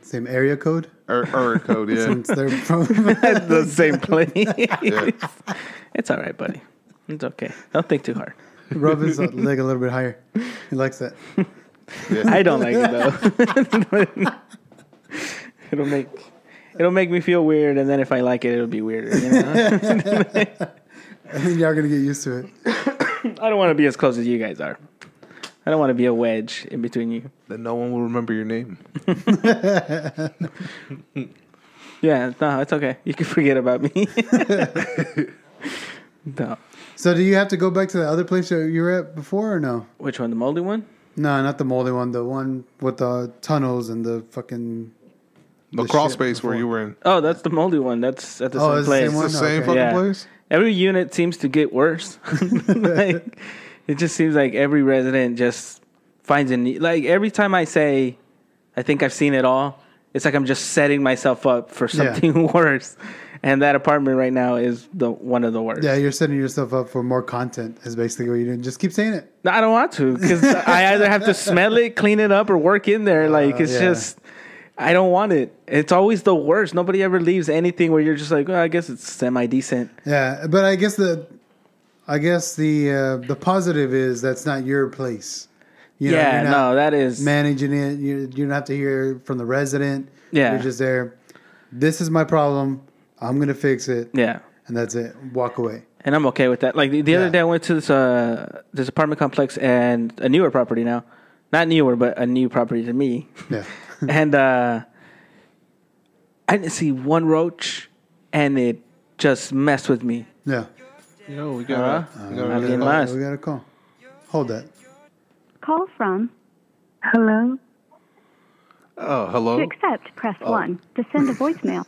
Speaker 1: same area code.
Speaker 3: or, or code. Yeah,
Speaker 1: Since they're from
Speaker 4: At the same place.
Speaker 3: yeah.
Speaker 4: It's all right, buddy. It's okay. Don't think too hard.
Speaker 1: rub his leg a little bit higher. He likes that.
Speaker 4: I don't like it though. it'll make it'll make me feel weird, and then if I like it, it'll be weirder. You know?
Speaker 1: And then y'all gonna get used to it.
Speaker 4: I don't want to be as close as you guys are. I don't want to be a wedge in between you.
Speaker 3: Then no one will remember your name.
Speaker 4: Yeah, no, it's okay. You can forget about me. no,
Speaker 1: So do you have to go back to the other place that you were at before or no?
Speaker 4: which one? The moldy one?
Speaker 1: No, not the moldy one. The one with the tunnels and the fucking.
Speaker 3: The,
Speaker 1: The
Speaker 3: crawl
Speaker 1: shit
Speaker 3: space where
Speaker 1: before.
Speaker 3: you were in.
Speaker 4: Oh, that's the moldy one. that's at the
Speaker 1: Oh,
Speaker 4: same
Speaker 1: it's the same one?
Speaker 4: place.
Speaker 3: The
Speaker 1: Okay.
Speaker 3: same fucking
Speaker 4: Yeah.
Speaker 3: place.
Speaker 4: every unit seems to get worse. like, it just seems like every resident just finds a need. Like every time I say, I think I've seen it all, it's like I'm just setting myself up for
Speaker 1: Yeah.
Speaker 4: something worse. And that apartment right now is the one of the worst.
Speaker 1: Yeah, you're setting yourself up for more content. Is basically what you're doing. Just keep saying it.
Speaker 4: No, I don't want to because I either have to smell it, clean it up, or work in there. Like it's
Speaker 1: Uh, yeah.
Speaker 4: just, I don't want it. It's always the worst. Nobody ever leaves anything where you're just like, well, I guess it's semi decent.
Speaker 1: Yeah, but I guess the, I guess the uh, the positive is that's not your place. You know,
Speaker 4: yeah,
Speaker 1: you're not
Speaker 4: no, that is.
Speaker 1: managing it. You you don't have to hear from the resident.
Speaker 4: Yeah.
Speaker 1: you're just there. This is my problem. I'm gonna fix it,
Speaker 4: Yeah,
Speaker 1: and that's it. Walk away.
Speaker 4: and I'm okay with that. Like the, the
Speaker 1: Yeah.
Speaker 4: other day, I went to this uh, this apartment complex and a newer property now, not newer, but a new property to me.
Speaker 1: Yeah,
Speaker 4: and uh, I didn't see one roach, and it just messed with me.
Speaker 1: yeah.
Speaker 3: Yo, we got.
Speaker 4: Uh,
Speaker 3: we got
Speaker 4: I
Speaker 3: another
Speaker 4: mean,
Speaker 3: call.
Speaker 4: last- Nice.
Speaker 1: We got a call. Hold that.
Speaker 5: Call from. Hello?
Speaker 3: oh,
Speaker 5: To
Speaker 3: hello.
Speaker 5: accept, press
Speaker 3: Oh.
Speaker 5: 1. To send a voicemail.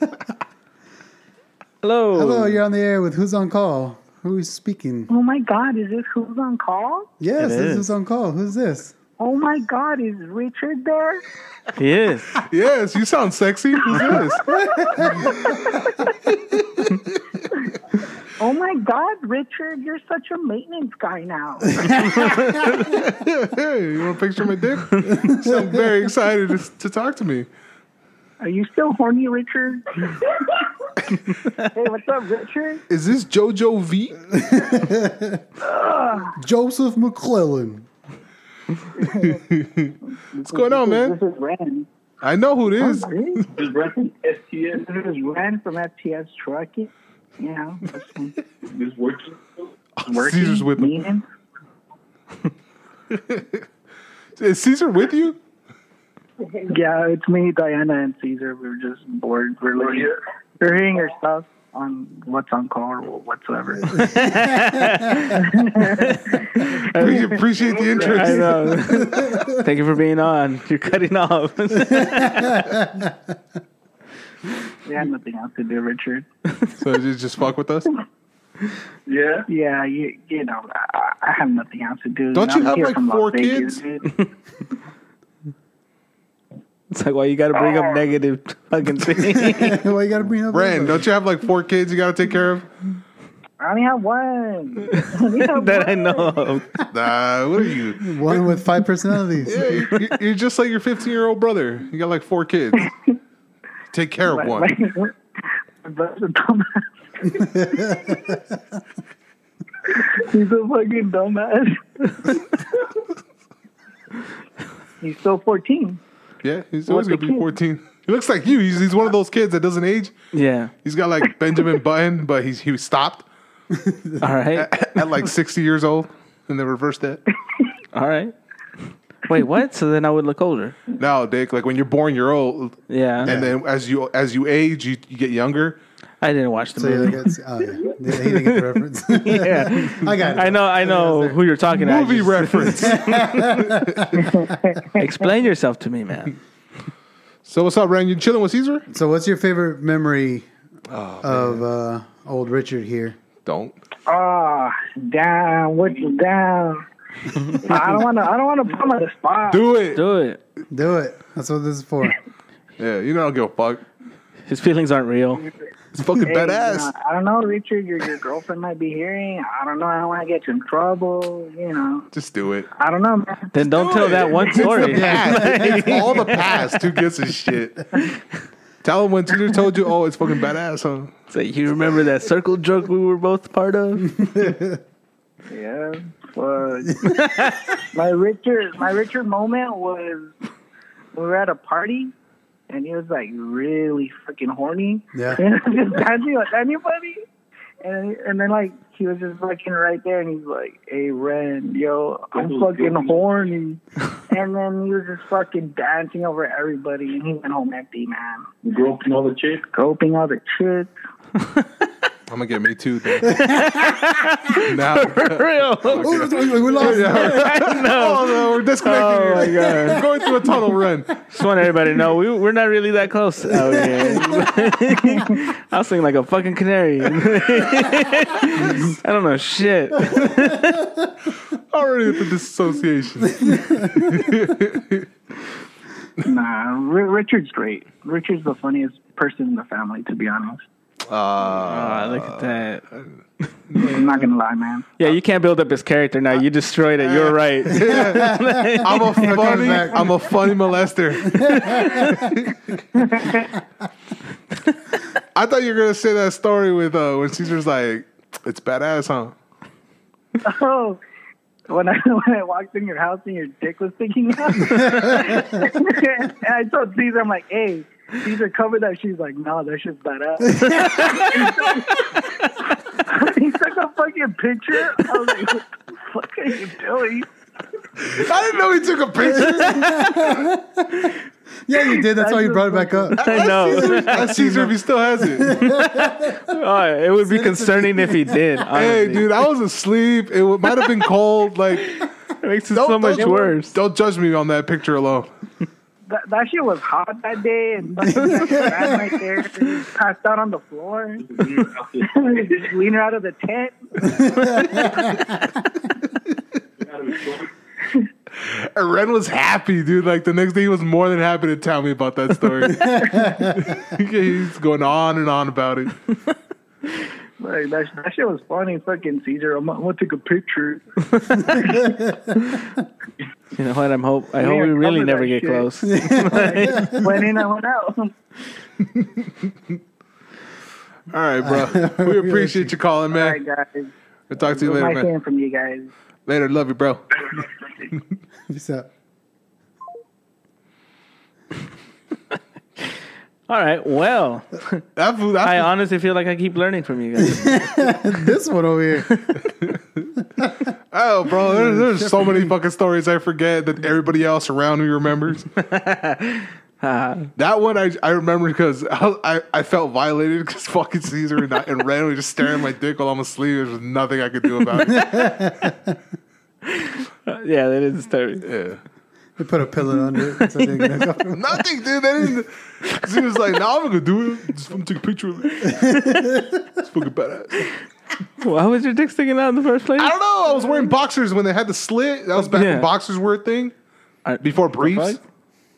Speaker 4: Hello.
Speaker 1: Hello, you're on the air with who's on call? Who's speaking?
Speaker 7: Oh my God, is this who's on call?
Speaker 1: Yes,
Speaker 4: It
Speaker 1: this
Speaker 4: is.
Speaker 1: is on call. Who's this?
Speaker 7: Oh my God, is Richard there?
Speaker 4: Yes.
Speaker 3: Yes, you sound sexy. Who's this?
Speaker 7: Oh my God, Richard, you're such a maintenance guy now.
Speaker 3: hey, you want a picture of my dick? You sound very excited to, to talk to me.
Speaker 7: Are you still horny, Richard? hey, what's up, Richard?
Speaker 3: Is this JoJo V?
Speaker 1: Joseph McClellan.
Speaker 3: What's going on, man?
Speaker 7: This is Ren.
Speaker 3: I know who it is.
Speaker 7: This is Ren from STS. This is Ren from STS Trucking. Yeah. This working.
Speaker 3: Oh, Caesar's with me.
Speaker 7: Meaning?
Speaker 3: Is Caesar with you?
Speaker 7: Yeah, it's me, Diana, and Caesar. We were just bored. We're looking, we're hearing your stuff on what's on call or whatsoever.
Speaker 3: We appreciate the
Speaker 4: I
Speaker 3: interest.
Speaker 4: know. Thank you for being on. You're cutting off.
Speaker 7: we had nothing else to do, Richard.
Speaker 3: So you just fuck with us?
Speaker 7: Yeah. Yeah, you, you know, I, I have nothing else to do.
Speaker 3: Don't
Speaker 7: I'm
Speaker 3: you have,
Speaker 7: here
Speaker 3: like,
Speaker 7: from Las
Speaker 3: four
Speaker 7: Vegas,
Speaker 3: kids?
Speaker 7: dude.
Speaker 4: it's like, why you got to bring up negative fucking things?
Speaker 1: Why you gotta bring up?
Speaker 3: Brand,
Speaker 1: Brando?
Speaker 3: don't you have like four kids you got to take care of?
Speaker 7: I only have one. I only have
Speaker 4: that I
Speaker 7: one.
Speaker 4: know of.
Speaker 3: Nah, what are you?
Speaker 1: One with five personalities.
Speaker 3: Yeah, you're, you're just like your 15 year old brother. You got like four kids. Take care of one.
Speaker 7: My- my- my brother's a dumbass. He's a fucking dumbass. He's still 14.
Speaker 3: Yeah, he's always
Speaker 7: What's the
Speaker 3: going to be
Speaker 7: kid?
Speaker 3: 14. He looks like you. He's, he's one of those kids that doesn't age.
Speaker 4: Yeah.
Speaker 3: He's got like Benjamin Button, but he's he stopped
Speaker 4: All right.
Speaker 3: at like 60 years old and then reversed that.
Speaker 4: All right. Wait, what? So then I would look older.
Speaker 3: No, Dick, like when you're born, you're old.
Speaker 4: Yeah.
Speaker 3: And then as you as you age, you, you get younger.
Speaker 4: I didn't watch the
Speaker 1: So you're
Speaker 4: movie.
Speaker 1: like, it's- oh yeah, Yeah, he didn't get the reference.
Speaker 4: yeah.
Speaker 1: I got it.
Speaker 4: I know. I know who you're talking about.
Speaker 3: Movie reference.
Speaker 4: Explain yourself to me, man.
Speaker 3: so what's up, Ren? You chilling with Caesar?
Speaker 1: So, what's your favorite memory
Speaker 3: Oh,
Speaker 1: of uh, old Richard here?
Speaker 3: Don't.
Speaker 7: Ah, damn, what's down? I don't wanna I don't wanna put him on the spot.
Speaker 3: Do it.
Speaker 4: Do it.
Speaker 1: Do it. That's what this is for.
Speaker 3: Yeah, you know I don't give a fuck.
Speaker 4: His feelings aren't real.
Speaker 3: It's fucking
Speaker 7: Hey,
Speaker 3: badass.
Speaker 7: you know, I don't know, Richard, your your girlfriend might be hearing. I don't know, I don't wanna get you in trouble, you know.
Speaker 3: Just do it.
Speaker 7: I don't know, man.
Speaker 4: Then don't
Speaker 3: do
Speaker 4: tell
Speaker 3: it.
Speaker 4: that one story.
Speaker 3: Past. It's all the past. Who gives a shit? Tell him when Caesar told you, oh, it's fucking badass, huh?
Speaker 4: It's like, you remember that circle joke we were both part of?
Speaker 7: Yeah. But my Richard my Richard moment was we were at a party and he was like really freaking horny.
Speaker 1: Yeah.
Speaker 7: And I'm just dancing with anybody. And and then like he was just fucking right there and he's like, Hey Ren, yo, I'm fucking horny and then he was just fucking dancing over everybody and he went home empty, man.
Speaker 8: groping all the chicks.
Speaker 7: Groping all the chicks.
Speaker 3: I'm gonna get me too. now,
Speaker 4: real.
Speaker 1: Oh, we we lost.
Speaker 3: oh no, we're disconnecting.
Speaker 4: Oh, my
Speaker 3: God. we're going through a tunnel run.
Speaker 4: Just want everybody to know we, we're not really that close out here. I'll sing like a fucking canary. I don't know shit.
Speaker 3: Already at the dissociation.
Speaker 7: Nah, R- Richard's great. Richard's the funniest person in the family, to be honest.
Speaker 3: Uh,
Speaker 4: Aw, look at that.
Speaker 7: I'm not gonna lie, man.
Speaker 4: Yeah, you can't build up his character now. You destroyed it. You're right.
Speaker 3: I'm a funny.
Speaker 1: back.
Speaker 3: I'm a funny molester. I thought you were gonna say that story with uh, when Caesar's like, "It's badass, huh?"
Speaker 7: Oh, when I when I walked in your house and your dick was sticking out, and I told Caesar, I'm like, "Hey, Caesar, cover that." She's like, "No, that shit's badass." he took a fucking picture. I was like, "What the fuck are you doing?"
Speaker 3: I didn't know he took a picture.
Speaker 1: Yeah, you did. That's why you brought it back up.
Speaker 4: I know.
Speaker 3: That's Caesar if he still has it.
Speaker 4: Oh, it would be concerning if he did.
Speaker 3: Hey,
Speaker 4: honestly.
Speaker 3: dude, I was asleep. It w- might have been cold. Like,
Speaker 4: It makes it
Speaker 3: don't-
Speaker 4: so much
Speaker 3: don't-
Speaker 4: worse.
Speaker 3: Don't judge me on that picture alone.
Speaker 7: That, that shit was hot that day, and fucking that man right there and he passed out on the floor, Just leaning out of the tent.
Speaker 3: And Ren was happy, dude. Like the next day, he was more than happy to tell me about that story. He's going on and on about it.
Speaker 7: Like that, that shit was funny. Fucking Caesar, I'm, I'm gonna take a picture.
Speaker 4: You know what? I'm hope. I hope
Speaker 7: Yeah,
Speaker 4: we really
Speaker 7: cover
Speaker 4: never
Speaker 7: that
Speaker 4: get
Speaker 7: shit.
Speaker 4: close.
Speaker 7: went in, I went out.
Speaker 3: All right, bro. We appreciate you calling,
Speaker 7: All
Speaker 3: man.
Speaker 7: right, guys.
Speaker 3: We'll talk to
Speaker 7: It
Speaker 3: you
Speaker 7: was
Speaker 3: later,
Speaker 7: nice
Speaker 3: man.
Speaker 7: hearing from you guys.
Speaker 3: Later, love you, bro.
Speaker 1: Peace out.
Speaker 4: All right. Well,
Speaker 3: That food, that
Speaker 4: I
Speaker 3: food-
Speaker 4: honestly feel like I keep learning from you guys.
Speaker 1: This one over here.
Speaker 3: oh, bro. there- there's so many fucking stories I forget that everybody else around me remembers. Uh-huh. that one I, I remember because I, I, I felt violated because fucking Caesar and, I, and Ren were just staring at my dick while I'm asleep. There's nothing I could do about it.
Speaker 4: yeah, that is disturbing.
Speaker 3: Yeah.
Speaker 1: They put a pillow under it. So they can go from-
Speaker 3: Nothing, dude. They didn't. Cause he was like, "Now I'm gonna do it. Just fucking take a picture of it. It's fucking badass."
Speaker 4: Why was your dick sticking out in the first place?
Speaker 3: I don't know. I was wearing boxers when they had the slit. That was back
Speaker 4: Yeah.
Speaker 3: when boxers were a thing.
Speaker 4: Are-
Speaker 3: Before briefs,
Speaker 4: fuck?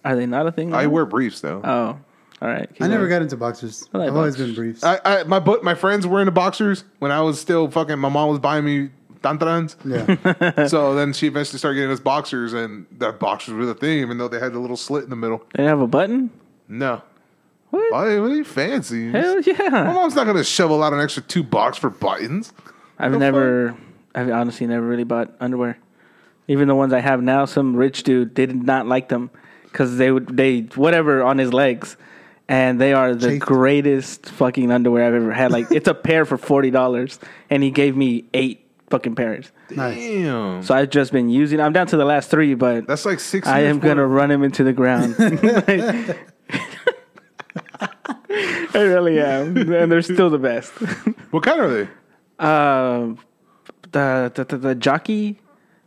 Speaker 4: Are they not a thing?
Speaker 3: I
Speaker 4: now?
Speaker 3: wear briefs though.
Speaker 4: Oh, all right.
Speaker 1: I never
Speaker 4: Keep
Speaker 1: got into boxers.
Speaker 4: like
Speaker 1: I've always
Speaker 4: boxers.
Speaker 1: been briefs.
Speaker 3: I, I my but my friends were into boxers when I was still fucking. My mom was buying me tantrans,
Speaker 1: yeah.
Speaker 3: so then she eventually started getting us boxers, and the boxers were the thing, even though they had the little slit in the middle.
Speaker 4: They have a button.
Speaker 3: No,
Speaker 4: What?
Speaker 3: why? What are you fancy?
Speaker 4: Hell
Speaker 3: Oh my
Speaker 4: yeah!
Speaker 3: mom's not gonna shovel out an extra two bucks for buttons.
Speaker 4: I've
Speaker 3: the
Speaker 4: never, I've honestly never really bought underwear. Even the ones I have now, some rich dude did not like them because they would they whatever on his legs, and they are the
Speaker 1: Chafed.
Speaker 4: greatest fucking underwear I've ever had. Like it's a pair for forty dollars, and he gave me eight fucking pairs.
Speaker 1: Nice.
Speaker 3: Damn.
Speaker 4: So I've just been using. I'm down to the last three, but
Speaker 3: That's like six.
Speaker 4: I
Speaker 3: years
Speaker 4: am gonna
Speaker 3: worth.
Speaker 4: run him into the ground. I really am, and they're still the best.
Speaker 3: What kind are they?
Speaker 4: Um, the, the the the jockey,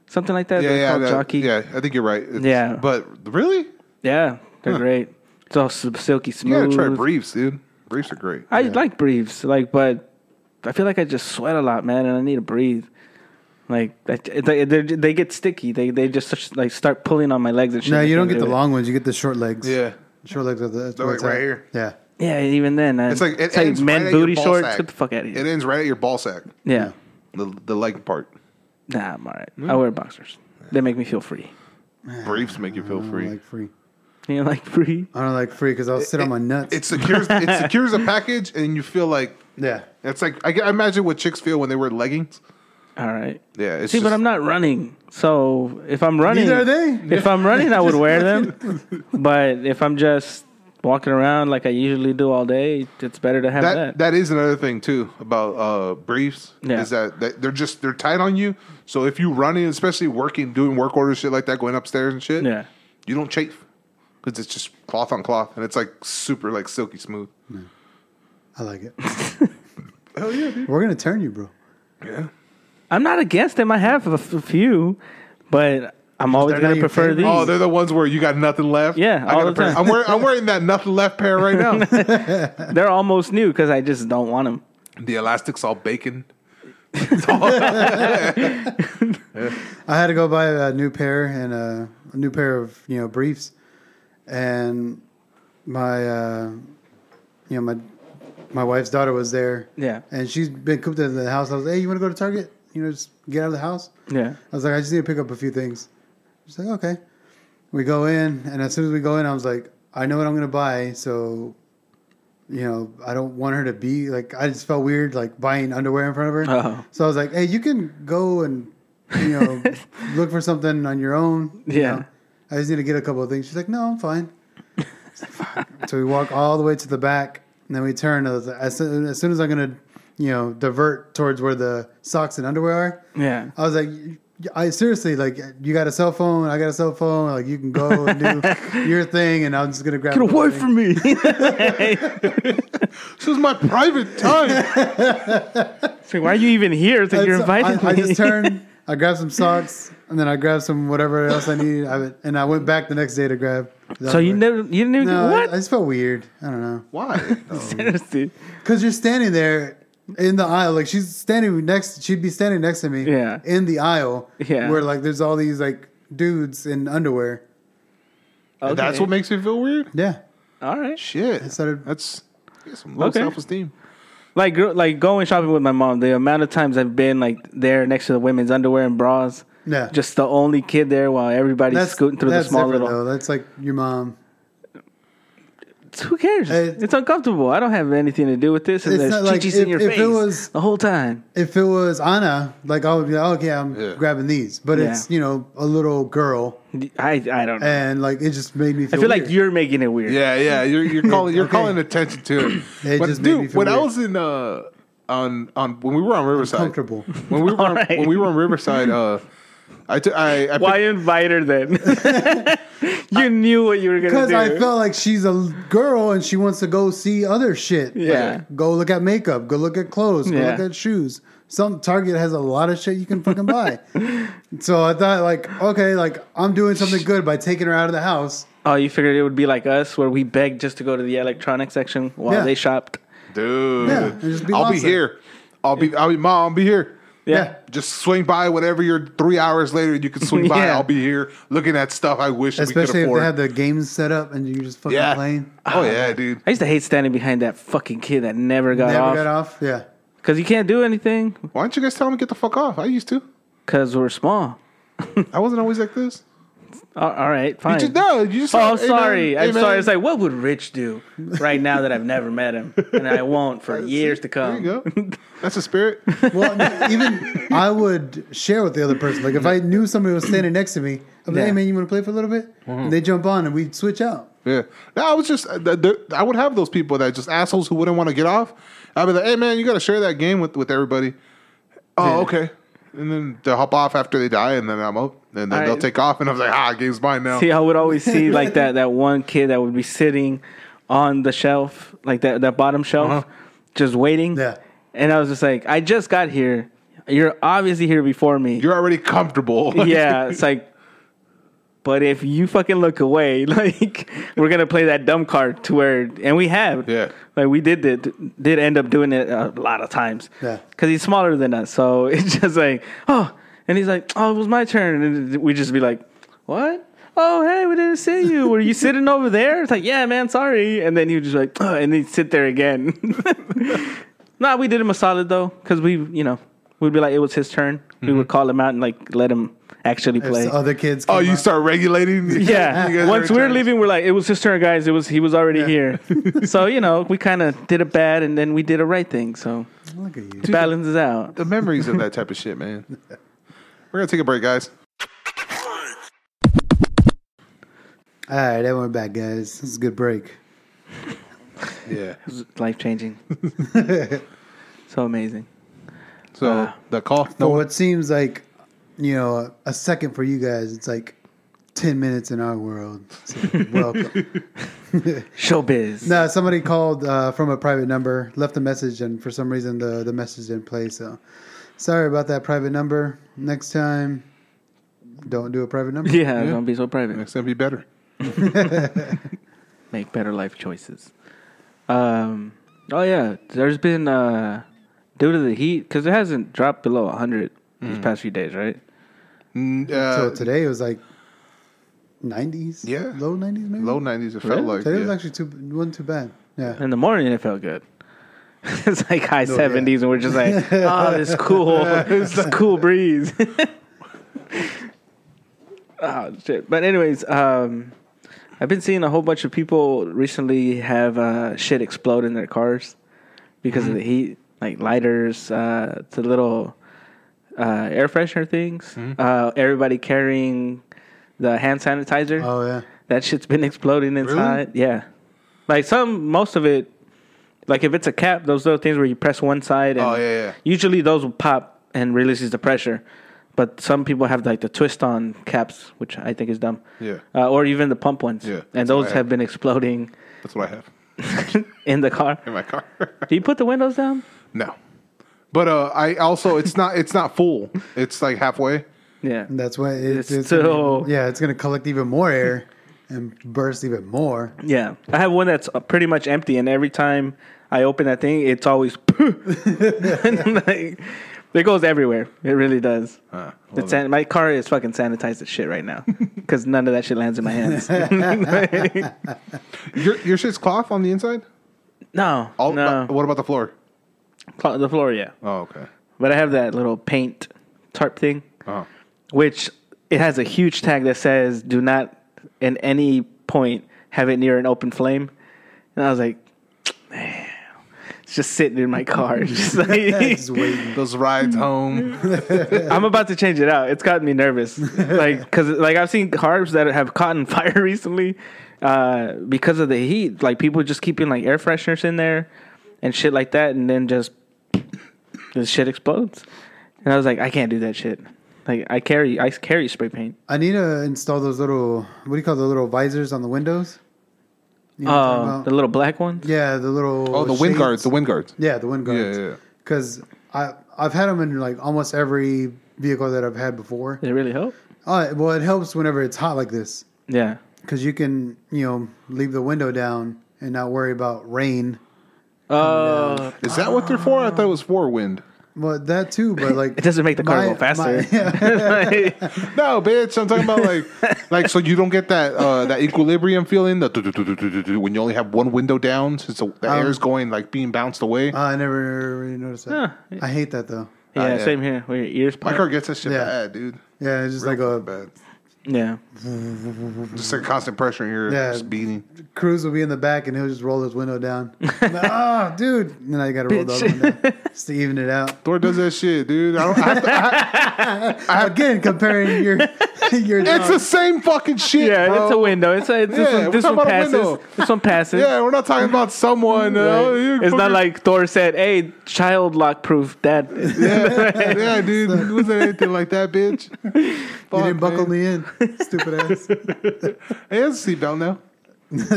Speaker 4: something like that.
Speaker 3: Yeah,
Speaker 4: they're
Speaker 3: yeah,
Speaker 4: called
Speaker 3: that-
Speaker 4: jockey.
Speaker 3: yeah. I think you're right. It's-
Speaker 4: Yeah.
Speaker 3: but really,
Speaker 4: Yeah, they're great. It's all s- silky
Speaker 3: you
Speaker 4: smooth.
Speaker 3: gotta try briefs, dude. Briefs are great.
Speaker 4: I like briefs, like, but I feel like I just sweat a lot, man, and I need to breathe. Like I- they they, they get sticky. They they just such- like start pulling on my legs and shit.
Speaker 1: No,
Speaker 4: I
Speaker 1: you don't
Speaker 4: can't
Speaker 1: get the
Speaker 4: do it.
Speaker 1: long ones. You get the short legs.
Speaker 3: yeah,
Speaker 1: Short legs. Are the, that's
Speaker 3: They're
Speaker 1: where it's
Speaker 3: like right
Speaker 1: at.
Speaker 3: here.
Speaker 1: Yeah.
Speaker 4: Yeah, even then, man.
Speaker 3: it's like it
Speaker 4: it's like
Speaker 3: ends
Speaker 4: men
Speaker 3: right at your
Speaker 4: booty
Speaker 3: ball
Speaker 4: shorts.
Speaker 3: sack.
Speaker 4: Get the fuck out of here.
Speaker 3: It ends right at your ball sack.
Speaker 4: yeah,
Speaker 3: The the leg part.
Speaker 4: nah, I'm alright.
Speaker 3: Mm.
Speaker 4: I wear boxers. They make me feel free.
Speaker 3: Briefs make you feel
Speaker 1: I
Speaker 3: free.
Speaker 1: don't like free.
Speaker 4: You know, like free.
Speaker 1: I don't like free because I'll sit on my nuts.
Speaker 3: It secures it secures a package, and you feel like
Speaker 1: yeah.
Speaker 3: it's like I, I imagine what chicks feel when they wear leggings.
Speaker 4: All right.
Speaker 3: Yeah, it's
Speaker 4: See, but
Speaker 3: just-
Speaker 4: I'm not running. So if I'm running,
Speaker 1: Neither are they.
Speaker 4: If I'm running, I would wear them. But if I'm just walking around like I usually do all day, it's better to have that.
Speaker 3: That that is another thing too about uh, briefs
Speaker 4: Yeah.
Speaker 3: is that, that they're just they're tight on you. So if you running, especially working, doing work orders, shit like that, going upstairs and shit,
Speaker 4: Yeah.
Speaker 3: you don't chafe because it's just cloth on cloth and it's like super like silky smooth.
Speaker 1: I like it.
Speaker 3: Hell yeah, dude.
Speaker 1: We're gonna turn you, bro.
Speaker 3: Yeah.
Speaker 4: I'm not against them. I have a f- few, but I'm always
Speaker 1: They're not
Speaker 4: going to
Speaker 1: your
Speaker 4: prefer
Speaker 1: favorite.
Speaker 4: these.
Speaker 3: Oh, they're the ones where you got nothing left.
Speaker 4: Yeah,
Speaker 3: I got
Speaker 4: all
Speaker 3: a
Speaker 4: the
Speaker 3: pair-
Speaker 4: time.
Speaker 3: I'm wearing, I'm wearing that nothing left pair right now.
Speaker 4: they're almost new because I just don't want them.
Speaker 3: the elastic's all bacon.
Speaker 1: I had to go buy a new pair and a, a new pair of you know briefs, and my uh, you know my my wife's daughter was there,
Speaker 4: Yeah.
Speaker 1: and she's been cooped up in the house. I was, hey, you want to go to Target? You know, just get out of the house.
Speaker 4: Yeah.
Speaker 1: I was like, I just need to pick up a few things. She's like, okay. We go in, and as soon as we go in, I was like, I know what I'm gonna buy, so you know, I don't want her to be like. I just felt weird like buying underwear in front of her.
Speaker 4: Oh.
Speaker 1: So I was like, hey, you can go and you know look for something on your own. you
Speaker 4: Yeah.
Speaker 1: know. I just need to get a couple of things. She's like, no, I'm fine. I was like, "Fuck." so we walk all the way to the back, and then we turn. I was like, As soon as, soon as I'm gonna, you know, divert towards where the socks and underwear are,
Speaker 4: Yeah.
Speaker 1: I was like, I seriously like you got a cell phone, I got a cell phone, like you can go and do your thing, and I'm just gonna grab.
Speaker 4: Get
Speaker 1: another
Speaker 4: away
Speaker 1: thing.
Speaker 4: from me.
Speaker 3: This is my private time.
Speaker 4: It's like, why are you even here? It's like,
Speaker 1: And
Speaker 4: you're
Speaker 1: so
Speaker 4: invited
Speaker 1: I, I
Speaker 4: me.
Speaker 1: just turned, I grabbed some socks, and then I grabbed some whatever else I needed, I, would- and I went back the next day to grab. the
Speaker 4: so you
Speaker 1: underwear.
Speaker 4: never, you didn't even,
Speaker 1: No,
Speaker 4: what?
Speaker 1: I, I just felt weird. I don't know
Speaker 3: Why?
Speaker 4: Seriously.
Speaker 1: because you're standing there. In the aisle, like she's standing next, she'd be standing next to me.
Speaker 4: Yeah.
Speaker 1: In the aisle,
Speaker 4: Yeah.
Speaker 1: Where like there's all these like dudes in underwear.
Speaker 4: Okay.
Speaker 3: That's what makes me feel weird.
Speaker 1: Yeah.
Speaker 4: All right.
Speaker 3: Shit,
Speaker 1: started-
Speaker 3: that's yeah, some low
Speaker 4: Okay.
Speaker 3: self esteem.
Speaker 4: Like, gr- like going shopping with my mom. The amount of times I've been like there next to the women's underwear and bras.
Speaker 1: Yeah.
Speaker 4: Just the only kid there while everybody's scooting through the small
Speaker 1: different,
Speaker 4: little.
Speaker 1: Though. That's like your mom.
Speaker 4: Who cares?
Speaker 1: Uh,
Speaker 4: it's uncomfortable. I don't have anything to do with this. And
Speaker 1: It's
Speaker 4: there's
Speaker 1: not like-
Speaker 4: chichis
Speaker 1: if-
Speaker 4: in your
Speaker 1: if it
Speaker 4: face
Speaker 1: was-
Speaker 4: the whole time.
Speaker 1: if it was Anna, like I would be like, okay, I'm
Speaker 3: Yeah.
Speaker 1: grabbing these, but it's
Speaker 4: Yeah.
Speaker 1: you know a little girl,
Speaker 4: I, I don't know.
Speaker 1: and like it just made me.
Speaker 4: I
Speaker 1: feel
Speaker 4: feel like
Speaker 1: weird.
Speaker 4: you're making it weird.
Speaker 3: Yeah, yeah. You're you're calling you're
Speaker 1: Okay.
Speaker 3: calling attention to it.
Speaker 1: It
Speaker 3: But
Speaker 1: just made
Speaker 3: dude,
Speaker 1: me feel
Speaker 3: when I
Speaker 1: weird.
Speaker 3: was in uh on on when we were on Riverside,
Speaker 1: comfortable.
Speaker 3: When we were on,
Speaker 4: Alright.
Speaker 3: when we were on Riverside, uh, I took I I
Speaker 4: Why
Speaker 3: picked-
Speaker 4: invite her then? you knew what you were gonna
Speaker 1: because
Speaker 4: do.
Speaker 1: I felt like she's a girl and she wants to go see other shit.
Speaker 4: Yeah.
Speaker 1: Like, go look at makeup. Go look at clothes. Go
Speaker 4: Yeah.
Speaker 1: look at shoes. Some Target has a lot of shit you can fucking buy. so I thought like, okay, like I'm doing something good by taking her out of the house.
Speaker 4: Oh, you figured it would be like us, where we begged just to go to the electronics section while
Speaker 1: Yeah.
Speaker 4: they shopped.
Speaker 3: dude,
Speaker 1: Yeah, and just be
Speaker 3: I'll be
Speaker 1: lost there.
Speaker 3: here. I'll be I'll be mom. I'll be here.
Speaker 4: Yeah.
Speaker 3: Just swing by whatever you're. Three hours later, you can swing by.
Speaker 4: Yeah.
Speaker 3: I'll be here looking at stuff I wish we
Speaker 1: Especially
Speaker 3: could
Speaker 1: if
Speaker 3: afford.
Speaker 1: they have the games set up and you're just fucking
Speaker 3: yeah.
Speaker 1: playing.
Speaker 3: Oh yeah, dude.
Speaker 4: I used to hate standing behind that fucking kid that never got
Speaker 1: Never got
Speaker 4: off
Speaker 1: off. Yeah.
Speaker 4: because you can't do anything
Speaker 3: Why don't you guys tell him to get the fuck off? I used to.
Speaker 4: because we're small.
Speaker 3: I wasn't always like this.
Speaker 4: All- all right, fine.
Speaker 3: You just, no, you just.
Speaker 4: Oh,
Speaker 3: said, "Hey,
Speaker 4: I'm
Speaker 3: man,
Speaker 4: sorry.
Speaker 3: hey,
Speaker 4: I'm
Speaker 3: man."
Speaker 4: sorry. It's like, what would Rich do right now that I've never met him and I won't for years to
Speaker 3: There
Speaker 4: come?
Speaker 3: you go. That's a spirit.
Speaker 1: Well, I mean, even I would share with the other person. Like if I knew somebody was standing next to me, I'm like,
Speaker 4: Yeah. Mm-hmm.
Speaker 1: "Hey man, you want to play for a little bit?" And they jump on and we'd switch out.
Speaker 3: Yeah. No, I was just, uh, th- th- I would have those people that just assholes who wouldn't want to get off. I'd be like, hey, man, you got to share that game with, with everybody. Oh, okay. And then they'll hop off after they die, and then I'm up. And then
Speaker 4: All
Speaker 3: they'll
Speaker 4: right.
Speaker 3: take off, and I was like, ah, game's mine now.
Speaker 4: See, I would always see like that that one kid that would be sitting on the shelf, like that that bottom shelf, just waiting.
Speaker 1: Yeah.
Speaker 4: And I was just like, I just got here. You're obviously here before me.
Speaker 3: You're already comfortable.
Speaker 4: yeah. It's like, but if you fucking look away, like we're gonna play that dumb card to where, and we have.
Speaker 3: Yeah.
Speaker 4: Like we did did, did end up doing it a lot of times.
Speaker 1: Yeah.
Speaker 4: Because he's smaller than us, so it's just like oh, and he's like oh, it was my turn, and we just be like what. Oh hey, we didn't see you. Were you sitting over there? It's like, yeah, man, sorry. And then he would just like, oh, and he'd sit there again. nah, we did him a solid though, because we, you know, we'd be like, it was his turn. We would call him out and like let him actually
Speaker 1: If
Speaker 4: play.
Speaker 1: the Mm-hmm. other kids.
Speaker 3: Oh,
Speaker 1: came
Speaker 3: you
Speaker 1: up-
Speaker 3: start regulating? You
Speaker 4: Yeah.
Speaker 3: guys
Speaker 4: Once
Speaker 3: are
Speaker 4: we were
Speaker 3: trying-
Speaker 4: leaving, we're like, it was his turn, guys. It was he was already
Speaker 1: Yeah.
Speaker 4: here. so you know, we kind of did a bad, and then we did a right thing. So
Speaker 1: Look at you.
Speaker 4: it balances out.
Speaker 3: The memories of that type of shit, man. We're going to take a break, guys.
Speaker 1: All right, everyone back, guys. This is a good break.
Speaker 3: Yeah.
Speaker 4: Life changing. so amazing.
Speaker 3: So
Speaker 4: Uh,
Speaker 3: the call.
Speaker 1: For
Speaker 3: No,
Speaker 1: what seems like, you know, a second for you guys, it's like 10 minutes in our world. So, welcome.
Speaker 4: Showbiz.
Speaker 1: no, somebody called uh, from a private number, left a message, and for some reason the, the message didn't play. So sorry about that private number. Next time, don't do a private number.
Speaker 4: Yeah, don't be so private.
Speaker 3: Next time, be better.
Speaker 4: Make better life choices. Um. Oh yeah, there's been uh, due to the heat because it hasn't dropped below 100 these past few days, right?
Speaker 3: Mm, uh,
Speaker 1: So today it was like 90s?
Speaker 3: Yeah.
Speaker 1: Low 90s maybe?
Speaker 3: low nineties. It felt
Speaker 4: Really?
Speaker 3: like
Speaker 1: Today was
Speaker 3: yeah.
Speaker 1: actually too, wasn't too bad. Yeah.
Speaker 4: In the morning, it felt good. it's like high
Speaker 1: yeah.
Speaker 4: 70s, and we're just like, oh, this is cool. it's a cool breeze. oh, shit. But, anyways, um, I've been seeing a whole bunch of people recently have uh, shit explode in their cars because
Speaker 1: Mm-hmm.
Speaker 4: of the heat, like lighters, uh, to little uh, air freshener things.
Speaker 1: Mm-hmm.
Speaker 4: Uh, everybody carrying the hand sanitizer.
Speaker 1: Oh, yeah.
Speaker 4: That shit's been exploding inside. Yeah. Like some, most of it, like if it's a cap, those little things where you press one side. And
Speaker 3: Oh, yeah, yeah.
Speaker 4: Usually those will pop and releases the pressure. But some people have like the twist on caps, which I think is dumb.
Speaker 3: Yeah.
Speaker 4: Uh, or even the pump ones.
Speaker 3: Yeah,
Speaker 4: And
Speaker 3: that's what I
Speaker 4: those
Speaker 3: have.
Speaker 4: have been exploding
Speaker 3: That's what I have
Speaker 4: in the car.
Speaker 3: in my car.
Speaker 4: Do you put the windows down?
Speaker 3: no, but uh, I also it's not it's not full. It's like halfway.
Speaker 4: Yeah.
Speaker 1: And that's why it,
Speaker 4: It's
Speaker 1: it's,
Speaker 4: still-
Speaker 1: yeah, it's going to collect even more air and burst even more.
Speaker 4: Yeah. I have one that's uh, pretty much empty, and every time I open that thing, it's always. like, it goes everywhere. It really does.
Speaker 3: Uh,
Speaker 4: It's san- my car is fucking sanitized as shit right now because none of that shit lands in my hands.
Speaker 3: your your shit's cloth on the inside.
Speaker 4: no,
Speaker 3: All,
Speaker 4: no,
Speaker 3: uh, what about the floor?
Speaker 4: Cl- the floor, yeah.
Speaker 3: Oh, okay.
Speaker 4: But I have that little paint tarp thing,
Speaker 3: Oh,
Speaker 4: which it has a huge tag that says "Do not, in any point, have it near an open flame." And I was like, "Man, it's just sitting in my car." It's just like-
Speaker 1: Just waiting.
Speaker 3: those rides home.
Speaker 4: I'm about to change it out. It's gotten me nervous, like because like I've seen cars that have caught on fire recently uh, because of the heat. Like people just keeping like air fresheners in there and shit like that, and then just the shit explodes. And I was like, I can't do that shit. Like I carry, I carry spray paint.
Speaker 1: I need to install those little, what do you call the little visors on the windows? You know what I'm talking
Speaker 4: Uh,
Speaker 1: about?
Speaker 4: the little black ones.
Speaker 1: yeah, the little.
Speaker 3: Oh, the wind
Speaker 1: shades.
Speaker 3: guards. The wind guards.
Speaker 1: Yeah, the wind guards.
Speaker 3: Yeah, yeah, yeah.
Speaker 1: Because I I've had them in like almost every vehicle that I've had before.
Speaker 4: They really help.
Speaker 1: Uh, well, it helps whenever it's hot like this
Speaker 4: Yeah,
Speaker 1: because you can you know leave the window down and not worry about rain.
Speaker 4: uh,
Speaker 3: Is that what they're for? I thought it was for wind.
Speaker 1: Well, that too, but like
Speaker 4: it doesn't make the car
Speaker 1: my-
Speaker 4: go faster.
Speaker 1: my- yeah.
Speaker 4: Like,
Speaker 3: No, bitch. I'm talking about like, like so you don't get that uh, that equilibrium feeling that when you only have one window down, since the, the air's going like being bounced away.
Speaker 1: Um, Uh, I never really noticed that.
Speaker 4: Huh.
Speaker 1: I hate that though.
Speaker 4: yeah,
Speaker 3: yeah.
Speaker 4: same here. Where your ears
Speaker 3: My
Speaker 4: pop.
Speaker 3: car gets that shit
Speaker 1: Yeah.
Speaker 3: bad, dude.
Speaker 1: Yeah, it's just
Speaker 3: Real
Speaker 1: like a
Speaker 3: bad.
Speaker 4: Yeah,
Speaker 3: Just like constant pressure in your
Speaker 1: Yeah.
Speaker 3: just beating.
Speaker 1: Cruz will be in the back and he'll just roll his window down. I'm like, oh, dude! And then I got to roll the other one down just to even it out.
Speaker 3: Thor does that shit, dude. I don't, I have to,
Speaker 1: Again, comparing your your
Speaker 3: it's the same fucking shit.
Speaker 4: yeah.
Speaker 3: bro.
Speaker 4: It's a window. It's a, it's
Speaker 3: Yeah,
Speaker 4: this
Speaker 3: we're
Speaker 4: one, this
Speaker 3: talking
Speaker 4: one
Speaker 3: about a
Speaker 4: passes.
Speaker 3: window.
Speaker 4: This one passes.
Speaker 3: Yeah, we're not talking about someone. Uh, you
Speaker 4: It's not
Speaker 3: fucking-
Speaker 4: like Thor said, "Hey, child lock proof, Dad."
Speaker 3: yeah, yeah, dude. It wasn't anything like that, bitch.
Speaker 1: you
Speaker 3: Fuck,
Speaker 1: didn't buckle
Speaker 3: man.
Speaker 1: me in, stupid ass.
Speaker 3: He has a seatbelt now.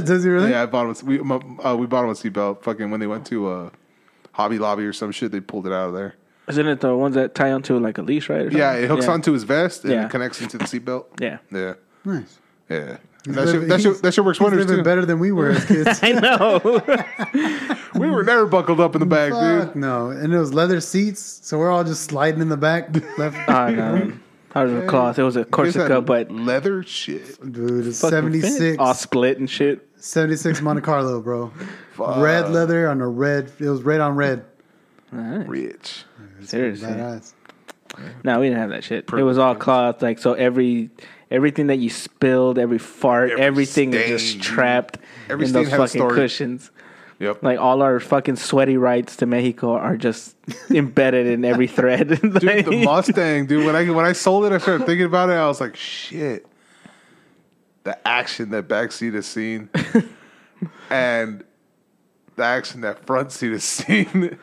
Speaker 1: Does he really?
Speaker 3: Yeah, I bought him. a- We my, uh, we bought him a seatbelt. Fucking when they went to uh, Hobby Lobby or some shit, they pulled it out of there.
Speaker 4: Isn't it the ones that tie onto like a leash, right? or
Speaker 3: Yeah,
Speaker 4: something?
Speaker 3: it hooks onto his vest and
Speaker 4: Yeah.
Speaker 3: it connects into the seatbelt.
Speaker 4: Yeah,
Speaker 3: Yeah,
Speaker 1: Nice.
Speaker 3: yeah. That shit, that, shit, that shit works
Speaker 1: He's
Speaker 3: wonders
Speaker 1: living
Speaker 3: too.
Speaker 1: better than we were as kids.
Speaker 4: I know.
Speaker 3: We were never buckled up in the back, dude.
Speaker 1: Fuck no. And it was leather seats, so we're all just sliding in the back. Left,
Speaker 4: I know. I was um, a cloth. It was a
Speaker 3: It's
Speaker 4: Corsica,
Speaker 3: that
Speaker 4: but
Speaker 3: leather shit.
Speaker 1: dude, it's
Speaker 4: fucking fit.
Speaker 1: 76,
Speaker 4: all split and shit.
Speaker 1: 76 Monte Carlo, bro.
Speaker 3: Fuck.
Speaker 1: Red leather on a red. It was red on red.
Speaker 3: Rich.
Speaker 4: Seriously,
Speaker 1: Badass.
Speaker 4: no, we didn't have that shit. It was all cloth. Like so, every everything that you spilled, every fart,
Speaker 3: Every
Speaker 4: everything is
Speaker 3: stain,
Speaker 4: just
Speaker 3: dude.
Speaker 4: trapped
Speaker 3: Every
Speaker 4: in
Speaker 3: stain
Speaker 4: those
Speaker 3: had a
Speaker 4: fucking
Speaker 3: story.
Speaker 4: cushions.
Speaker 3: Yep.
Speaker 4: Like all our fucking sweaty rights to Mexico are just embedded in every thread.
Speaker 3: dude, the
Speaker 4: Like-
Speaker 3: Mustang, dude. When I when I sold it, I started thinking about it. I was like, shit, the action that back seat has seen, and the action that front seat has seen,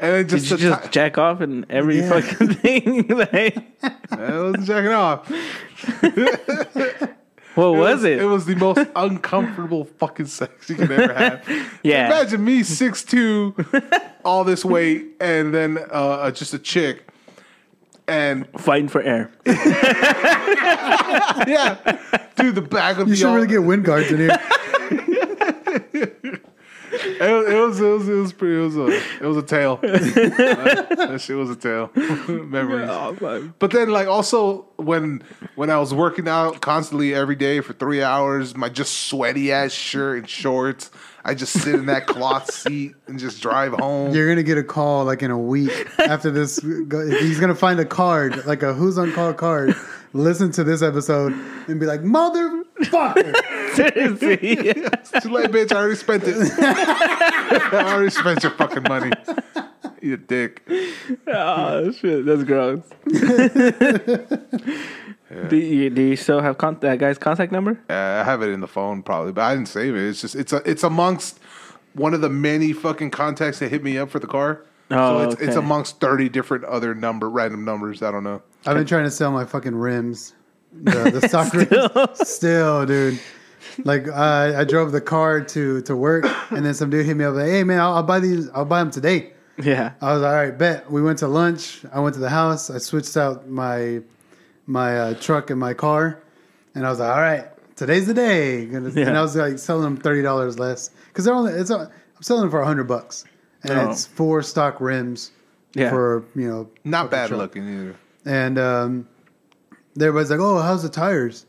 Speaker 3: and then
Speaker 4: Did
Speaker 3: just
Speaker 4: you
Speaker 3: the
Speaker 4: just
Speaker 3: ti-
Speaker 4: jack off and every fucking thing? like,
Speaker 3: I wasn't checking off.
Speaker 4: What was it?
Speaker 3: It was the most uncomfortable fucking sex you could ever have.
Speaker 4: Yeah.
Speaker 3: Imagine me six two, all this weight, and then uh, just a chick. And
Speaker 4: Fighting for air.
Speaker 3: yeah, dude, the back of
Speaker 1: You
Speaker 3: the
Speaker 1: should really get wind guards in here.
Speaker 3: It, was- it was it was it was pretty. It was a it was a tale. that shit was a tale. Memories. But then, like, also when when I was working out constantly every day for three hours, my just sweaty ass shirt and shorts, I just sit in that cloth seat and just drive home.
Speaker 1: You're gonna get a call like in a week after this. go- He's gonna find a card, like a who's on call card. Listen to this episode and be like, motherfucker.
Speaker 4: Seriously.
Speaker 3: It's too late, bitch. I already spent it. I already spent your fucking money. You dick.
Speaker 4: Oh shit, that's gross. do, you, do you still have con- that guy's contact number?
Speaker 3: Uh, I have it in the phone probably, but I didn't save it. It's just it's a, it's amongst one of the many fucking contacts that hit me up for the car.
Speaker 4: Oh,
Speaker 3: so it's, it's
Speaker 4: okay.
Speaker 3: amongst thirty different other number random numbers. I don't know.
Speaker 1: I've been trying to sell my fucking rims, the, the stock rims. Still, dude. Like I I drove the car to to work, and then some dude hit me up like, "Hey man, I'll, I'll buy these. I'll buy them today."
Speaker 4: Yeah.
Speaker 1: I was like, "All right, bet." We went to lunch. I went to the house. I switched out my my uh, truck and my car, and I was like, "All right, today's the day." Gonna-
Speaker 4: Yeah.
Speaker 1: And I was like selling them thirty dollars less because they're only it's uh, I'm selling them for hundred bucks, and
Speaker 4: Oh.
Speaker 1: it's four stock rims
Speaker 4: Yeah.
Speaker 1: for you know
Speaker 3: Not bad
Speaker 1: truck.
Speaker 3: looking either.
Speaker 1: and um, everybody's like, "Oh, how's the tires?"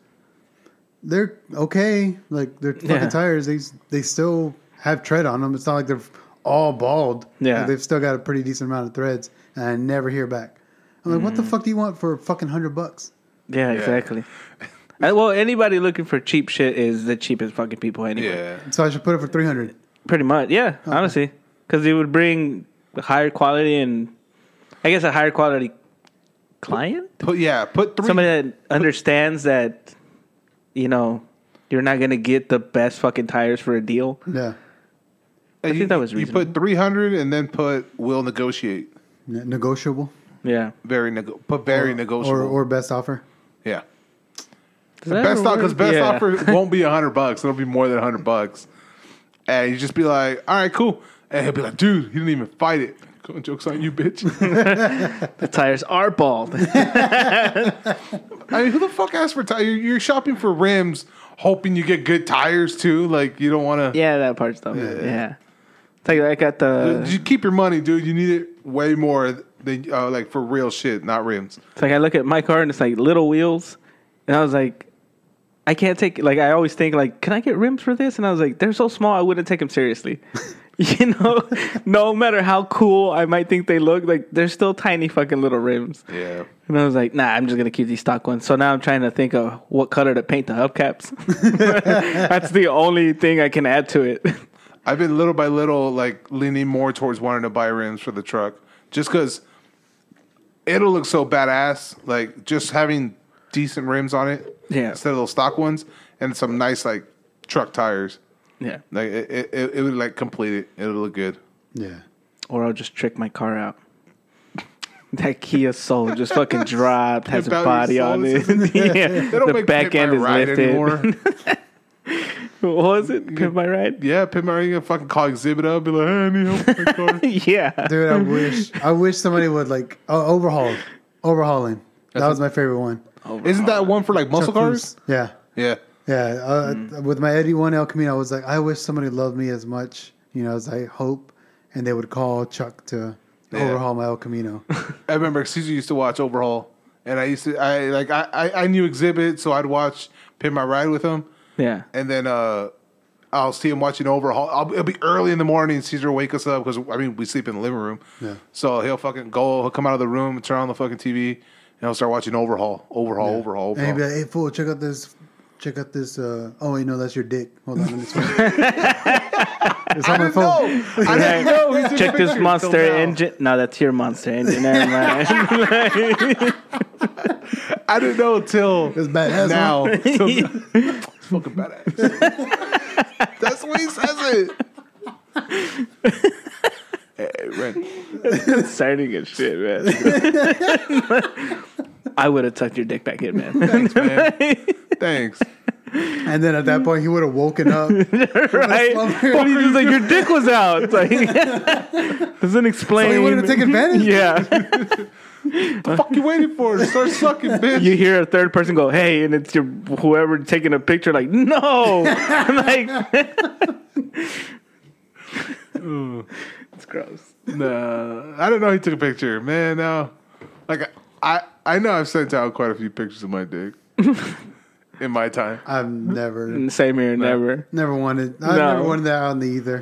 Speaker 1: They're okay. Like they're fucking
Speaker 4: Yeah.
Speaker 1: tires. They they still have tread on them. It's not like they're all bald.
Speaker 4: Yeah.
Speaker 1: Like, they've still got a pretty decent amount of threads, and I never hear back. I'm like,
Speaker 4: Mm.
Speaker 1: "What the fuck do you want for fucking hundred bucks?"
Speaker 4: yeah, exactly. And, well, anybody looking for cheap shit is the cheapest fucking people anyway.
Speaker 3: Yeah.
Speaker 1: So I should put it for three hundred.
Speaker 4: Pretty much. Yeah, honestly. Because it would bring higher quality and I guess a higher quality client?
Speaker 3: Put yeah. Put three.
Speaker 4: Somebody that understands that, you know, you're not going to get the best fucking tires for a deal.
Speaker 1: Yeah.
Speaker 3: I
Speaker 4: think that was
Speaker 3: you put
Speaker 4: reasonable.
Speaker 3: three hundred and then put will negotiate.
Speaker 1: Ne- negotiable.
Speaker 4: Yeah.
Speaker 3: Very nego- put very negotiable.
Speaker 1: Or or best offer.
Speaker 3: yeah.
Speaker 4: Does that
Speaker 3: Best
Speaker 4: ever
Speaker 3: offer because
Speaker 4: work?
Speaker 3: best
Speaker 4: Yeah.
Speaker 3: offer won't be a hundred bucks. It'll be more than a hundred bucks, and you just be like, "All right, cool," and he'll be like, "Dude, you didn't even fight it." Come on, Jokes on you, bitch.
Speaker 4: The tires are bald.
Speaker 3: I mean, who the fuck asked for tires? You're shopping for rims, hoping you get good tires too. Like you don't want to.
Speaker 4: Yeah, that part's dumb. Yeah. It's like I got the
Speaker 3: You keep your money, dude. You need it way more than uh, like for real shit, not rims.
Speaker 4: it's like I look at my car and it's like little wheels and I was like I can't take like I always think like can I get rims for this and I was like they're so small I wouldn't take them seriously. you know, no matter how cool I might think they look, like they're still tiny fucking little rims.
Speaker 3: Yeah.
Speaker 4: And I was like, nah, I'm just gonna keep these stock ones. So now I'm trying to think of what color to paint the hubcaps. That's the only thing I can add to it.
Speaker 3: I've been little by little like leaning more towards wanting to buy rims for the truck, just because it'll look so badass. Like just having decent rims on it,
Speaker 4: Yeah.
Speaker 3: instead of those stock ones, and some nice like truck tires.
Speaker 4: yeah.
Speaker 3: Like it, it, it, it would like complete it. It'll look good.
Speaker 1: Yeah.
Speaker 4: or I'll just trick my car out. That Kia Soul just fucking dropped, has a
Speaker 3: Without
Speaker 4: body
Speaker 3: your
Speaker 4: on
Speaker 3: soul, it's
Speaker 4: it.
Speaker 3: just-
Speaker 4: yeah,
Speaker 3: They don't
Speaker 4: the
Speaker 3: make
Speaker 4: back
Speaker 3: Pimp
Speaker 4: end
Speaker 3: My Ride
Speaker 4: is lifted.
Speaker 3: anymore.
Speaker 4: what was it? Pimp my ride?
Speaker 3: Yeah, Pimp Mario, you gonna fucking call Exhibit up, be like, hey, I need help with my car.
Speaker 4: Yeah,
Speaker 1: Dude, I wish I wish somebody would like oh, overhaul, overhauling. That was my favorite one.
Speaker 3: Isn't that one for like muscle cars?
Speaker 1: Yeah.
Speaker 3: Yeah.
Speaker 1: Yeah, uh,
Speaker 3: Mm-hmm.
Speaker 1: with my Eddie One El Camino, I was like, I wish somebody loved me as much, you know, as I hope, and they would call Chuck to
Speaker 3: Yeah.
Speaker 1: overhaul my El Camino.
Speaker 3: I remember Caesar used to watch Overhaul, and I used to, I like, I, I, I knew Exhibit, so I'd watch Pimp My Ride with him,
Speaker 4: yeah.
Speaker 3: and then uh, I'll see him watching Overhaul. I'll, it'll be early in the morning, Caesar will wake us up because, I mean, we sleep in the living room.
Speaker 1: Yeah.
Speaker 3: So he'll fucking go, he'll come out of the room, turn on the fucking TV, and he'll start watching Overhaul, Overhaul, Overhaul,
Speaker 1: and he'd
Speaker 3: Overhaul.
Speaker 1: be like, "Hey, fool, check out this, check out this." Uh, oh wait, no, that's your dick. Hold on, let me switch. it's on my phone.
Speaker 3: no, I didn't know. He took
Speaker 4: Check this
Speaker 3: pictures
Speaker 4: monster
Speaker 3: till now.
Speaker 4: engine. No, that's your monster engine. Never mind.
Speaker 3: I didn't know till
Speaker 1: It's badass.
Speaker 3: now.
Speaker 1: Now,
Speaker 3: Till- it's fucking badass. That's what he says it. Hey, Ren,
Speaker 4: Starting good shit, man. I would have tucked your dick back in, man.
Speaker 3: thanks, man. Thanks.
Speaker 1: And then at that point, he would have woken up.
Speaker 4: right? Well, he's just like, your dick was out. It's like, doesn't explain.
Speaker 1: So he wanted to take advantage.
Speaker 4: yeah.
Speaker 3: fuck you waiting for? Start sucking, bitch.
Speaker 4: You hear a third person go, hey, and it's your whoever taking a picture, like, no. like, it's gross.
Speaker 3: No, I didn't know he took a picture, man. No, like I, I know I've sent out quite a few pictures of my dick in my time.
Speaker 1: I've never,
Speaker 4: And Same here, never.
Speaker 1: never wanted. I've
Speaker 4: No.
Speaker 1: never wanted that on the either.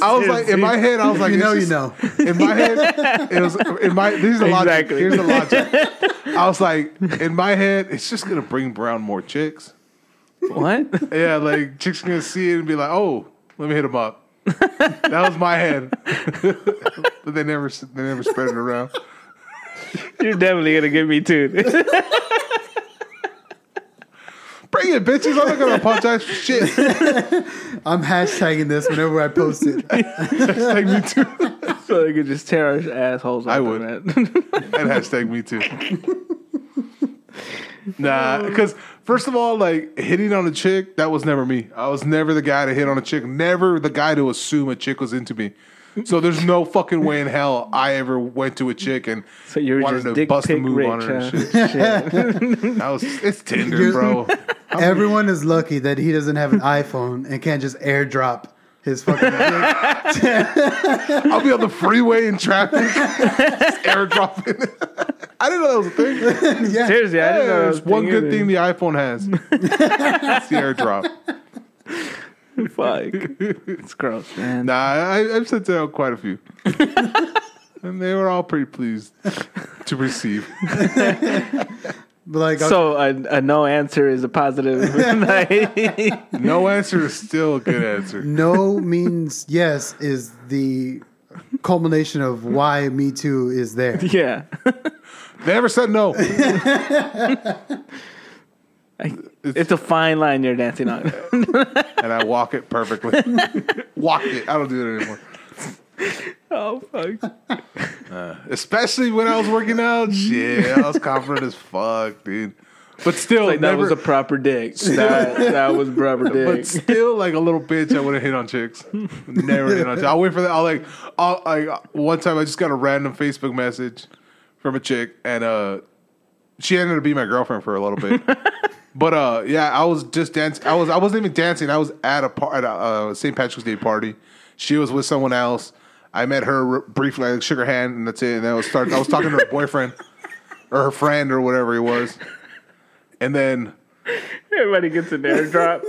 Speaker 3: I was like, in my head, I was like,
Speaker 1: you
Speaker 3: this
Speaker 1: know, you
Speaker 3: is-
Speaker 1: know.
Speaker 3: In my head, it was in my. This is the logic.
Speaker 4: Exactly.
Speaker 3: Here's the logic. I was like, in my head, it's just gonna bring Brown more chicks.
Speaker 4: What?
Speaker 3: Yeah, like chicks gonna see it and be like, oh, let me hit him up. That was my head, but they never they never spread it around.
Speaker 4: You're definitely going to get me too.
Speaker 3: Bring it, bitches! I'm not gonna apologize for shit.
Speaker 1: I'm hashtagging this whenever I post it.
Speaker 3: Hashtag me too.
Speaker 4: so they could just tear our assholes out.
Speaker 3: I
Speaker 4: the
Speaker 3: would.
Speaker 4: net.
Speaker 3: And hashtag me too. Nah, because first of all, like hitting on a chick, that was never me. I was never the guy to hit on a chick. Never the guy to assume a chick was into me. So there's no fucking way in hell I ever went to a chick and
Speaker 4: So you were
Speaker 3: wanted
Speaker 4: just
Speaker 3: to
Speaker 4: dick
Speaker 3: bust a
Speaker 4: pic
Speaker 3: move on
Speaker 4: rich,
Speaker 3: her and
Speaker 4: huh?
Speaker 3: shit. That was it's Tinder,
Speaker 1: You're-
Speaker 3: bro.
Speaker 1: Everyone is lucky that he doesn't have an iPhone and can't just airdrop his fucking. dick.
Speaker 3: I'll be on the freeway in traffic, just airdropping. I didn't know that was a thing.
Speaker 1: yeah,
Speaker 4: Seriously, I didn't know. that
Speaker 3: There's
Speaker 4: was a
Speaker 3: one
Speaker 4: thing
Speaker 3: good
Speaker 4: either.
Speaker 3: thing the iPhone has. it's the airdrop.
Speaker 4: Fuck. It's gross, man.
Speaker 3: Nah, I, I've sent out quite a few. and they were all pretty pleased to receive.
Speaker 1: but like, uh,
Speaker 4: So a, a no answer is a positive. Like-
Speaker 3: No answer is still a good answer.
Speaker 1: no means yes is the culmination of why Me Too is there.
Speaker 4: yeah.
Speaker 3: They never said no.
Speaker 4: It's a fine line you're dancing on.
Speaker 3: And I walk it perfectly. walk it. I don't do it anymore.
Speaker 4: oh, fuck.
Speaker 3: Especially when I was working out. Shit, I was confident as fuck, dude. But still,
Speaker 4: Like, that
Speaker 3: never,
Speaker 4: was a proper dick. That, that was proper
Speaker 3: but
Speaker 4: dick.
Speaker 3: still, like a little bitch, I would have hit on chicks. Never hit on chicks. I'll wait for that. I'll like, I'll, like one time I just got a random Facebook message from a chick, and uh, she ended up being my girlfriend for a little bit. but uh, yeah, I was just dancing. I was I wasn't even dancing. I was at a part at a uh, St. Patrick's Day party. She was with someone else. I met her r- briefly. I shook her hand, and that's it. And then I was start. I was talking to her boyfriend or her friend or whatever he was, and then.
Speaker 4: Everybody gets an airdrop.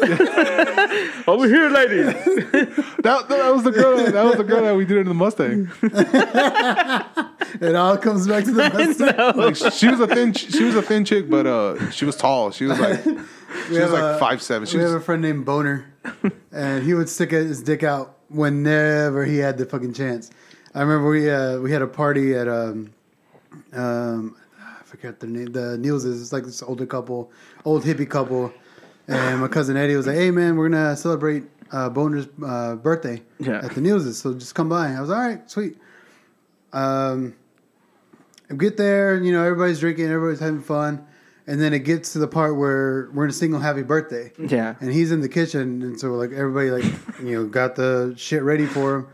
Speaker 4: Over here, ladies.
Speaker 3: That, that was the girl. That was the girl that we did in the Mustang.
Speaker 1: It all comes back to the Mustang.
Speaker 3: Like she was a thin. She was a thin chick, but uh, she was tall. She was like she was
Speaker 1: have
Speaker 3: like
Speaker 1: a-
Speaker 3: five seven. She
Speaker 1: we have
Speaker 3: was
Speaker 1: a friend named Boner, and he would stick his dick out whenever he had the fucking chance. I remember we uh, we had a party at um, um, I forget their name. The Neils is it's like this older couple, old hippie couple, and my cousin Eddie was like, "Hey man, we're gonna celebrate uh, Boner's uh, birthday
Speaker 4: Yeah.
Speaker 1: at the Neils's, so just come by." I was all right, sweet. Um, I get there, and, you know, everybody's drinking, everybody's having fun, and then it gets to the part where we're gonna sing him happy birthday.
Speaker 4: Yeah.
Speaker 1: And he's in the kitchen, and so like everybody like you know got the shit ready for him,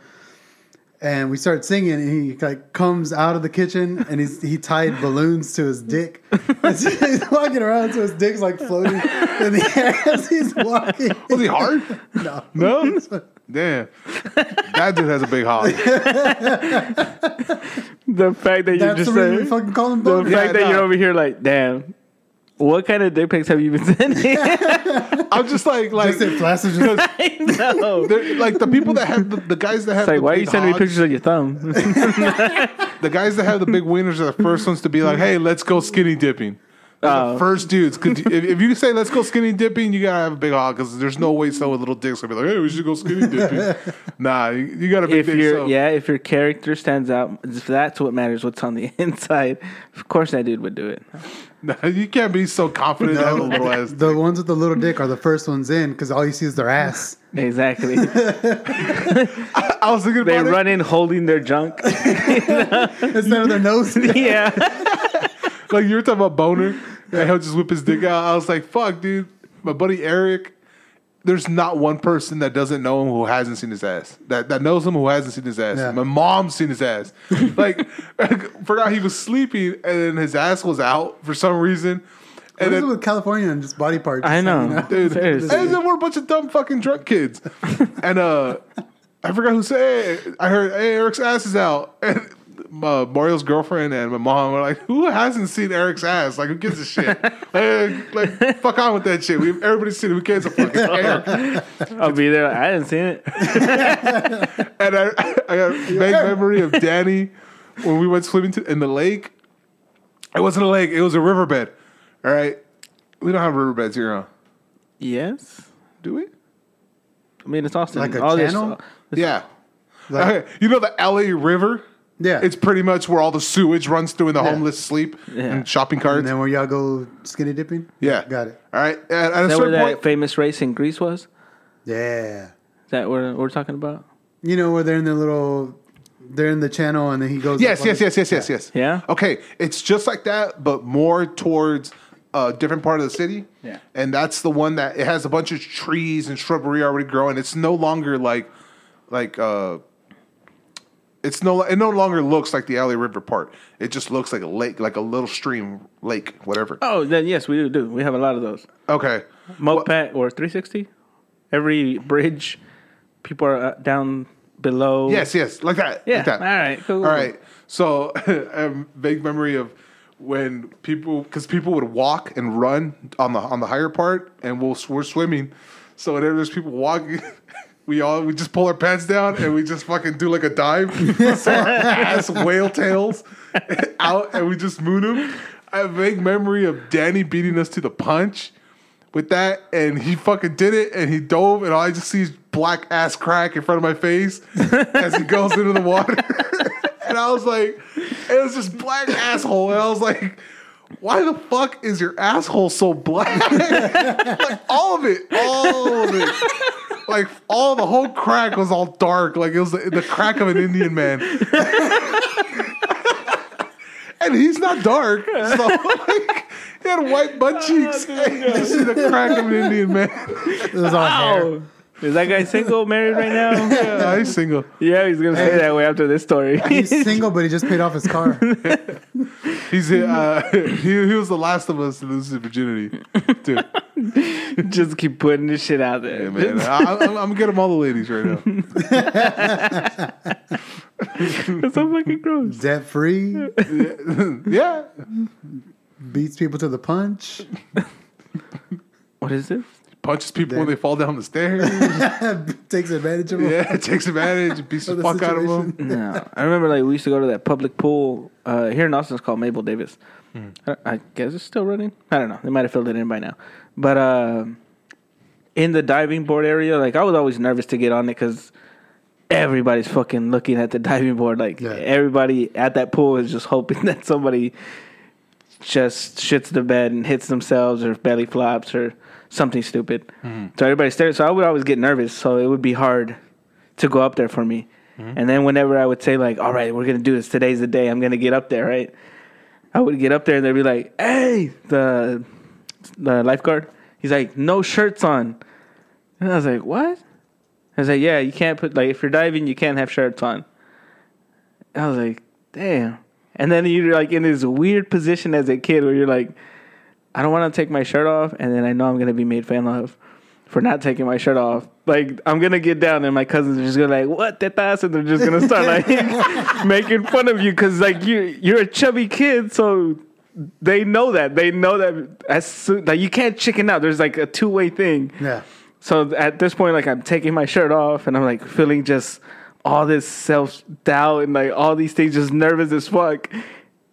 Speaker 1: and we start singing, and he like comes out of the kitchen, and he's he tied balloons to his dick. And so he's walking around, so his dick's like floating in the air as he's walking.
Speaker 3: was he hard?
Speaker 1: No,
Speaker 3: No, damn. That dude has a big hog.
Speaker 4: The fact that you
Speaker 1: that's
Speaker 4: just
Speaker 1: the reason we
Speaker 4: said.
Speaker 1: fucking call him
Speaker 4: The
Speaker 1: Boner.
Speaker 4: fact that
Speaker 3: no.
Speaker 4: you're over here, like, damn. What kind of dick pics have you been sending?
Speaker 3: I'm just like like
Speaker 1: Just in plastic, just-
Speaker 4: I know.
Speaker 3: they're- like the people that have the, the guys that have
Speaker 4: It's like,
Speaker 3: the
Speaker 4: why are you
Speaker 3: big
Speaker 4: sending me
Speaker 3: hogs,
Speaker 4: pictures of your thumb?
Speaker 3: The guys that have the big wieners are the first ones to be like, hey, let's go skinny dipping. They're the
Speaker 4: Oh.
Speaker 3: First dudes, 'Cause if, if you say let's go skinny dipping, you gotta have a big hog because there's no way someone with little dicks gonna be like, hey, we should go skinny dipping. nah, you, you gotta be
Speaker 4: if
Speaker 3: big.
Speaker 4: your
Speaker 3: so-
Speaker 4: yeah, if your character stands out, if that's what matters. What's on the inside? Of course, that dude would do it.
Speaker 3: Nah, you can't be so confident having a little ass.
Speaker 1: the ones with the little dick are the first ones in because all you see is their ass.
Speaker 4: Exactly.
Speaker 3: I was thinking
Speaker 4: they
Speaker 3: about
Speaker 4: run in holding their junk.
Speaker 1: instead of their nose.
Speaker 4: yeah.
Speaker 3: it. Like you were talking about boner, and he'll just whip his dick out. I was like, fuck, dude. my buddy Eric. There's not one person that doesn't know him who hasn't seen his ass. That that knows him who hasn't seen his ass.
Speaker 1: Yeah.
Speaker 3: My mom's seen his ass. like, forgot he was sleeping and then his ass was out for some reason.
Speaker 1: What
Speaker 3: And
Speaker 1: is it
Speaker 3: then
Speaker 1: with California and just body parts?
Speaker 4: I know.
Speaker 3: dude.
Speaker 4: Seriously.
Speaker 3: And then we're a bunch of dumb fucking drunk kids. and uh I forgot who said hey, I heard hey, Eric's ass is out. And my Mario's girlfriend and my mom were like, "Who hasn't seen Eric's ass? Like, who gives a shit? like, like, fuck on with that shit. We everybody's seen it. Who cares a fuck? It's Eric.
Speaker 4: I'll be there. I hadn't seen it.
Speaker 3: And I, I got a vague memory of Danny when we went swimming to, in the lake. It wasn't a lake. It was a riverbed. All right, we don't have riverbeds here, huh?
Speaker 4: Yes.
Speaker 3: Do we?
Speaker 4: I mean, it's Austin.
Speaker 1: Like a
Speaker 4: All this- uh,
Speaker 1: channel?
Speaker 3: Yeah.
Speaker 1: Like-
Speaker 3: okay. You know the LA River?
Speaker 1: Yeah.
Speaker 3: It's pretty much where all the sewage runs through and the
Speaker 1: Yeah.
Speaker 3: homeless sleep
Speaker 4: Yeah.
Speaker 3: and shopping carts.
Speaker 1: And then where y'all go skinny dipping?
Speaker 3: yeah.
Speaker 1: Got it.
Speaker 3: All right. At, at a
Speaker 4: Is that where
Speaker 3: certain
Speaker 4: that
Speaker 3: point,
Speaker 4: famous race in Greece was? Is
Speaker 1: Yeah.
Speaker 4: that what we're talking about?
Speaker 1: You know where they're in the little, they're in the channel, and then he goes.
Speaker 3: yes,
Speaker 1: up on
Speaker 3: yes,
Speaker 1: the-
Speaker 3: yes, yes, yes, yes.
Speaker 4: Yeah.
Speaker 3: Okay. It's just like that, but more towards a different part of the city.
Speaker 4: Yeah.
Speaker 3: And that's the one that it has a bunch of trees and shrubbery already growing. It's no longer like, like, uh, it's no, it no longer looks like the LA River part. It just looks like a lake, like a little stream, lake, whatever.
Speaker 4: Oh, then yes, we do. do. We have a lot of those.
Speaker 3: Okay.
Speaker 4: Moped or 360. Every bridge, people are uh, down below.
Speaker 3: Yes, yes, like that.
Speaker 4: Yeah,
Speaker 3: Like that.
Speaker 4: all right, cool, cool,
Speaker 3: All right. So, I have a vague memory of when people, because people would walk and run on the on the higher part, and we'll we're swimming. So whenever there's people walking, we all we just pull our pants down and we just fucking do like a dive, so our ass whale tails out, and we just moon them. I have a vague memory of Danny beating us to the punch with that, and he fucking did it, and he dove, and all I just see is black ass crack in front of my face as he goes into the water. and I was like, it was just black asshole, and I was like, why the fuck is your asshole so black? like all of it, all of it. Like all the whole crack was all dark, like it was the, the crack of an Indian man. and he's not dark, so like he had white butt cheeks. and you see the crack of an Indian man.
Speaker 1: It was all hair.
Speaker 4: Oh, is that guy single, married right now?
Speaker 3: yeah, he's single.
Speaker 4: yeah, he's gonna say that way after this story.
Speaker 1: He's single, but he just paid off his car.
Speaker 3: He's uh,
Speaker 4: Mm-hmm.
Speaker 3: he, he was the last of us to lose his virginity, dude.
Speaker 4: Just keep putting this shit out there.
Speaker 3: Yeah, man. I, I'm, I'm gonna get him all the ladies right now.
Speaker 4: That's so fucking gross.
Speaker 1: Debt free,
Speaker 3: Yeah,
Speaker 1: beats people to the punch,
Speaker 4: What is this?
Speaker 3: punches people when they fall down the stairs.
Speaker 1: takes advantage of them.
Speaker 3: Yeah, takes advantage, beats the,
Speaker 1: Of the
Speaker 3: fuck out of him.
Speaker 1: situation.
Speaker 4: No, I remember like we used to go to that public pool uh, here in Austin. It's called Mabel Davis. I, I guess it's still running. I don't know. They might have filled it in by now. But uh, in the diving board area, like I was always nervous to get on it because everybody's fucking looking at the diving board. Like
Speaker 1: Yeah.
Speaker 4: everybody at that pool is just hoping that somebody just shits the bed and hits themselves or belly flops or something stupid. So everybody stares. So I would always get nervous. So it would be hard to go up there for me. And then whenever I would say like, "All right, we're gonna do this. Today's the day. I'm gonna get up there." Right? I would get up there and they'd be like, "Hey, the the lifeguard." He's like, "No shirts on." And I was like, "What?" I was like, "Yeah, you can't put like if you're diving, you can't have shirts on." I was like, "Damn." And then you're like in this weird position as a kid where you're like, "I don't want to take my shirt off," and then I know I'm gonna be made fun of for not taking my shirt off. Like I'm gonna get down, and my cousins are just gonna like, "What that ass?" And they're just gonna start like making fun of you because like you you're a chubby kid, so they know that they know that as soon like you can't chicken out. There's like a two way thing.
Speaker 1: Yeah.
Speaker 4: So at this point, like I'm taking my shirt off and I'm like feeling just all this self doubt and like all these things, just nervous as fuck.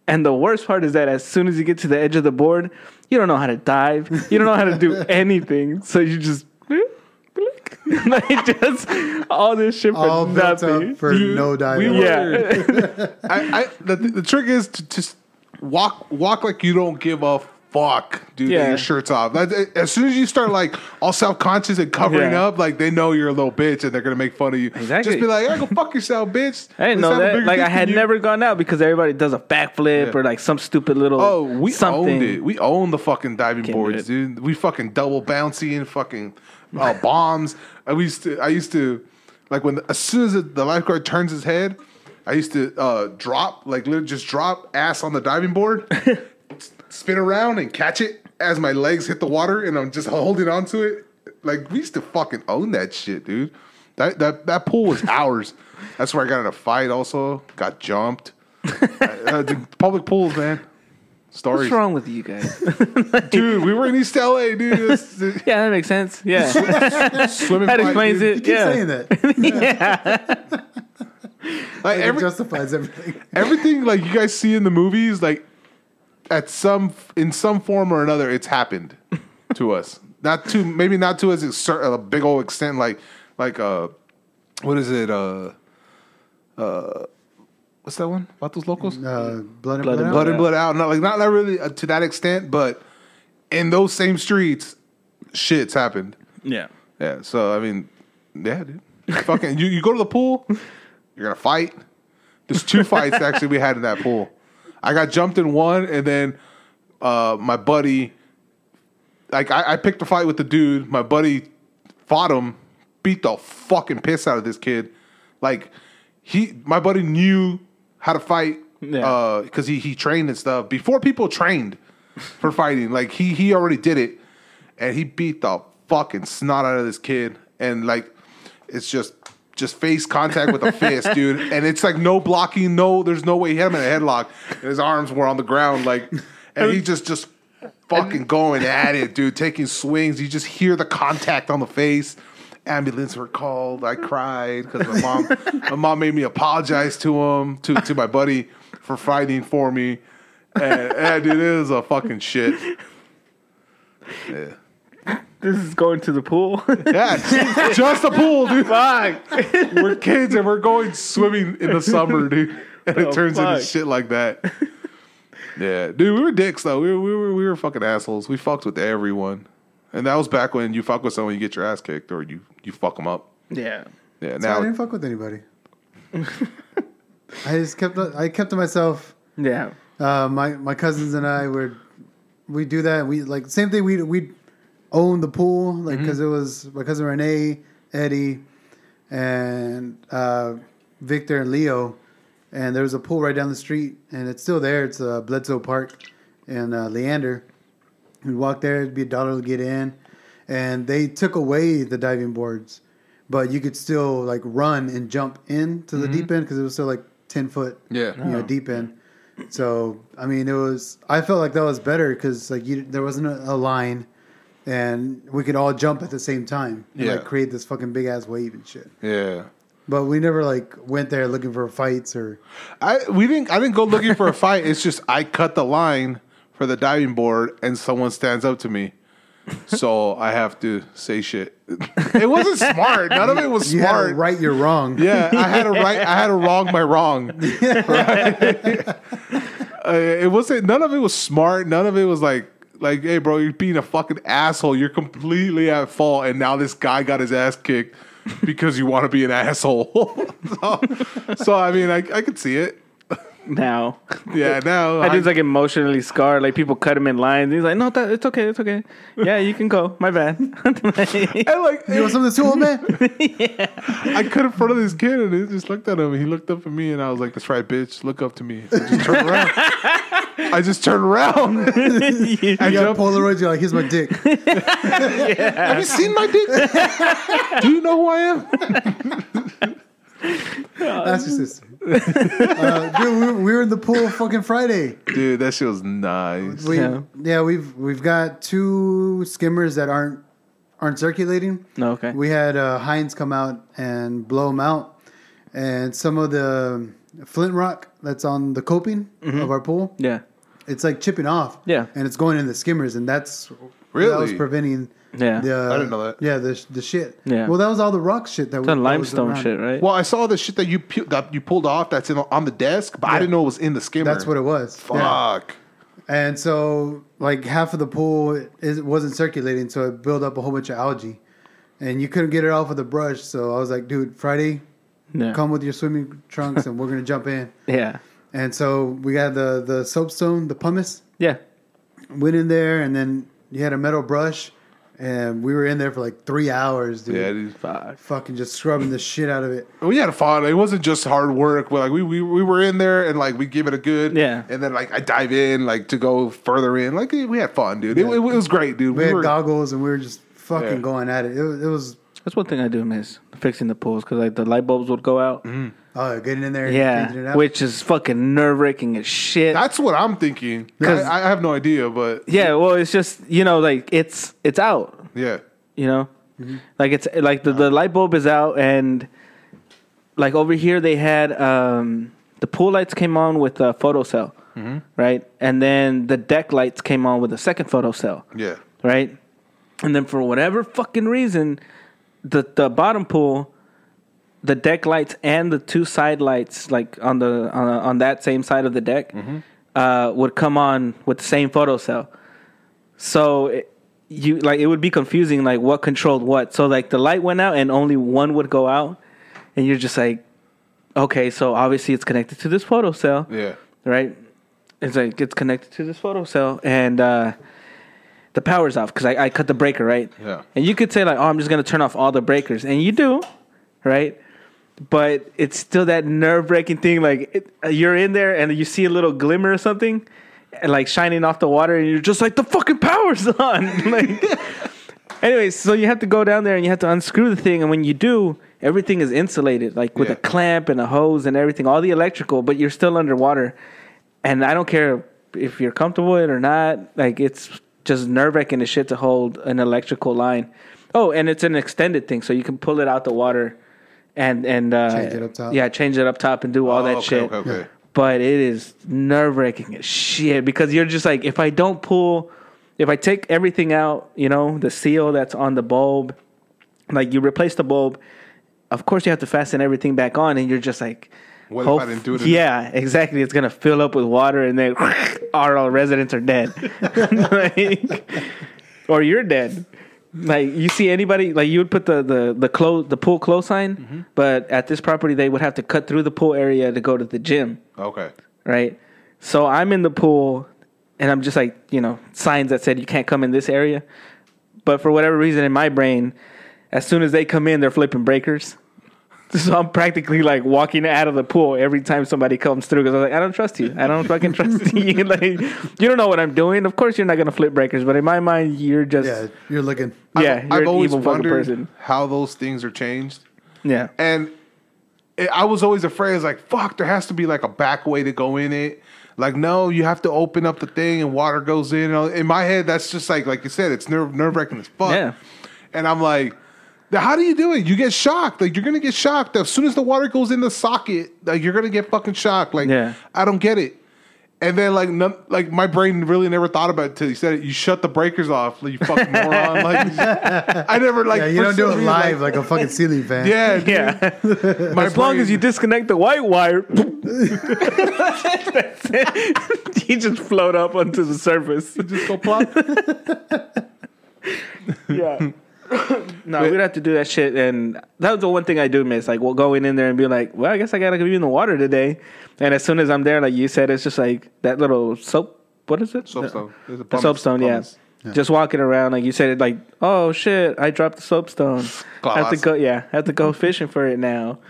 Speaker 4: And the worst part is that as soon as you get to the edge of the board, you don't know how to dive, you don't know how to do anything. So you just like just all this shit for
Speaker 1: All built
Speaker 4: nothing.
Speaker 1: up for
Speaker 3: You-
Speaker 1: no
Speaker 3: we
Speaker 1: diving.
Speaker 3: were-
Speaker 4: yeah,
Speaker 3: I, I the, the trick is to just walk walk like you don't give a fuck, dude, that
Speaker 4: Yeah.
Speaker 3: your shirt's off. Like, as soon as you start like all self conscious and covering
Speaker 4: Yeah.
Speaker 3: up, like they know you're a little bitch and they're gonna make fun of you.
Speaker 4: Exactly.
Speaker 3: Just be like, yeah, go fuck yourself, bitch.
Speaker 4: I
Speaker 3: Let's
Speaker 4: didn't know
Speaker 3: have a
Speaker 4: that.
Speaker 3: bigger
Speaker 4: Like
Speaker 3: dick
Speaker 4: I had
Speaker 3: than you.
Speaker 4: never gone out because everybody does a backflip
Speaker 3: Yeah.
Speaker 4: or like some stupid little
Speaker 3: Oh, we
Speaker 4: something.
Speaker 3: owned it. We own the fucking diving
Speaker 4: Fucking
Speaker 3: boards,
Speaker 4: it.
Speaker 3: dude. We fucking double bouncy and fucking uh, bombs. I used to, I used to, like when as soon as the lifeguard turns his head, I used to uh, drop, like literally just drop ass on the diving board, s- spin around and catch it as my legs hit the water, and I'm just holding onto it. Like we used to fucking own that shit, dude. That that that pool was ours. That's where I got in a fight. Also got jumped. Uh, the public pools, man. Stories
Speaker 4: What's wrong with you guys?
Speaker 3: dude. We were in East LA, dude. It was- it-
Speaker 4: yeah, that makes sense. Yeah,
Speaker 3: swimming
Speaker 4: that
Speaker 3: fight,
Speaker 4: explains
Speaker 3: dude.
Speaker 1: You keep
Speaker 4: it. Yeah.
Speaker 1: saying that. Like,
Speaker 3: Like
Speaker 1: it
Speaker 3: every,
Speaker 1: justifies everything.
Speaker 3: everything, like you guys see in the movies, like at some in some form or another, it's happened to us. Not to maybe not to us a cer- a big old extent, like like uh, what is it? Uh, uh, what's that one? Vatos locos?
Speaker 1: Uh, blood and blood,
Speaker 4: Blood and
Speaker 3: blood
Speaker 1: out.
Speaker 3: and blood out. Not like not not really uh, to that extent, but in those same streets, shit's happened.
Speaker 4: yeah.
Speaker 3: Yeah. So I mean, yeah, dude. Fucking you, you go to the pool, you're gonna fight. There's two fights actually we had in that pool. I got jumped in one, and then uh, my buddy, like I, I picked a fight with the dude. My buddy fought him, beat the fucking piss out of this kid. Like he, my buddy knew how to fight
Speaker 4: Yeah.
Speaker 3: because he he trained and stuff before people trained for fighting. Like he he already did it, and he beat the fucking snot out of this kid. And like, it's just just face contact with a fist, dude. And it's like no blocking, no. There's no way he had him in a headlock, and his arms were on the ground, like, and he just just fucking going at it, dude. Taking swings, you just hear the contact on the face. Ambulance were called. I cried because my mom, my mom made me apologize to him to to my buddy for fighting for me. And, and dude, it was a fucking shit.
Speaker 4: This is going to the pool.
Speaker 3: Yeah, just a pool, dude.
Speaker 4: Fuck.
Speaker 3: We're kids and we're going swimming in the summer, dude. And it
Speaker 4: Oh,
Speaker 3: turns into
Speaker 4: fuck.
Speaker 3: shit like that. Yeah, dude, we were dicks though. We were, we were we were fucking assholes. We fucked with everyone, and that was back when you fuck with someone, you get your ass kicked, or you you fuck them up.
Speaker 4: Yeah.
Speaker 3: Yeah,
Speaker 1: I
Speaker 3: now
Speaker 1: didn't fuck with anybody. I just kept. I kept to myself.
Speaker 4: Yeah.
Speaker 1: Uh, my my cousins and I were we do that. We like same thing. We we own the pool like because it was my cousin Renee, Eddie, and uh, Victor and Leo, and there was a pool right down the street, and it's still there. It's uh, Bledsoe Park and uh, Leander. We'd walk there. It'd be a dollar to get in, and they took away the diving boards, but you could still like run and jump into the deep end because it was still like ten foot
Speaker 3: yeah,
Speaker 1: you know, deep in. So I mean, it was. I felt like that was better because like you, there wasn't a, a line, and we could all jump at the same time. And,
Speaker 3: Yeah.
Speaker 1: like create this fucking big ass wave and shit.
Speaker 3: yeah.
Speaker 1: But we never like went there looking for fights or
Speaker 3: I we didn't I didn't go looking for a fight. It's just I cut the line for the diving board and someone stands up to me. So I have to say shit. It wasn't smart. None of it was
Speaker 1: you had to
Speaker 3: smart.
Speaker 1: right your wrong.
Speaker 3: Yeah, I had a right I had a wrong my wrong. Uh, it wasn't none of it was smart. None of it was like like hey bro, you're being a fucking asshole. You're completely at fault and now this guy got his ass kicked because you want to be an asshole. so, so I mean, I I could see it.
Speaker 4: Now.
Speaker 3: Yeah, now
Speaker 4: That
Speaker 3: I-
Speaker 4: dude's like emotionally scarred. Like people cut him in lines. He's like, no, that, it's okay, it's okay. Yeah, you can go. My bad.
Speaker 3: I like
Speaker 1: You want some of this tool, man?
Speaker 3: I cut in front of this kid and he just looked at him. He looked up at me and I was like, "That's right, bitch. Look up to me." I just turned around. I just turned around. I
Speaker 1: You got
Speaker 3: jumped.
Speaker 1: Polaroids. You're like, here's my dick.
Speaker 3: Have you seen my dick? Do you know who I am?
Speaker 1: That's your sister. uh, dude, we, we were in the pool fucking Friday.
Speaker 3: Dude, that shit was nice.
Speaker 1: We, yeah.
Speaker 4: Yeah.
Speaker 1: we've we've got two skimmers that aren't aren't circulating.
Speaker 4: No, okay.
Speaker 1: We had uh, Heinz come out and blow them out, and some of the flint rock that's on the coping of our pool,
Speaker 4: yeah.
Speaker 1: it's like chipping off.
Speaker 4: Mm-hmm. Yeah.
Speaker 1: and it's going in the skimmers, and that's that was
Speaker 3: Really?
Speaker 1: preventing.
Speaker 4: Yeah.
Speaker 1: the,
Speaker 3: I didn't know that.
Speaker 1: Yeah, the the shit.
Speaker 4: Yeah.
Speaker 1: Well, that was all the rock shit that was
Speaker 4: The
Speaker 1: that was
Speaker 4: limestone
Speaker 1: around.
Speaker 4: shit, right?
Speaker 3: Well, I saw the shit that you pu- that you pulled off that's in on the desk, but I didn't know it was in the skimmer.
Speaker 1: That's what it was. Yeah.
Speaker 3: Fuck.
Speaker 1: and so like half of the pool is, wasn't circulating, so it built up a whole bunch of algae, and you couldn't get it off with a brush. So I was like, dude, Friday,
Speaker 4: No.
Speaker 1: come with your swimming trunks, and we're gonna jump in.
Speaker 4: Yeah.
Speaker 1: And so we got the the soapstone, the pumice,
Speaker 4: Yeah.
Speaker 1: went in there, and then you had a metal brush, and we were in there for like three hours, dude.
Speaker 3: Yeah, dude.
Speaker 4: Fuck.
Speaker 1: Fucking just scrubbing the shit out of it.
Speaker 3: we had fun. It wasn't just hard work. But like we, we we were in there and like we give it a good
Speaker 4: Yeah.
Speaker 3: And then like I dive in like to go further in. Like we had fun, dude. It, it was great, dude.
Speaker 1: We,
Speaker 3: We,
Speaker 1: had
Speaker 3: were,
Speaker 1: goggles and we were just fucking
Speaker 3: Yeah.
Speaker 1: going at it. It was, it was
Speaker 4: That's one thing I do miss fixing the pools because like the light bulbs would go out.
Speaker 1: oh, getting in there, and changing it
Speaker 4: Yeah,
Speaker 1: out.
Speaker 4: which is fucking nerve wracking as shit.
Speaker 3: that's what I'm thinking.
Speaker 4: 'Cause-
Speaker 3: I, I have no idea, but
Speaker 4: yeah, well, it's just you know like it's it's out.
Speaker 3: yeah,
Speaker 4: You know, like it's like the, the light bulb is out and like over here they had um the pool lights came on with a photo cell, right? And then the deck lights came on with a second photo cell.
Speaker 3: yeah.
Speaker 4: right? And then for whatever fucking reason, the the bottom pool, the deck lights and the two side lights, like on the on, on that same side of the deck, uh, would come on with the same photo cell. So it, you like it would be confusing, like what controlled what. So like the light went out and only one would go out, and you're just like, okay, so obviously it's connected to this photo cell
Speaker 3: Yeah.
Speaker 4: right? It's like it's connected to this photo cell, and uh, the power's off because I, I cut the breaker, right?
Speaker 3: Yeah.
Speaker 4: And you could say like, oh, I'm just gonna turn off all the breakers, and you do, right? But it's still that nerve wracking thing. Like it, uh, you're in there and you see a little glimmer or something, and, like shining off the water, and you're just like, the fucking power's on. like, anyways, so you have to go down there and you have to unscrew the thing, and when you do. Everything is insulated, like with
Speaker 3: Yeah.
Speaker 4: a clamp and a hose and everything, all the electrical, but you're still underwater and I don't care if you're comfortable with it or not. Like it's just nerve wracking as shit to hold an electrical line. Oh, and it's an extended thing, so you can pull it out the water and and uh,
Speaker 1: Change it up top.
Speaker 4: Yeah, change it up top and do all that
Speaker 3: Oh, okay,
Speaker 4: shit.
Speaker 3: Okay, okay.
Speaker 4: But it is nerve wracking as shit because you're just like, if I don't pull, if I take everything out, you know, the seal that's on the bulb, like you replace the bulb. Of course, you have to fasten everything back on, and you're just like,
Speaker 3: What if I didn't do it in-
Speaker 4: Yeah, exactly. It's gonna fill up with water, and then our all residents are dead, like, or you're dead. Like you see anybody, like you would put the the the close the pool close sign,
Speaker 3: Mm-hmm.
Speaker 4: but at this property they would have to cut through the pool area to go to the gym
Speaker 3: Okay.
Speaker 4: right? So I'm in the pool and I'm just like, you know, signs that said you can't come in this area. But for whatever reason in my brain, as soon as they come in, they're flipping breakers. So I'm practically like walking out of the pool every time somebody comes through because I'm like, I don't trust you. I don't fucking trust you. like, you don't know what I'm doing. Of course, you're not gonna flip breakers, but in my mind, you're just
Speaker 1: yeah,
Speaker 4: yeah.
Speaker 1: you're looking.
Speaker 4: you're
Speaker 3: I've
Speaker 4: an
Speaker 3: always
Speaker 4: evil fucking
Speaker 3: wondered
Speaker 4: person.
Speaker 3: how those things are changed.
Speaker 4: Yeah,
Speaker 3: and it, I was always afraid. It's like fuck, there has to be like a back way to go in it. Like no, you have to open up the thing and water goes in. And In my head, that's just like like you said, it's nerve nerve wracking as fuck.
Speaker 4: Yeah.
Speaker 3: And I'm like, now how do you do it? You get shocked. Like you're gonna get shocked as soon as the water goes in the socket. Like you're gonna get fucking shocked. Like
Speaker 4: Yeah.
Speaker 3: I don't get it. And then like none, like my brain really never thought about it until you said it. You shut the breakers off, like, you fucking moron. Like I never like
Speaker 1: Yeah, you
Speaker 3: for
Speaker 1: don't do
Speaker 3: some
Speaker 1: it
Speaker 3: reason,
Speaker 1: live like, a fucking ceiling fan.
Speaker 3: yeah, dude.
Speaker 4: yeah.
Speaker 3: My
Speaker 4: as long
Speaker 3: brain-
Speaker 4: as you disconnect the white wire, that's it. you just float up onto the surface.
Speaker 3: just go plop.
Speaker 4: Yeah. no, we'd have to do that shit, and that was the one thing I do miss. Like, well, going in there and be like, well, I guess I gotta be in the water today. And as soon as I'm there, like you said, it's just like that little soap. What is it?
Speaker 3: Soapstone. There's a
Speaker 4: The
Speaker 3: pumice-
Speaker 4: soapstone, yeah.
Speaker 3: pumice.
Speaker 4: Just walking around, like you said, it like, oh shit, I dropped the soapstone. I have to
Speaker 3: Class.
Speaker 4: go, yeah, I have to go fishing for it now.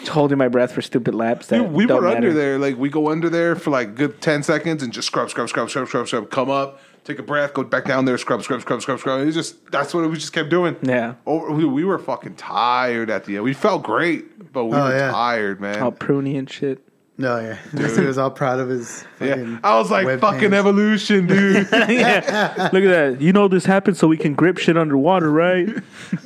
Speaker 4: Just holding my breath for stupid laps. That
Speaker 3: Dude, we
Speaker 4: don't
Speaker 3: were under
Speaker 4: matter.
Speaker 3: there. Like we go under there for like good ten seconds and just scrub, scrub, scrub, scrub, scrub, scrub. Come up, take a breath, go back down there, scrub, scrub, scrub, scrub, scrub. It was just that's what we just kept doing.
Speaker 4: Yeah.
Speaker 3: Oh, we, we were fucking tired at the end. We felt great, but we
Speaker 1: Oh,
Speaker 3: were
Speaker 1: yeah.
Speaker 3: tired, man.
Speaker 4: all pruny and shit.
Speaker 1: No, yeah. He was all proud of his.
Speaker 3: yeah,
Speaker 1: fucking
Speaker 3: I was like
Speaker 1: web
Speaker 3: fucking
Speaker 1: cams.
Speaker 3: evolution, dude.
Speaker 4: yeah. Look at that. You know this happened so we can grip shit underwater, right?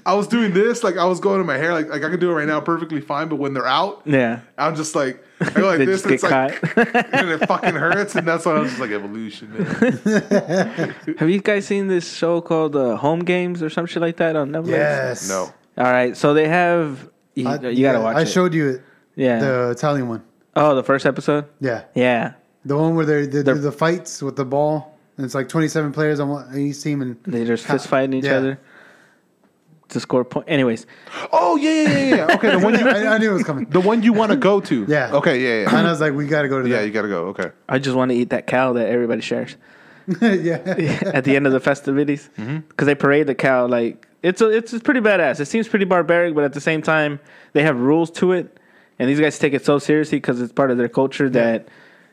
Speaker 3: I was doing this, like I was going in my hair, like like I can do it right now perfectly fine. But when they're out,
Speaker 4: Yeah.
Speaker 3: I'm just like I go like
Speaker 4: They
Speaker 3: this,
Speaker 4: just
Speaker 3: and it's
Speaker 4: get
Speaker 3: like,
Speaker 4: caught.
Speaker 3: and it fucking hurts, and that's why I was just like evolution, man.
Speaker 4: Have you guys seen this show called uh, Home Games or some shit like that on Netflix?
Speaker 1: Yes.
Speaker 3: No.
Speaker 4: All right. So they have. You,
Speaker 1: I,
Speaker 4: you gotta watch
Speaker 1: I
Speaker 4: it.
Speaker 1: showed you it,
Speaker 4: yeah.
Speaker 1: the Italian one.
Speaker 4: oh, the first episode.
Speaker 1: Yeah.
Speaker 4: Yeah.
Speaker 1: The one where they they do
Speaker 4: They're-
Speaker 1: the fights with the ball, and it's like twenty seven players on one on each team, and
Speaker 4: They just fist fighting each
Speaker 1: Yeah.
Speaker 4: other to score point. Anyways,
Speaker 3: Oh yeah, yeah, yeah, yeah. Okay, the one you
Speaker 1: I, I knew it was coming.
Speaker 3: the one you want to go to.
Speaker 1: Yeah.
Speaker 3: Okay. Yeah.
Speaker 1: And I
Speaker 3: Yeah.
Speaker 1: was like, we got to go to
Speaker 3: yeah.
Speaker 1: that.
Speaker 3: You gotta go. Okay.
Speaker 4: I just want to eat that cow that everybody shares
Speaker 1: yeah,
Speaker 4: at the end of the festivities because
Speaker 3: Mm-hmm.
Speaker 4: they parade the cow. Like it's a, it's pretty badass. It seems pretty barbaric, but at the same time, they have rules to it, and these guys take it so seriously because it's part of their culture that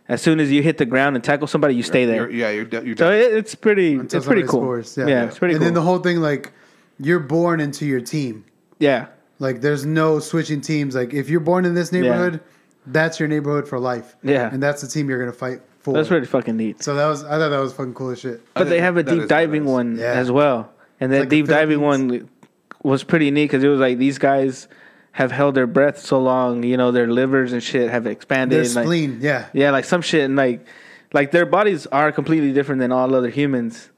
Speaker 4: as soon as you hit the ground and tackle somebody, you stay there.
Speaker 3: You're, yeah. You're. de- You're.
Speaker 4: so
Speaker 3: done.
Speaker 4: it, it's pretty.
Speaker 1: Until
Speaker 4: it's
Speaker 1: somebody
Speaker 4: pretty cool.
Speaker 1: scores,
Speaker 4: yeah. it's pretty
Speaker 1: and
Speaker 4: cool.
Speaker 1: then the whole thing, like, you're born into your team.
Speaker 4: yeah,
Speaker 1: Like, there's no switching teams. Like, if you're born in this neighborhood, that's your neighborhood for life.
Speaker 4: Yeah.
Speaker 1: and that's the team you're gonna fight for.
Speaker 4: that's pretty fucking neat.
Speaker 1: So that was, I thought that was fucking cool as shit.
Speaker 4: But they have a
Speaker 3: That
Speaker 4: deep
Speaker 3: is
Speaker 4: diving
Speaker 3: badass.
Speaker 4: one
Speaker 1: Yeah.
Speaker 4: as well, and that
Speaker 1: like the
Speaker 4: deep diving one was pretty neat because it was like these guys have held their breath so long, you know, their livers and shit have expanded.
Speaker 1: Their
Speaker 4: and, like-
Speaker 1: spleen, yeah,
Speaker 4: yeah, like some shit, and like like their bodies are completely different than all other humans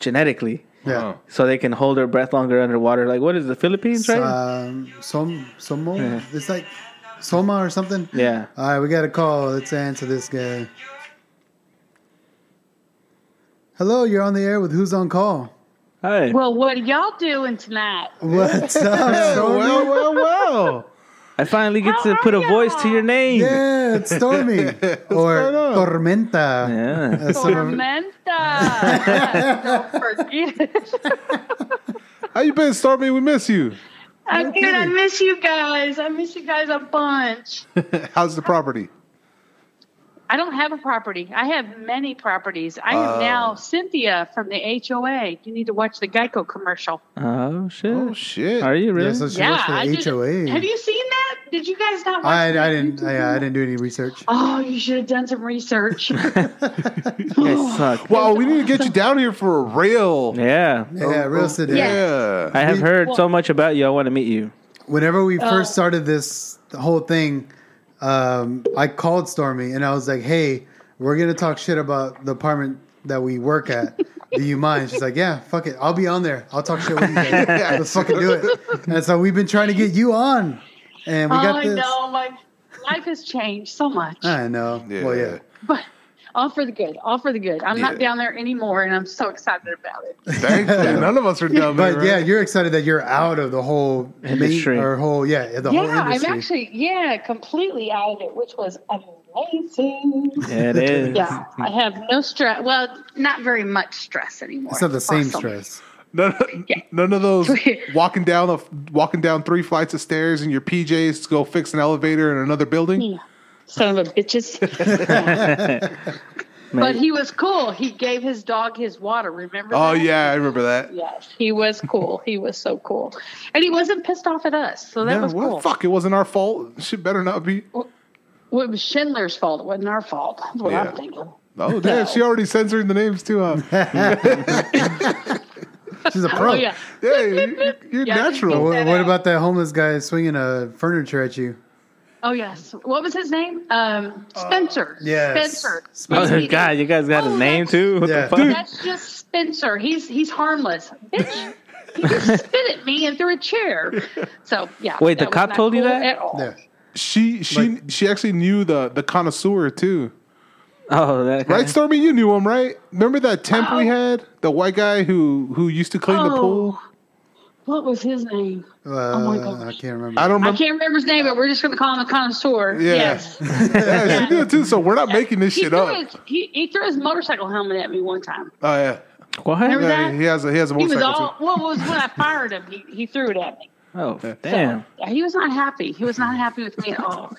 Speaker 4: genetically,
Speaker 1: yeah.
Speaker 3: oh.
Speaker 4: so they can hold their breath longer underwater. Like what is the Philippines, right?
Speaker 1: Um, som, somo, it's like Soma or something.
Speaker 4: yeah,
Speaker 1: All right, we got a call. Let's answer this guy. Hello, you're on the air with Who's on Call.
Speaker 4: Hi.
Speaker 8: Well, what are y'all doing tonight?
Speaker 1: What's up,
Speaker 3: Oh,
Speaker 1: Stormy?
Speaker 3: well, well, well.
Speaker 4: I finally get to
Speaker 8: How
Speaker 4: put a
Speaker 8: are
Speaker 4: voice to your
Speaker 8: y'all?
Speaker 4: name.
Speaker 1: Yeah, it's Stormy or
Speaker 3: going on?
Speaker 1: Tormenta.
Speaker 4: Yeah.
Speaker 1: As some of-
Speaker 8: Tormenta. Don't forget.
Speaker 3: How you been, Stormy? We miss you.
Speaker 8: I did. I miss you guys. I miss you guys a bunch.
Speaker 3: How's the property?
Speaker 8: I don't have a property. I have many properties. I am
Speaker 1: Oh.
Speaker 8: now Cynthia from the HOA. You need to watch the Geico commercial.
Speaker 4: Oh shit.
Speaker 3: Oh shit.
Speaker 4: Are you really?
Speaker 1: yeah, so she
Speaker 8: yeah,
Speaker 1: works for
Speaker 8: I
Speaker 1: the
Speaker 8: did-
Speaker 1: HOA.
Speaker 8: Have you seen that? Did you guys not watch
Speaker 1: I,
Speaker 8: that
Speaker 1: I didn't. I,
Speaker 8: YouTube
Speaker 1: I
Speaker 8: video?
Speaker 1: didn't do any research.
Speaker 8: Oh, you should have done some research.
Speaker 4: You guys suck.
Speaker 3: Wow. We need to get you down here for a real.
Speaker 4: Yeah.
Speaker 1: yeah, real sedan.
Speaker 3: Yeah.
Speaker 4: I have
Speaker 1: We-
Speaker 4: heard so much about you. I want to meet you.
Speaker 1: Whenever we first
Speaker 8: Oh.
Speaker 1: started this whole thing, um, I called Stormy and I was like, "Hey, we're gonna talk shit about the apartment that we work at. Do you mind?" She's like, "Yeah, fuck it. I'll be on there. I'll talk shit with you. Guys. Let's fucking do it." And so we've been trying to get you on, and we got
Speaker 8: Oh, I
Speaker 1: this.
Speaker 8: know. Like, life has changed so much.
Speaker 1: I know.
Speaker 3: Yeah.
Speaker 1: Well, yeah.
Speaker 8: But all for the good. All for the good. I'm
Speaker 3: Yeah.
Speaker 8: not down there anymore, and I'm so excited about it.
Speaker 3: Thankfully, none of us are down there.
Speaker 1: But yeah,
Speaker 3: right?
Speaker 1: you're excited that you're out of the whole main-
Speaker 4: Industry.
Speaker 1: or whole yeah, the whole
Speaker 8: yeah, I'm
Speaker 1: industry.
Speaker 8: actually yeah completely out of it, which was amazing.
Speaker 4: It is.
Speaker 8: Yeah, I have no stress. Well, not very much stress anymore.
Speaker 1: it's not the same
Speaker 8: Awesome.
Speaker 1: stress.
Speaker 3: None,
Speaker 8: Yeah.
Speaker 3: none of those walking down the walking down three flights of stairs in your PJs to go fix an elevator in another building.
Speaker 8: Yeah. Son of a bitches. but he was cool. He gave his dog his water. Remember?
Speaker 3: Oh
Speaker 8: that?
Speaker 3: yeah, I remember that.
Speaker 8: Yes, he was cool. he was so cool, and he wasn't pissed off at us, so that
Speaker 3: Yeah,
Speaker 8: was
Speaker 3: well,
Speaker 8: cool.
Speaker 3: Fuck, it wasn't our fault. Shit better not be.
Speaker 8: Well, it was Schindler's fault. It wasn't our fault. That's what
Speaker 3: Yeah.
Speaker 8: I'm thinking.
Speaker 3: Oh damn, she already censored the names too. Huh?
Speaker 1: She's a pro.
Speaker 8: Oh yeah.
Speaker 3: Yeah, you're, you're
Speaker 8: Yeah,
Speaker 1: Wha-
Speaker 3: natural.
Speaker 8: you
Speaker 1: What,
Speaker 8: That out.
Speaker 1: about that homeless guy swinging a furniture at you?
Speaker 8: Oh yes. What was his name? Um, Spencer.
Speaker 1: Uh, yes.
Speaker 8: Spencer.
Speaker 1: Spencer.
Speaker 4: Oh God, you guys got a
Speaker 8: Oh,
Speaker 4: name
Speaker 8: that's-
Speaker 4: too? What
Speaker 1: Yeah.
Speaker 4: the fuck?
Speaker 8: That's just Spencer. He's he's harmless. Bitch. He just spit at me and threw a chair. So yeah.
Speaker 4: Wait, the
Speaker 8: that was
Speaker 4: cop
Speaker 8: not
Speaker 4: told you
Speaker 8: cool
Speaker 4: that?
Speaker 8: At all.
Speaker 1: Yeah.
Speaker 3: She she she actually knew the the connoisseur too,
Speaker 4: Oh, that guy.
Speaker 3: right? Stormy, you knew him, right? Remember that temp we had, the white guy who who used to clean the pool.
Speaker 8: Oh, What was his name?
Speaker 1: Uh,
Speaker 8: Oh my gosh.
Speaker 1: I can't remember.
Speaker 3: I don't
Speaker 8: I
Speaker 3: remember.
Speaker 8: can't remember his name, but we're just going to call him the connoisseur.
Speaker 3: Yeah.
Speaker 8: Yes.
Speaker 3: Yeah, she knew it too. So we're not making this
Speaker 8: He
Speaker 3: shit
Speaker 8: threw,
Speaker 3: up.
Speaker 8: his, he, he threw his motorcycle helmet at me one time.
Speaker 3: Oh yeah.
Speaker 4: What?
Speaker 8: Remember
Speaker 3: Yeah,
Speaker 8: that?
Speaker 3: he has a he has a
Speaker 8: He was
Speaker 3: motorcycle
Speaker 8: all, well, it was when I fired him. He, he threw it at me.
Speaker 4: Oh, damn,
Speaker 8: He was not happy. He was not happy with me at all.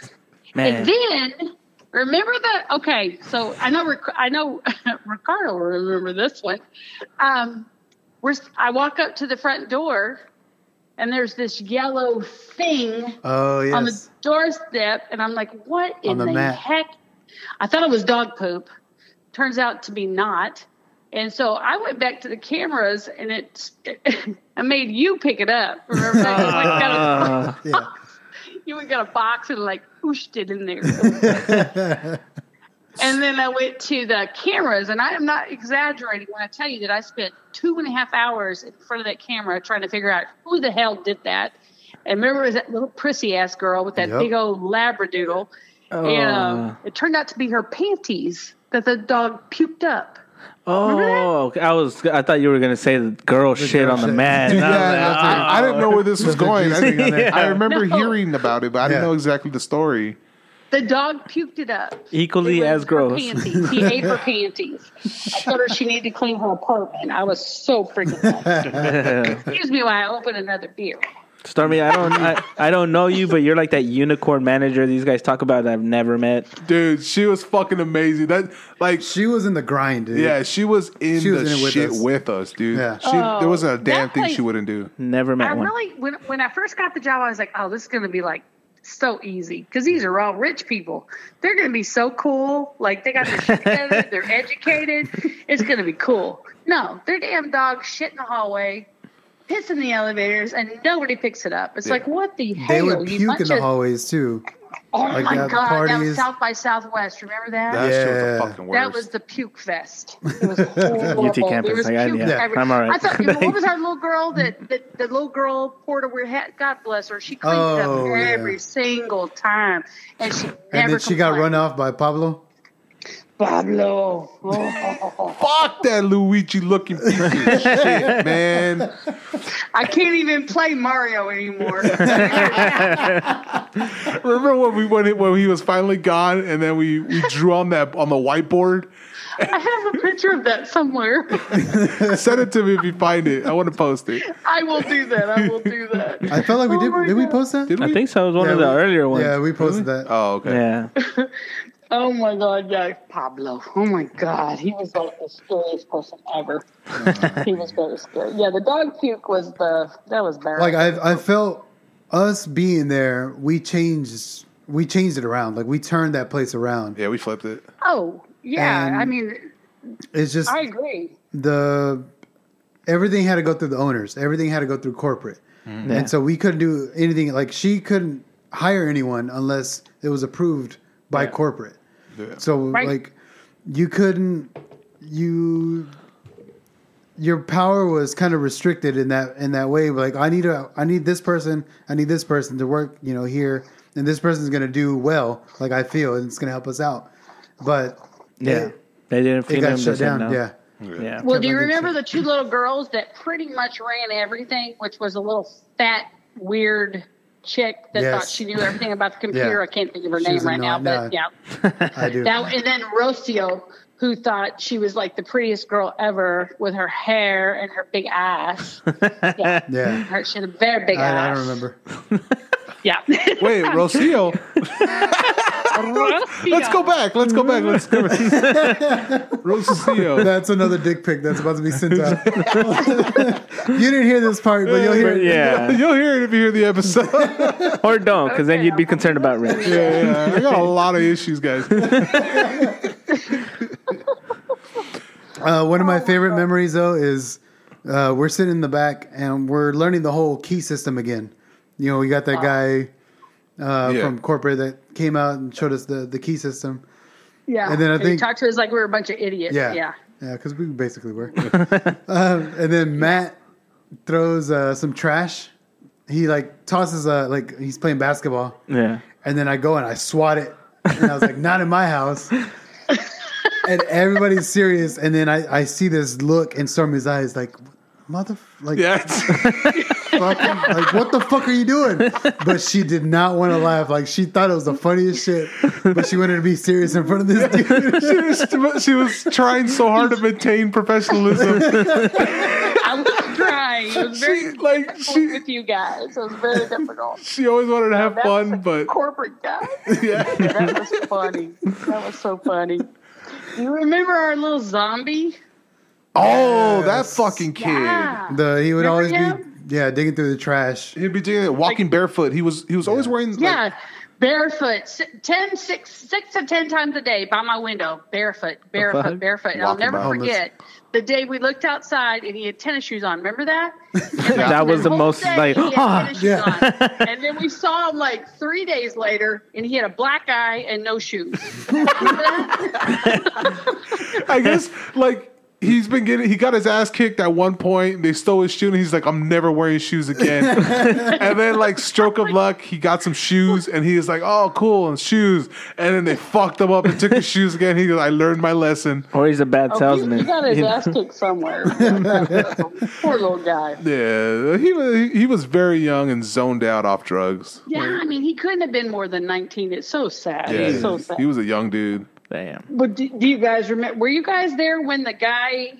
Speaker 4: man.
Speaker 8: And then remember that. Okay, so I know Ric- I know Ricardo will remember this one. Um, we're I walk up to the front door, and there's this yellow thing
Speaker 1: oh
Speaker 8: on the
Speaker 1: yes.
Speaker 8: doorstep, and I'm like, "What in
Speaker 1: On the
Speaker 8: the,
Speaker 1: mat.
Speaker 8: heck?" I thought it was dog poop. Turns out to be not. And so I went back to the cameras, and it I made you pick it up. Remember that? You went and got a-
Speaker 4: Uh,
Speaker 1: yeah.
Speaker 8: you would get a box and like pushed it in there. and then I went to the cameras, and I am not exaggerating when I tell you that I spent two and a half hours in front of that camera trying to figure out who the hell did that. And remember, it was that little prissy ass girl with that
Speaker 1: Yep.
Speaker 8: big old labradoodle. and um, it turned out to be her panties that the dog puked up.
Speaker 4: Oh, okay. I was. I thought you were gonna say the girl shit
Speaker 1: girl
Speaker 4: on the
Speaker 1: shit.
Speaker 4: man.
Speaker 1: Dude,
Speaker 4: And I
Speaker 3: Yeah,
Speaker 4: was
Speaker 3: that's
Speaker 4: like,
Speaker 3: right. I, didn't know where this was going.
Speaker 1: juice
Speaker 3: I,
Speaker 1: thing on there.
Speaker 3: I remember
Speaker 8: No.
Speaker 3: hearing about it, but I didn't
Speaker 1: Yeah.
Speaker 3: know exactly the story.
Speaker 8: The dog puked it up.
Speaker 4: Equally
Speaker 8: It was
Speaker 4: as
Speaker 8: her
Speaker 4: gross.
Speaker 8: Panties. He ate her panties. I told her she needed to clean her apartment. I was so freaking. mad. Excuse me while I open another beer.
Speaker 4: "Oh." Stormy, I don't. I, I don't know you, but you're like that unicorn manager these guys talk about that I've never met.
Speaker 3: Dude, she was fucking amazing. That like
Speaker 1: She was in the grind, dude.
Speaker 3: yeah, she was in
Speaker 1: She was
Speaker 3: the
Speaker 1: in it with
Speaker 3: shit
Speaker 1: us.
Speaker 3: with us, dude.
Speaker 1: Yeah.
Speaker 3: She, there wasn't a
Speaker 8: Oh,
Speaker 3: damn
Speaker 8: that
Speaker 3: thing
Speaker 8: place-
Speaker 3: she wouldn't do.
Speaker 4: Never met
Speaker 8: I
Speaker 4: one.
Speaker 8: really, when when I first got the job, I was like, oh, this is going to be like so easy because these are all rich people. They're going to be so cool. Like they got their shit together. They're educated. It's going to be cool. No, their damn dogs shit in the hallway, piss in the elevators, and nobody picks it up. It's like what the hell?
Speaker 1: They would
Speaker 8: you
Speaker 1: puke
Speaker 8: bunch
Speaker 1: in the
Speaker 8: of-
Speaker 1: hallways too.
Speaker 8: Oh
Speaker 1: like
Speaker 8: my
Speaker 1: at the
Speaker 8: god, that
Speaker 1: parties.
Speaker 8: was South by Southwest. Remember that?
Speaker 3: That shit was
Speaker 1: Yeah.
Speaker 3: the fucking worst.
Speaker 8: That was the puke fest. It was horrible.
Speaker 4: UT campus,
Speaker 8: There was
Speaker 4: I got-
Speaker 8: puke
Speaker 4: yeah,
Speaker 8: every-
Speaker 4: I'm all right.
Speaker 8: I thought, what was our little girl that, that the little girl Porter we had? God bless her. She cleaned
Speaker 1: Oh,
Speaker 8: it up every
Speaker 1: yeah.
Speaker 8: single time, and she never.
Speaker 1: And then she got run
Speaker 8: complained.
Speaker 1: off by Pablo.
Speaker 8: Pablo. Oh.
Speaker 3: Fuck that Luigi looking piece of shit, man.
Speaker 8: I can't even play Mario anymore.
Speaker 3: Remember when we went in- when he was finally gone, and then we, we drew on that on the whiteboard.
Speaker 8: I have a picture of that somewhere.
Speaker 3: Send it to me if you find it. I want to post it.
Speaker 8: I will do that. I will do that.
Speaker 1: I felt like we
Speaker 8: Oh
Speaker 1: did.
Speaker 8: my
Speaker 1: Did we
Speaker 8: God.
Speaker 1: post that?
Speaker 3: Did we?
Speaker 4: I think so. It was one
Speaker 1: Yeah,
Speaker 4: of the
Speaker 1: we-
Speaker 4: earlier ones.
Speaker 1: Yeah, we posted that.
Speaker 3: Oh, okay.
Speaker 4: Yeah.
Speaker 8: Oh my god, yeah, Pablo. Oh my god, he was like the scariest person ever. he was very scary. Yeah, the dog puke was the that was bad.
Speaker 1: Like I, I felt us being there. We changed. We changed it around. Like we turned that place around.
Speaker 3: Yeah, we flipped it.
Speaker 8: oh yeah,
Speaker 1: And-
Speaker 8: I mean,
Speaker 1: It's just
Speaker 8: I agree.
Speaker 1: the everything had to go through the owners. Everything had to go through corporate.
Speaker 4: Yeah.
Speaker 1: And so we couldn't do anything. Like she couldn't hire anyone unless it was approved by corporate.
Speaker 3: Yeah.
Speaker 1: So
Speaker 8: Right.
Speaker 1: like you couldn't you your power was kind of restricted in that in that way. Like I need a I need this person, I need this person to work, you know, here and this person's going to do well, like I feel and it's going to help us out. But
Speaker 4: Yeah.
Speaker 1: it,
Speaker 4: They didn't
Speaker 1: it
Speaker 4: feel
Speaker 1: got
Speaker 4: him.
Speaker 1: shut down. Yeah.
Speaker 4: Yeah.
Speaker 8: Well, do you
Speaker 1: Kevin did
Speaker 8: remember the two little girls that pretty much ran everything, which was a little fat, weird chick that
Speaker 1: Yes.
Speaker 8: thought she knew everything about the computer.
Speaker 1: Yeah.
Speaker 8: I can't think of her
Speaker 1: She was
Speaker 8: name right now,
Speaker 1: annoying.
Speaker 8: but
Speaker 1: No.
Speaker 8: yeah.
Speaker 1: I do.
Speaker 8: That and then Rocio, who thought she was like the prettiest girl ever with her hair and her big ass. yeah.
Speaker 1: yeah.
Speaker 8: Her, she had a very big
Speaker 1: I, I
Speaker 8: ass.
Speaker 1: don't remember.
Speaker 8: Yeah.
Speaker 3: Wait, Rocio.
Speaker 8: Rocio.
Speaker 3: Let's go back. Let's go back. Let's go back. Rocio.
Speaker 1: That's another dick pic that's about to be sent out. you didn't hear this part, but you'll hear it.
Speaker 4: Yeah.
Speaker 3: You'll hear it if you hear the episode. yeah,
Speaker 4: or don't, because then you'd be concerned about Rich.
Speaker 3: yeah. I got a lot of issues, guys.
Speaker 1: Uh, one of my favorite memories, though, is uh, we're sitting in the back and we're learning the whole key system again. You know, we got that guy uh,
Speaker 3: Yeah.
Speaker 1: from corporate that came out and showed us the, the key system.
Speaker 8: Yeah.
Speaker 1: And then I
Speaker 8: he
Speaker 1: think-
Speaker 8: talked to us like we were a bunch of idiots.
Speaker 1: Yeah.
Speaker 8: Yeah.
Speaker 1: Yeah, because we basically were. um, and then Matt throws uh, some trash. He like tosses uh like he's playing basketball,
Speaker 4: Yeah.
Speaker 1: and then I go and I swat it, and I was like, "Not in my house." and everybody's serious, and then I, I see this look in Stormy's eyes, like, "Mother, like,
Speaker 3: Yeah. it's-
Speaker 1: fucking, like, what the fuck are you doing?" But she did not want to laugh. Like, she thought it was the funniest shit, but she wanted to be serious in front of this dude.
Speaker 3: she, was, she was trying so hard to maintain professionalism.
Speaker 8: I was crying. It was very
Speaker 3: She, like,
Speaker 8: difficult
Speaker 3: she,
Speaker 8: with you guys. It was very difficult.
Speaker 3: she always wanted to have
Speaker 8: That was a
Speaker 3: fun, but
Speaker 8: corporate guy.
Speaker 3: yeah.
Speaker 8: That was funny. That was so funny. Do you remember our little zombie?
Speaker 3: Oh, that fucking kid.
Speaker 8: Yeah.
Speaker 1: The he would
Speaker 8: Remember
Speaker 1: always
Speaker 8: him?
Speaker 1: be yeah digging through the trash.
Speaker 3: He'd be doing it, walking barefoot. He was he was always wearing like,
Speaker 8: Yeah, barefoot, s- 10, six, six to 10 times a day by my window, barefoot,
Speaker 4: fuck?
Speaker 8: barefoot, barefoot. And I'll
Speaker 3: Walking
Speaker 8: never
Speaker 3: by.
Speaker 1: Homeless.
Speaker 8: forget the day we looked outside and he had tennis shoes on. Remember that?
Speaker 4: That was the
Speaker 8: whole
Speaker 4: most
Speaker 8: day
Speaker 4: like.
Speaker 8: he had
Speaker 4: Ah,
Speaker 8: tennis shoes
Speaker 1: yeah.
Speaker 8: on. And then we saw him like three days later and he had a black eye and no shoes.
Speaker 3: I guess like he's been getting he got his ass kicked at one point. They stole his shoe and he's like, I'm never wearing shoes again. and then like stroke of luck, he got some shoes and he's like, Oh, cool, and shoes. And then they fucked him up and took his shoes again. He goes, I learned my lesson.
Speaker 4: Or he's a bad
Speaker 8: Oh, he,
Speaker 4: salesman.
Speaker 8: he got his
Speaker 4: You know?
Speaker 8: ass kicked somewhere. Poor little guy.
Speaker 3: Yeah. He was he was very young and zoned out off drugs.
Speaker 8: Yeah, I mean, he couldn't have been more than 19. It's so sad.
Speaker 3: Yeah.
Speaker 8: It's so sad.
Speaker 3: He was a young dude.
Speaker 4: Damn.
Speaker 8: But do, do you guys remember? Were you guys there when the guy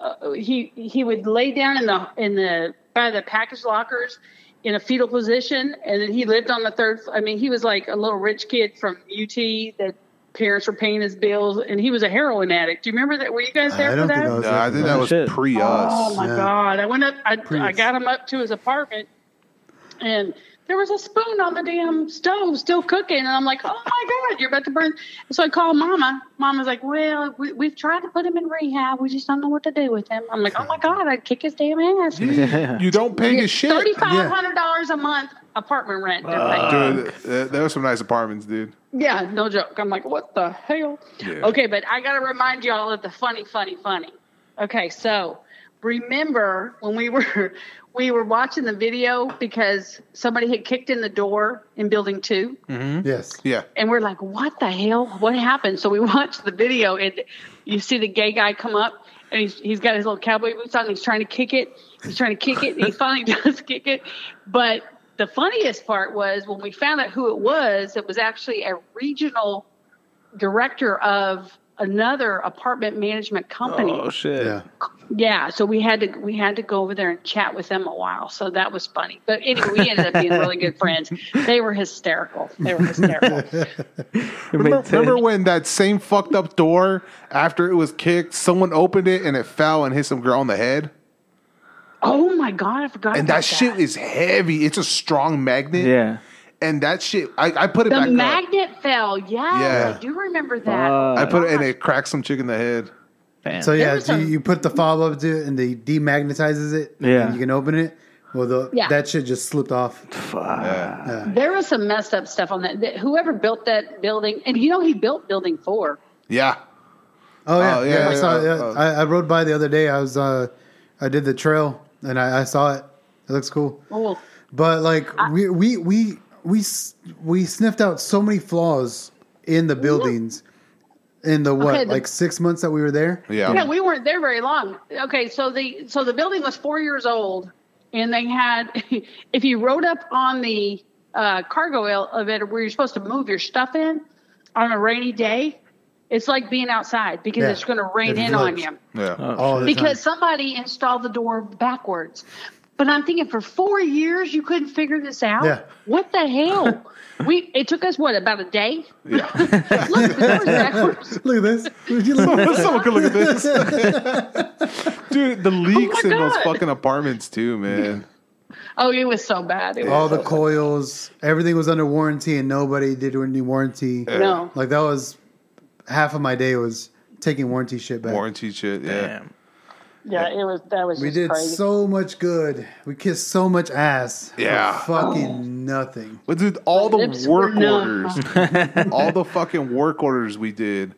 Speaker 8: uh, he he would lay down in the in the by the package lockers in a fetal position, and then he lived on the third. I mean, he was like a little rich kid from UT that parents were paying his bills, and he was a heroin addict. Do you remember that? Were you guys there
Speaker 1: I
Speaker 8: for
Speaker 1: don't
Speaker 8: that?
Speaker 1: think I was.
Speaker 3: No, I think that was
Speaker 4: Shit.
Speaker 3: pre us.
Speaker 8: Oh my
Speaker 1: Yeah.
Speaker 8: god! I went up. I, I
Speaker 1: Prius.
Speaker 8: got him up to his apartment, and there was a spoon on the damn stove, still cooking. And I'm like, "Oh my god, you're about to burn!" So I called Mama. Mama's like, "Well, we, we've tried to put him in rehab. We just don't know what to do with him." I'm like, "Oh my god, I'd kick his damn ass."
Speaker 3: You don't pay his shit.
Speaker 8: Thirty five hundred dollars a month apartment rent. they're paying.
Speaker 3: Dude, th- there were some nice apartments, dude.
Speaker 8: Yeah, no joke. I'm like, what the hell?
Speaker 3: Yeah.
Speaker 8: Okay, but I got to remind y'all of the funny, funny, funny. Okay, so remember when we were we were watching the video because somebody had kicked in the door in building 2
Speaker 1: Yes.
Speaker 3: Hmm? Yeah.
Speaker 8: and we're like, what the hell? What happened? So we watched the video, and you see the gay guy come up, and he's, he's got his little cowboy boots on. And he's trying to kick it. He's trying to kick it, and he finally does kick it. But the funniest part was when we found out who it was, it was actually a regional director of another apartment management company.
Speaker 4: Oh shit.
Speaker 1: Yeah.
Speaker 8: Yeah, so we had to we had to go over there and chat with them a while. So that was funny. But anyway, we ended up being really good friends. They were hysterical. They were hysterical.
Speaker 4: It made
Speaker 3: Remember,
Speaker 4: sense.
Speaker 3: remember when that same fucked up door, after it was kicked, someone opened it and it fell and hit some girl on the head?
Speaker 8: Oh my god, I forgot.
Speaker 3: And
Speaker 8: about
Speaker 3: that shit is heavy. It's a strong magnet.
Speaker 4: Yeah.
Speaker 3: And that shit, I, I put it
Speaker 8: the
Speaker 3: back up.
Speaker 8: magnet fell. Yes,
Speaker 3: Yeah.
Speaker 8: I do remember that.
Speaker 3: I
Speaker 4: Uh,
Speaker 3: put
Speaker 8: Oh,
Speaker 3: it and it cracked some chick in the head.
Speaker 4: damn.
Speaker 1: So yeah,
Speaker 8: was
Speaker 1: you,
Speaker 8: a-
Speaker 1: you put the fob up to it and they demagnetizes it.
Speaker 4: Yeah.
Speaker 1: And you can open it. Well, the,
Speaker 8: Yeah.
Speaker 1: that shit just slipped off.
Speaker 8: there was some messed up stuff on that. that- Whoever built that building, and you know he built building four.
Speaker 3: Yeah.
Speaker 1: Oh yeah,
Speaker 3: Oh, yeah,
Speaker 1: yeah. I
Speaker 3: yeah,
Speaker 1: saw. it.
Speaker 3: oh, oh.
Speaker 1: I, I rode by the other day. I was. Uh, I did the trail and I, I saw it. It looks cool.
Speaker 8: Oh,
Speaker 1: But like we we we we s- we sniffed out so many flaws in the buildings in the what
Speaker 8: Okay, the-
Speaker 1: like six months that we were there.
Speaker 3: Yeah.
Speaker 8: yeah, we weren't there very long. Okay, so the so the building was four years old, and they had if you rode up on the uh, cargo elevator where you're supposed to move your stuff in on a rainy day, it's like being outside because
Speaker 1: Yeah.
Speaker 8: it's going to rain
Speaker 1: It
Speaker 8: in on
Speaker 1: floods.
Speaker 8: you.
Speaker 3: yeah.
Speaker 1: All the
Speaker 8: because somebody installed the door backwards. But I'm thinking for four years you couldn't figure this out.
Speaker 1: Yeah.
Speaker 8: What the hell? we it took us what about a day?
Speaker 3: yeah.
Speaker 8: Look, the door's backwards.
Speaker 1: time. Look at this. Would you look at
Speaker 3: Someone could look at this. Oh. Dude, the leaks
Speaker 8: Oh my
Speaker 3: in those
Speaker 8: God.
Speaker 3: fucking apartments, too, man.
Speaker 8: Oh, it was so bad. It was
Speaker 1: all the
Speaker 8: so-
Speaker 1: coils? Everything was under warranty, and nobody did any warranty.
Speaker 8: no.
Speaker 1: Like that was half of my day was taking warranty shit back.
Speaker 3: Warranty shit. Yeah.
Speaker 4: Damn.
Speaker 8: Yeah, it was that was
Speaker 1: We
Speaker 8: just
Speaker 1: did
Speaker 8: crazy.
Speaker 1: so much good. We kissed so much ass. for
Speaker 3: Yeah.
Speaker 1: fucking nothing.
Speaker 3: But dude, all the
Speaker 8: lips were
Speaker 3: work
Speaker 8: numb.
Speaker 3: orders, all the fucking work orders we did,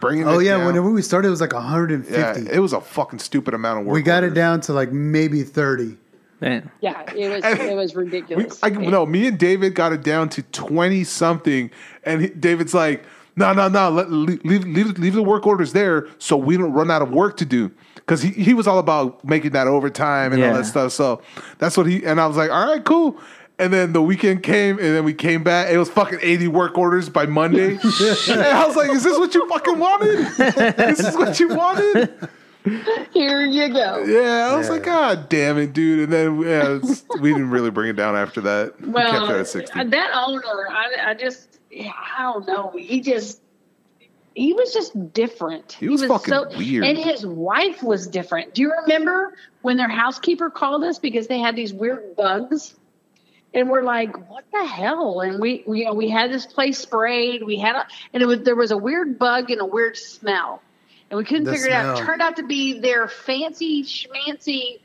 Speaker 3: bringing.
Speaker 1: Oh
Speaker 3: it
Speaker 1: yeah,
Speaker 3: down-
Speaker 1: whenever we started, it was like 150.
Speaker 3: yeah, it was a fucking stupid amount of work.
Speaker 1: we got it
Speaker 3: orders.
Speaker 1: down to like maybe 30.
Speaker 4: Damn.
Speaker 8: yeah, it was it was ridiculous.
Speaker 3: I, no, me and David got it down to twenty something, and he, David's like, "No, no, no, let, leave, leave, leave the work orders there, so we don't run out of work to do." Because he, he was all about making that overtime and all
Speaker 4: Yeah.
Speaker 3: that stuff. So that's what he and I was like, "All right, cool." And then the weekend came, and then we came back. It was fucking eighty work orders by Monday. and I was like, "Is this what you fucking wanted? this is what you wanted?"
Speaker 8: Here you go.
Speaker 3: Yeah, I was
Speaker 1: Yeah.
Speaker 3: like, "God damn it, dude!" And then yeah, it's- we didn't really bring it down after that. we kept it
Speaker 8: Well, uh,
Speaker 3: at sixty.
Speaker 8: that owner, I, I just, yeah, I don't know. He just, he was just different. He
Speaker 3: was fucking weird.
Speaker 8: And his wife was different. Do you remember when their housekeeper called us because they had these weird bugs? And we're like, what the hell? And we, we, you know, we had this place sprayed. We had, a, and it was there was a weird bug and a weird smell, and we couldn't
Speaker 1: The
Speaker 8: figure it out. It
Speaker 1: smell.
Speaker 8: turned out to be their fancy schmancy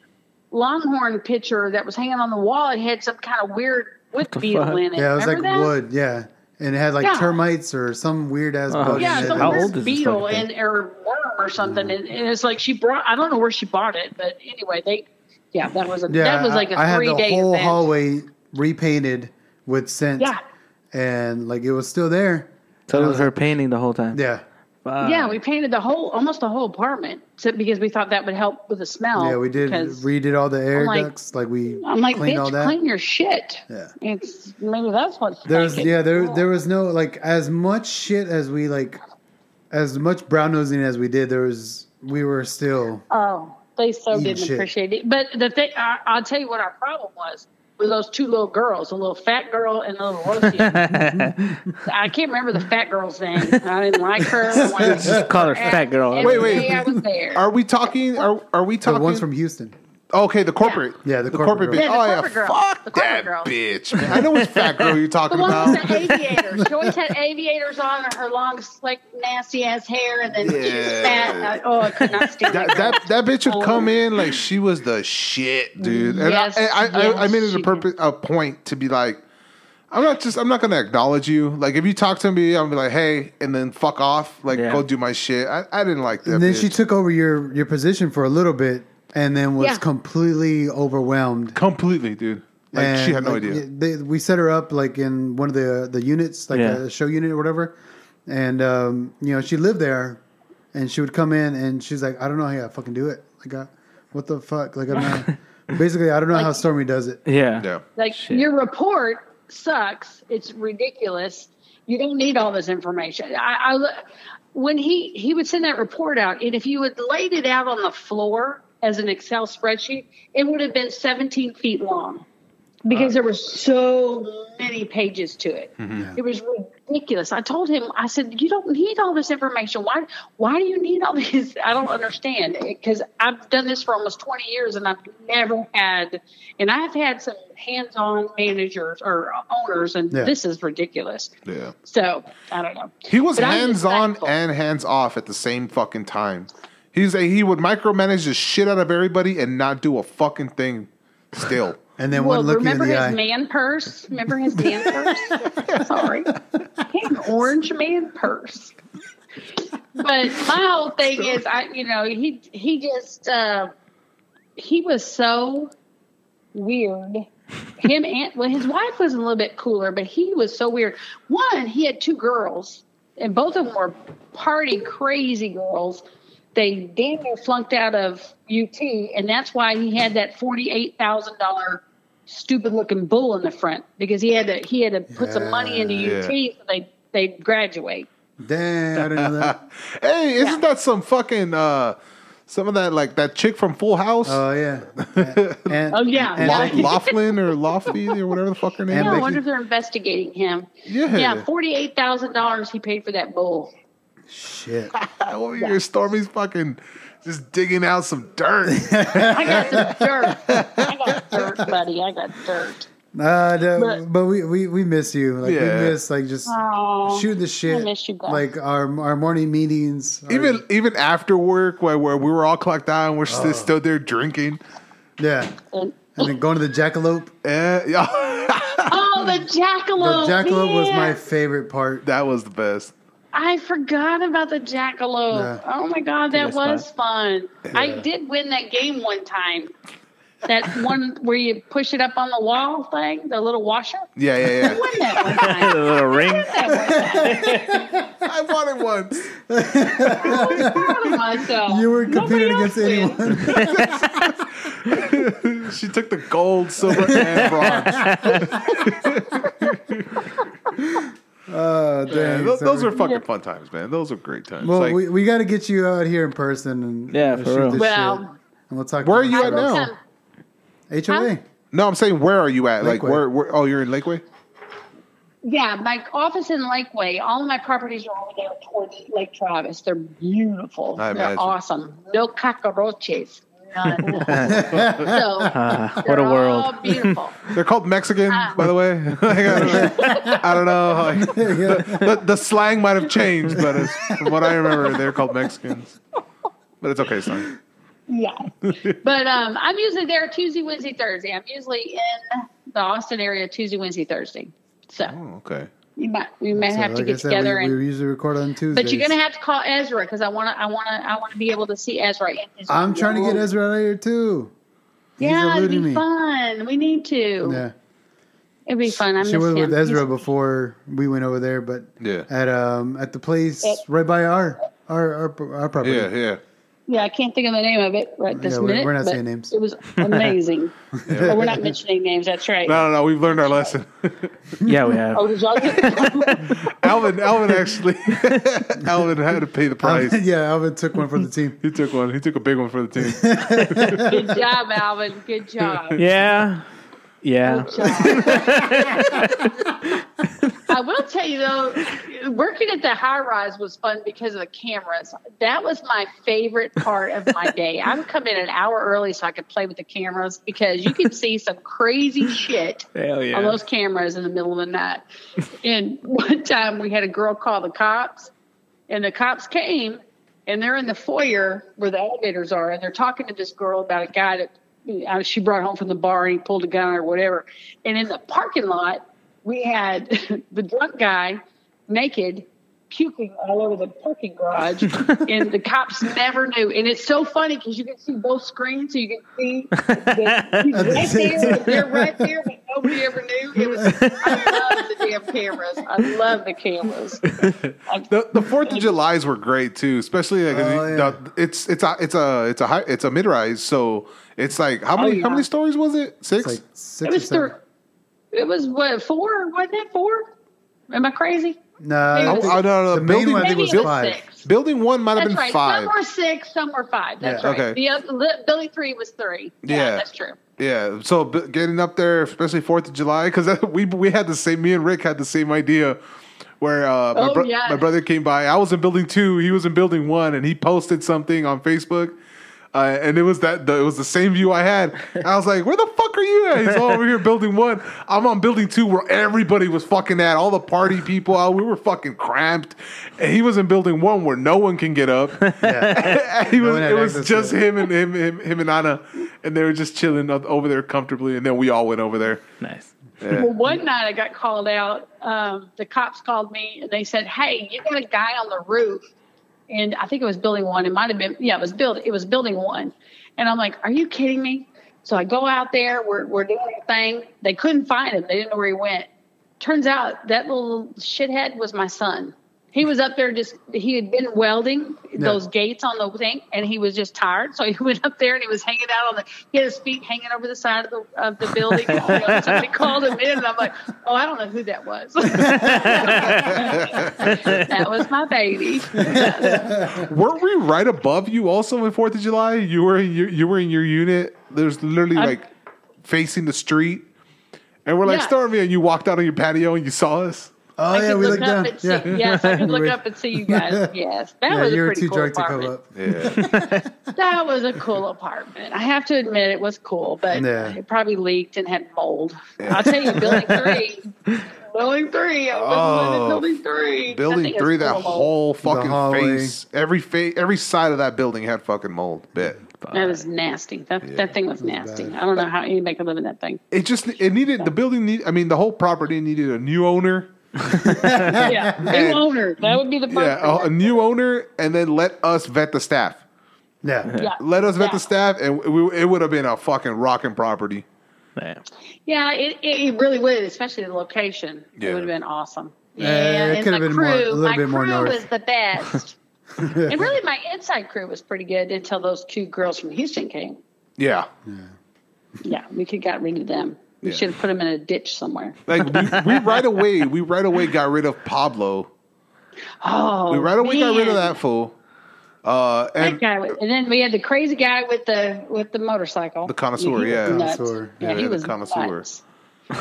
Speaker 8: longhorn picture that was hanging on the wall. It had some kind of weird wood
Speaker 4: the
Speaker 8: beetle
Speaker 4: fuck?
Speaker 8: in it.
Speaker 1: Yeah, it was
Speaker 8: Remember
Speaker 1: like
Speaker 8: that?
Speaker 1: wood. Yeah. And it had like
Speaker 8: Yeah.
Speaker 1: termites or some weird ass
Speaker 4: Uh-huh.
Speaker 1: bug. in
Speaker 8: Yeah,
Speaker 1: it.
Speaker 8: some
Speaker 4: How
Speaker 8: weird
Speaker 4: old is this
Speaker 8: beetle
Speaker 4: fucking
Speaker 8: and or worm or or something,
Speaker 1: Mm.
Speaker 8: and, and it's like she brought. I don't know where she bought it, but anyway, they. Yeah, that was a
Speaker 1: Yeah,
Speaker 8: that was like
Speaker 1: I- I
Speaker 8: a three
Speaker 1: had the
Speaker 8: day
Speaker 1: whole
Speaker 8: event.
Speaker 1: hallway repainted with scent.
Speaker 8: Yeah.
Speaker 1: and like it was still there.
Speaker 4: So it was her painting the whole time.
Speaker 1: Yeah,
Speaker 4: Fuck.
Speaker 8: yeah, we painted the whole almost the whole apartment so, because we thought that would help with the smell.
Speaker 1: yeah, we did
Speaker 8: Oh, because-
Speaker 1: redid all the air
Speaker 8: I'm like-
Speaker 1: ducts. Like we
Speaker 8: I'm like,
Speaker 1: cleaned
Speaker 8: bitch,
Speaker 1: all that.
Speaker 8: clean your shit.
Speaker 1: Yeah.
Speaker 8: It's maybe that's what.
Speaker 1: There's yeah, there
Speaker 8: oh.
Speaker 1: there was no like as much shit as we like, as much brown nosing as we did. There was we were still
Speaker 8: Oh, they so
Speaker 1: Eat
Speaker 8: didn't
Speaker 1: shit.
Speaker 8: appreciate it. But the thing, I, I'll tell you what our problem was with those two little girls, a little fat girl and a little rosy. I can't remember the fat girl's name. I didn't like her. I wanted to-
Speaker 4: Just call her fat girl.
Speaker 8: Every
Speaker 3: Wait, wait.
Speaker 8: day I was there.
Speaker 3: Are we talking? Are are we
Speaker 1: the
Speaker 3: talking?
Speaker 1: ones from Houston.
Speaker 3: okay, the corporate.
Speaker 1: Yeah, the
Speaker 3: the
Speaker 1: corporate
Speaker 3: corporate,
Speaker 1: girl.
Speaker 3: bitch.
Speaker 8: Yeah, the
Speaker 3: oh yeah,
Speaker 8: corporate girl.
Speaker 3: fuck
Speaker 8: The corporate
Speaker 3: that
Speaker 8: girl.
Speaker 3: bitch. Man. I know what fat girl you're
Speaker 8: the
Speaker 3: talking
Speaker 8: one
Speaker 3: about.
Speaker 8: with the aviators. She always had aviators on and her long, slick, nasty ass hair, and then she was
Speaker 3: Yeah.
Speaker 8: fat. and I, oh, I could not stand
Speaker 3: that,
Speaker 8: that. girl.
Speaker 3: that that bitch would
Speaker 8: Oh.
Speaker 3: come in like she was the shit, dude. And
Speaker 8: Yes,
Speaker 3: I, and I,
Speaker 8: yes,
Speaker 3: I, I made it
Speaker 8: she
Speaker 3: a purpose, a point to be like, I'm not just, I'm not gonna acknowledge you. Like if you talk to me, I'm be like, hey, and then fuck off, like
Speaker 4: Yeah.
Speaker 3: go do my shit. I, I didn't like that.
Speaker 1: And then
Speaker 3: bitch.
Speaker 1: she took over your your position for a little bit, and then was
Speaker 8: Yeah.
Speaker 1: completely overwhelmed.
Speaker 3: completely, dude. Like
Speaker 1: and
Speaker 3: she had no
Speaker 1: like,
Speaker 3: idea.
Speaker 1: y- They, we set her up like in one of the the units, like
Speaker 4: Yeah.
Speaker 1: a show unit or whatever. And um, you know, she lived there, and she would come in, and she's like, "I don't know how I fucking do it. Like, I, what the fuck? Like, I'm not. basically, I don't know how Stormy does it.
Speaker 4: Yeah.
Speaker 3: Yeah.
Speaker 8: Like
Speaker 4: Shit.
Speaker 8: your report sucks. It's ridiculous. You don't need all this information. I, I lo- when he he would send that report out, and if you had laid it out on the floor as an Excel spreadsheet, it would have been 17 feet long because there were so many pages to it. It was ridiculous. I told him, I said, "You don't need all this information. Why? Why do you need all these? I don't understand because I've done this for almost 20 years and I've never had, and I've had some hands-on managers or owners, and
Speaker 1: Yeah.
Speaker 8: this is ridiculous.
Speaker 3: Yeah.
Speaker 8: So I don't know.
Speaker 3: He was
Speaker 8: But I
Speaker 3: hands on
Speaker 8: thankful.
Speaker 3: and hands off at the same fucking time. He's a, he would micromanage the shit out of everybody and not do a fucking thing. Still,
Speaker 1: And then
Speaker 8: Well,
Speaker 1: one look you in
Speaker 8: remember
Speaker 1: the
Speaker 8: his
Speaker 1: eye.
Speaker 8: man purse? Remember his man purse? Sorry. He had an orange man purse. But my whole thing is I you know, he he just uh he was so weird. Him and well, his wife was a little bit cooler, but he was so weird. One, he had two girls, and both of them were party crazy girls. They damn near flunked out of UT, and that's why he had that forty-eight thousand dollar stupid looking bull in the front because he had to he had to put some money into
Speaker 3: Yeah.
Speaker 8: UT so they they graduate.
Speaker 1: Damn, I didn't know that.
Speaker 3: hey, isn't
Speaker 8: Yeah.
Speaker 3: that some fucking uh, some of that like that chick from Full House?
Speaker 1: Oh yeah. And,
Speaker 8: Oh, yeah.
Speaker 1: and
Speaker 3: Lo-
Speaker 8: Yeah.
Speaker 1: Becky-
Speaker 3: Laughlin or Lofty or whatever the fuck her name
Speaker 1: And
Speaker 8: Yeah, I
Speaker 1: Becky-
Speaker 3: is.
Speaker 8: wonder if they're investigating him.
Speaker 3: Yeah.
Speaker 8: yeah, forty-eight thousand dollars he paid for that bull.
Speaker 1: shit.
Speaker 3: Over here, Stormy's fucking just digging out some dirt.
Speaker 8: I got some dirt. I got dirt, buddy. I got dirt.
Speaker 1: Uh, no, but,
Speaker 8: But-
Speaker 1: we, we we miss you. Like
Speaker 3: Yeah.
Speaker 1: we miss like just
Speaker 8: Aw.
Speaker 1: shooting the shit.
Speaker 8: miss you guys.
Speaker 1: Like our our morning meetings. our-
Speaker 3: even even after work, where, where we were all clocked out and we're still, still there drinking.
Speaker 1: yeah.
Speaker 8: And-
Speaker 1: And then going to the jackalope.
Speaker 3: Eh, yeah,
Speaker 8: oh, the jackalope.
Speaker 1: The jackalope was
Speaker 8: man.
Speaker 1: my favorite part.
Speaker 3: that was the best.
Speaker 8: I forgot about the jackalope.
Speaker 1: Yeah.
Speaker 8: Oh my god, that
Speaker 4: Good spot.
Speaker 8: was fun. I did win that game one time. That one where you push it up on the wall thing, the little washer.
Speaker 3: Yeah, yeah, yeah.
Speaker 8: Won that one time.
Speaker 4: The little ring.
Speaker 3: I wanted once.
Speaker 8: Proud of myself.
Speaker 1: You were
Speaker 8: Nobody
Speaker 1: competing
Speaker 8: else
Speaker 1: against
Speaker 8: wins.
Speaker 1: anyone.
Speaker 3: She took the gold, silver, and bronze.
Speaker 1: Oh,
Speaker 3: Yeah,
Speaker 1: dang.
Speaker 3: tho-
Speaker 1: so
Speaker 3: those
Speaker 1: we-
Speaker 3: are fucking fun times, man. Those are great times.
Speaker 1: Well,
Speaker 3: Like,
Speaker 1: we, we got to get you out here in person and
Speaker 4: Yeah,
Speaker 1: shoot
Speaker 4: for real.
Speaker 1: the
Speaker 8: Well-
Speaker 1: shit. and we'll talk.
Speaker 3: Where are
Speaker 1: about
Speaker 3: you
Speaker 1: it.
Speaker 3: at
Speaker 8: Well,
Speaker 3: now?
Speaker 8: come-
Speaker 1: HOA.
Speaker 3: no, I'm saying where are you at? Like
Speaker 1: Lakeway.
Speaker 3: where, where? Oh, you're in Lakeway.
Speaker 8: Yeah, my office in Lakeway. All of my properties are over there towards Lake Travis. They're beautiful.
Speaker 3: I
Speaker 8: They're
Speaker 3: imagine.
Speaker 8: awesome. No cockroaches. None. so
Speaker 4: Ah, what a
Speaker 8: they're
Speaker 4: world.
Speaker 8: All beautiful.
Speaker 3: They're called Mexican, by the way. Like, I don't know. I don't know. Like, the, the slang might have changed, but it's, from what I remember, they're called Mexicans. But it's okay, son.
Speaker 8: yeah. But um, I'm usually there Tuesday, Wednesday, Thursday. I'm usually in the Austin area Tuesday, Wednesday, Thursday. So
Speaker 3: Oh, okay.
Speaker 8: You might we might
Speaker 1: So,
Speaker 8: have to
Speaker 1: like I
Speaker 8: get
Speaker 1: said,
Speaker 8: together
Speaker 1: we,
Speaker 8: and.
Speaker 1: we usually record on Tuesdays.
Speaker 8: but you're gonna have to call Ezra because I wanna, I wanna, I wanna be able to see Ezra. in his
Speaker 1: I'm
Speaker 8: real
Speaker 1: trying to get
Speaker 8: role.
Speaker 1: Ezra out of here too. He's
Speaker 8: Yeah, it'd be
Speaker 1: eluding me.
Speaker 8: fun. We need to.
Speaker 1: Yeah,
Speaker 8: It'd be fun. I
Speaker 1: she
Speaker 8: miss
Speaker 1: was
Speaker 8: him.
Speaker 1: with Ezra
Speaker 8: He's-
Speaker 1: before we went over there, but
Speaker 3: Yeah.
Speaker 1: at um at the place
Speaker 8: It-
Speaker 1: right by our our our, our property.
Speaker 3: Yeah, yeah.
Speaker 8: Yeah, I can't think of the name of it right this
Speaker 1: Yeah, we're-
Speaker 8: minute.
Speaker 1: we're not
Speaker 8: but
Speaker 1: saying names.
Speaker 8: It was amazing. But we're not mentioning names. That's right.
Speaker 3: No, no, no. We've learned our lesson.
Speaker 4: Yeah, we have.
Speaker 8: Oh, did y'all get
Speaker 3: Alvin, Alvin actually, Alvin had to pay the price.
Speaker 1: Alvin, yeah, Alvin took one for the team.
Speaker 3: He took one. He took a big one for the team.
Speaker 8: good job, Alvin. Good job.
Speaker 4: Yeah,
Speaker 8: Oh.
Speaker 4: yeah.
Speaker 8: I will tell you though, working at the high rise was fun because of the cameras. That was my favorite part of my day. I would come in an hour early so I could play with the cameras because you could see some crazy shit
Speaker 4: Hell yeah.
Speaker 8: on those cameras in the middle of the night. and one time we had a girl call the cops, and the cops came, and they're in the foyer where the elevators are, and they're talking to this girl about a guy that uh, she brought home from the bar, and he pulled a gun or whatever. And in the parking lot, we had the drunk guy naked puking all over the parking garage and the cops never knew and it's so funny because you can see both screens so you can see that he's right there and they're right there but nobody ever knew it was i love the damn cameras i love the cameras
Speaker 3: The the Fourth of July's were great too, especially like 'cause
Speaker 1: Oh,
Speaker 3: you-
Speaker 1: yeah.
Speaker 3: the- it's it's a it's a it's a high, it's a mid rise, so it's like how many
Speaker 8: Oh, yeah.
Speaker 3: how many stories was it? Six.
Speaker 1: It's like
Speaker 8: it
Speaker 1: six or
Speaker 8: was
Speaker 1: seven.
Speaker 8: three it was what four wasn't it four am i crazy
Speaker 1: No,
Speaker 8: Maybe
Speaker 1: I
Speaker 8: it was
Speaker 1: think
Speaker 3: oh no, no,
Speaker 1: The
Speaker 3: the
Speaker 1: main
Speaker 3: building
Speaker 1: one, I think,
Speaker 8: maybe
Speaker 1: was
Speaker 8: it was
Speaker 1: five.
Speaker 8: six
Speaker 3: building one might have
Speaker 8: that's
Speaker 3: been
Speaker 8: right
Speaker 3: five.
Speaker 8: some were six some were five that's
Speaker 1: Yeah.
Speaker 8: right
Speaker 3: Okay.
Speaker 8: the other, li- billy three was three
Speaker 3: Yeah.
Speaker 8: that's true
Speaker 3: Yeah, so b- getting up there, especially Fourth of July, because we we had the same. Me and Rick had the same idea, where uh, my,
Speaker 8: Oh,
Speaker 3: bro-
Speaker 8: yes.
Speaker 3: my brother came by. I was in building two, he was in building one, and he posted something on Facebook, uh, and it was that the, it was the same view I had. I was like, "Where the fuck are you at?" He's all over here building one. I'm on building two, where everybody was fucking at. All the party people out. We were fucking cramped, and he was in building one, where no one can get up. And he
Speaker 1: No
Speaker 3: was,
Speaker 1: one had
Speaker 3: it was
Speaker 1: access to
Speaker 3: just
Speaker 1: it.
Speaker 3: him and him, him, him and Anna, and they were just chilling up over there comfortably. And then we all went over there.
Speaker 4: Nice.
Speaker 8: Well, one night I got called out. Um, the cops called me and they said, "Hey, you got a guy on the roof." And I think it was building one. It might have been, yeah, it was build. It was building one. And I'm like, "Are you kidding me?" So I go out there. We're we're doing a thing. They couldn't find him. They didn't know where he went. Turns out that little shithead was my son. He was up there just he had been welding those gates on the thing and he was just tired. So he went up there and he was hanging out on the he had his feet hanging over the side of the of the building. You know, somebody called him in and I'm like, Oh, I don't know who that was. that was my baby.
Speaker 3: Weren't we right above you also in Fourth of July? You were in your, you were in your unit. There's literally
Speaker 8: I'm-
Speaker 3: like facing the street, and we're like
Speaker 8: Yeah.
Speaker 3: stormy, and you walked out on your patio and you saw us.
Speaker 1: Oh yeah,
Speaker 8: could
Speaker 1: we looked
Speaker 8: up
Speaker 1: down.
Speaker 8: and see
Speaker 1: Yeah,
Speaker 8: yes, I could look
Speaker 1: We-
Speaker 8: up and see you guys. Yes. That
Speaker 1: yeah,
Speaker 8: was a
Speaker 1: you were
Speaker 8: pretty
Speaker 1: too
Speaker 8: cool
Speaker 1: drunk to
Speaker 8: apartment.
Speaker 1: come up.
Speaker 3: Yeah,
Speaker 8: That was a cool apartment. I have to admit it was cool, but
Speaker 1: Yeah.
Speaker 8: it probably leaked and had mold. I'll tell you, building three, building three, I was living in
Speaker 3: Oh,
Speaker 8: building three,
Speaker 3: building
Speaker 8: Nothing is
Speaker 3: three, that
Speaker 8: cool about-
Speaker 3: whole fucking
Speaker 1: hallway.
Speaker 3: face, every face, every side of that building had fucking mold. Bet.
Speaker 8: That was nasty. That that thing was nasty.
Speaker 1: bad.
Speaker 8: I don't know how anybody could live in that thing.
Speaker 3: It just it needed the building. Need, I mean, the whole property needed a new owner.
Speaker 8: Yeah, new owner. That would be the
Speaker 3: Yeah,
Speaker 8: perfect.
Speaker 3: a, a new owner, and then let us vet the staff.
Speaker 1: Yeah,
Speaker 8: yeah.
Speaker 3: Let us vet
Speaker 8: Yeah.
Speaker 3: the staff, and we, it would have been a fucking rocking property.
Speaker 4: Yeah.
Speaker 8: Yeah, it, it it really would, especially the location.
Speaker 3: Yeah.
Speaker 8: It would have been awesome.
Speaker 1: it
Speaker 8: and
Speaker 1: could have
Speaker 8: my
Speaker 1: been more- a little
Speaker 8: my
Speaker 1: bit more
Speaker 8: crew
Speaker 1: north.
Speaker 8: was the best. and really, my inside crew was pretty good until those two girls from Houston came.
Speaker 3: Yeah,
Speaker 8: Yeah, we could got rid of them. We
Speaker 3: Yeah.
Speaker 8: should have put them in a ditch somewhere.
Speaker 3: like we, we right away, we right away got rid of Pablo.
Speaker 8: Oh,
Speaker 3: We right away got rid of
Speaker 8: man.
Speaker 3: that fool. Uh,
Speaker 8: That
Speaker 3: and
Speaker 8: guy, was- and then we had the crazy guy with the with the motorcycle,
Speaker 3: The connoisseur,
Speaker 8: He was
Speaker 3: yeah.
Speaker 8: nuts.
Speaker 1: Connoisseur.
Speaker 8: yeah,
Speaker 3: Yeah,
Speaker 8: he
Speaker 3: the
Speaker 8: was
Speaker 3: connoisseur.
Speaker 8: Nuts.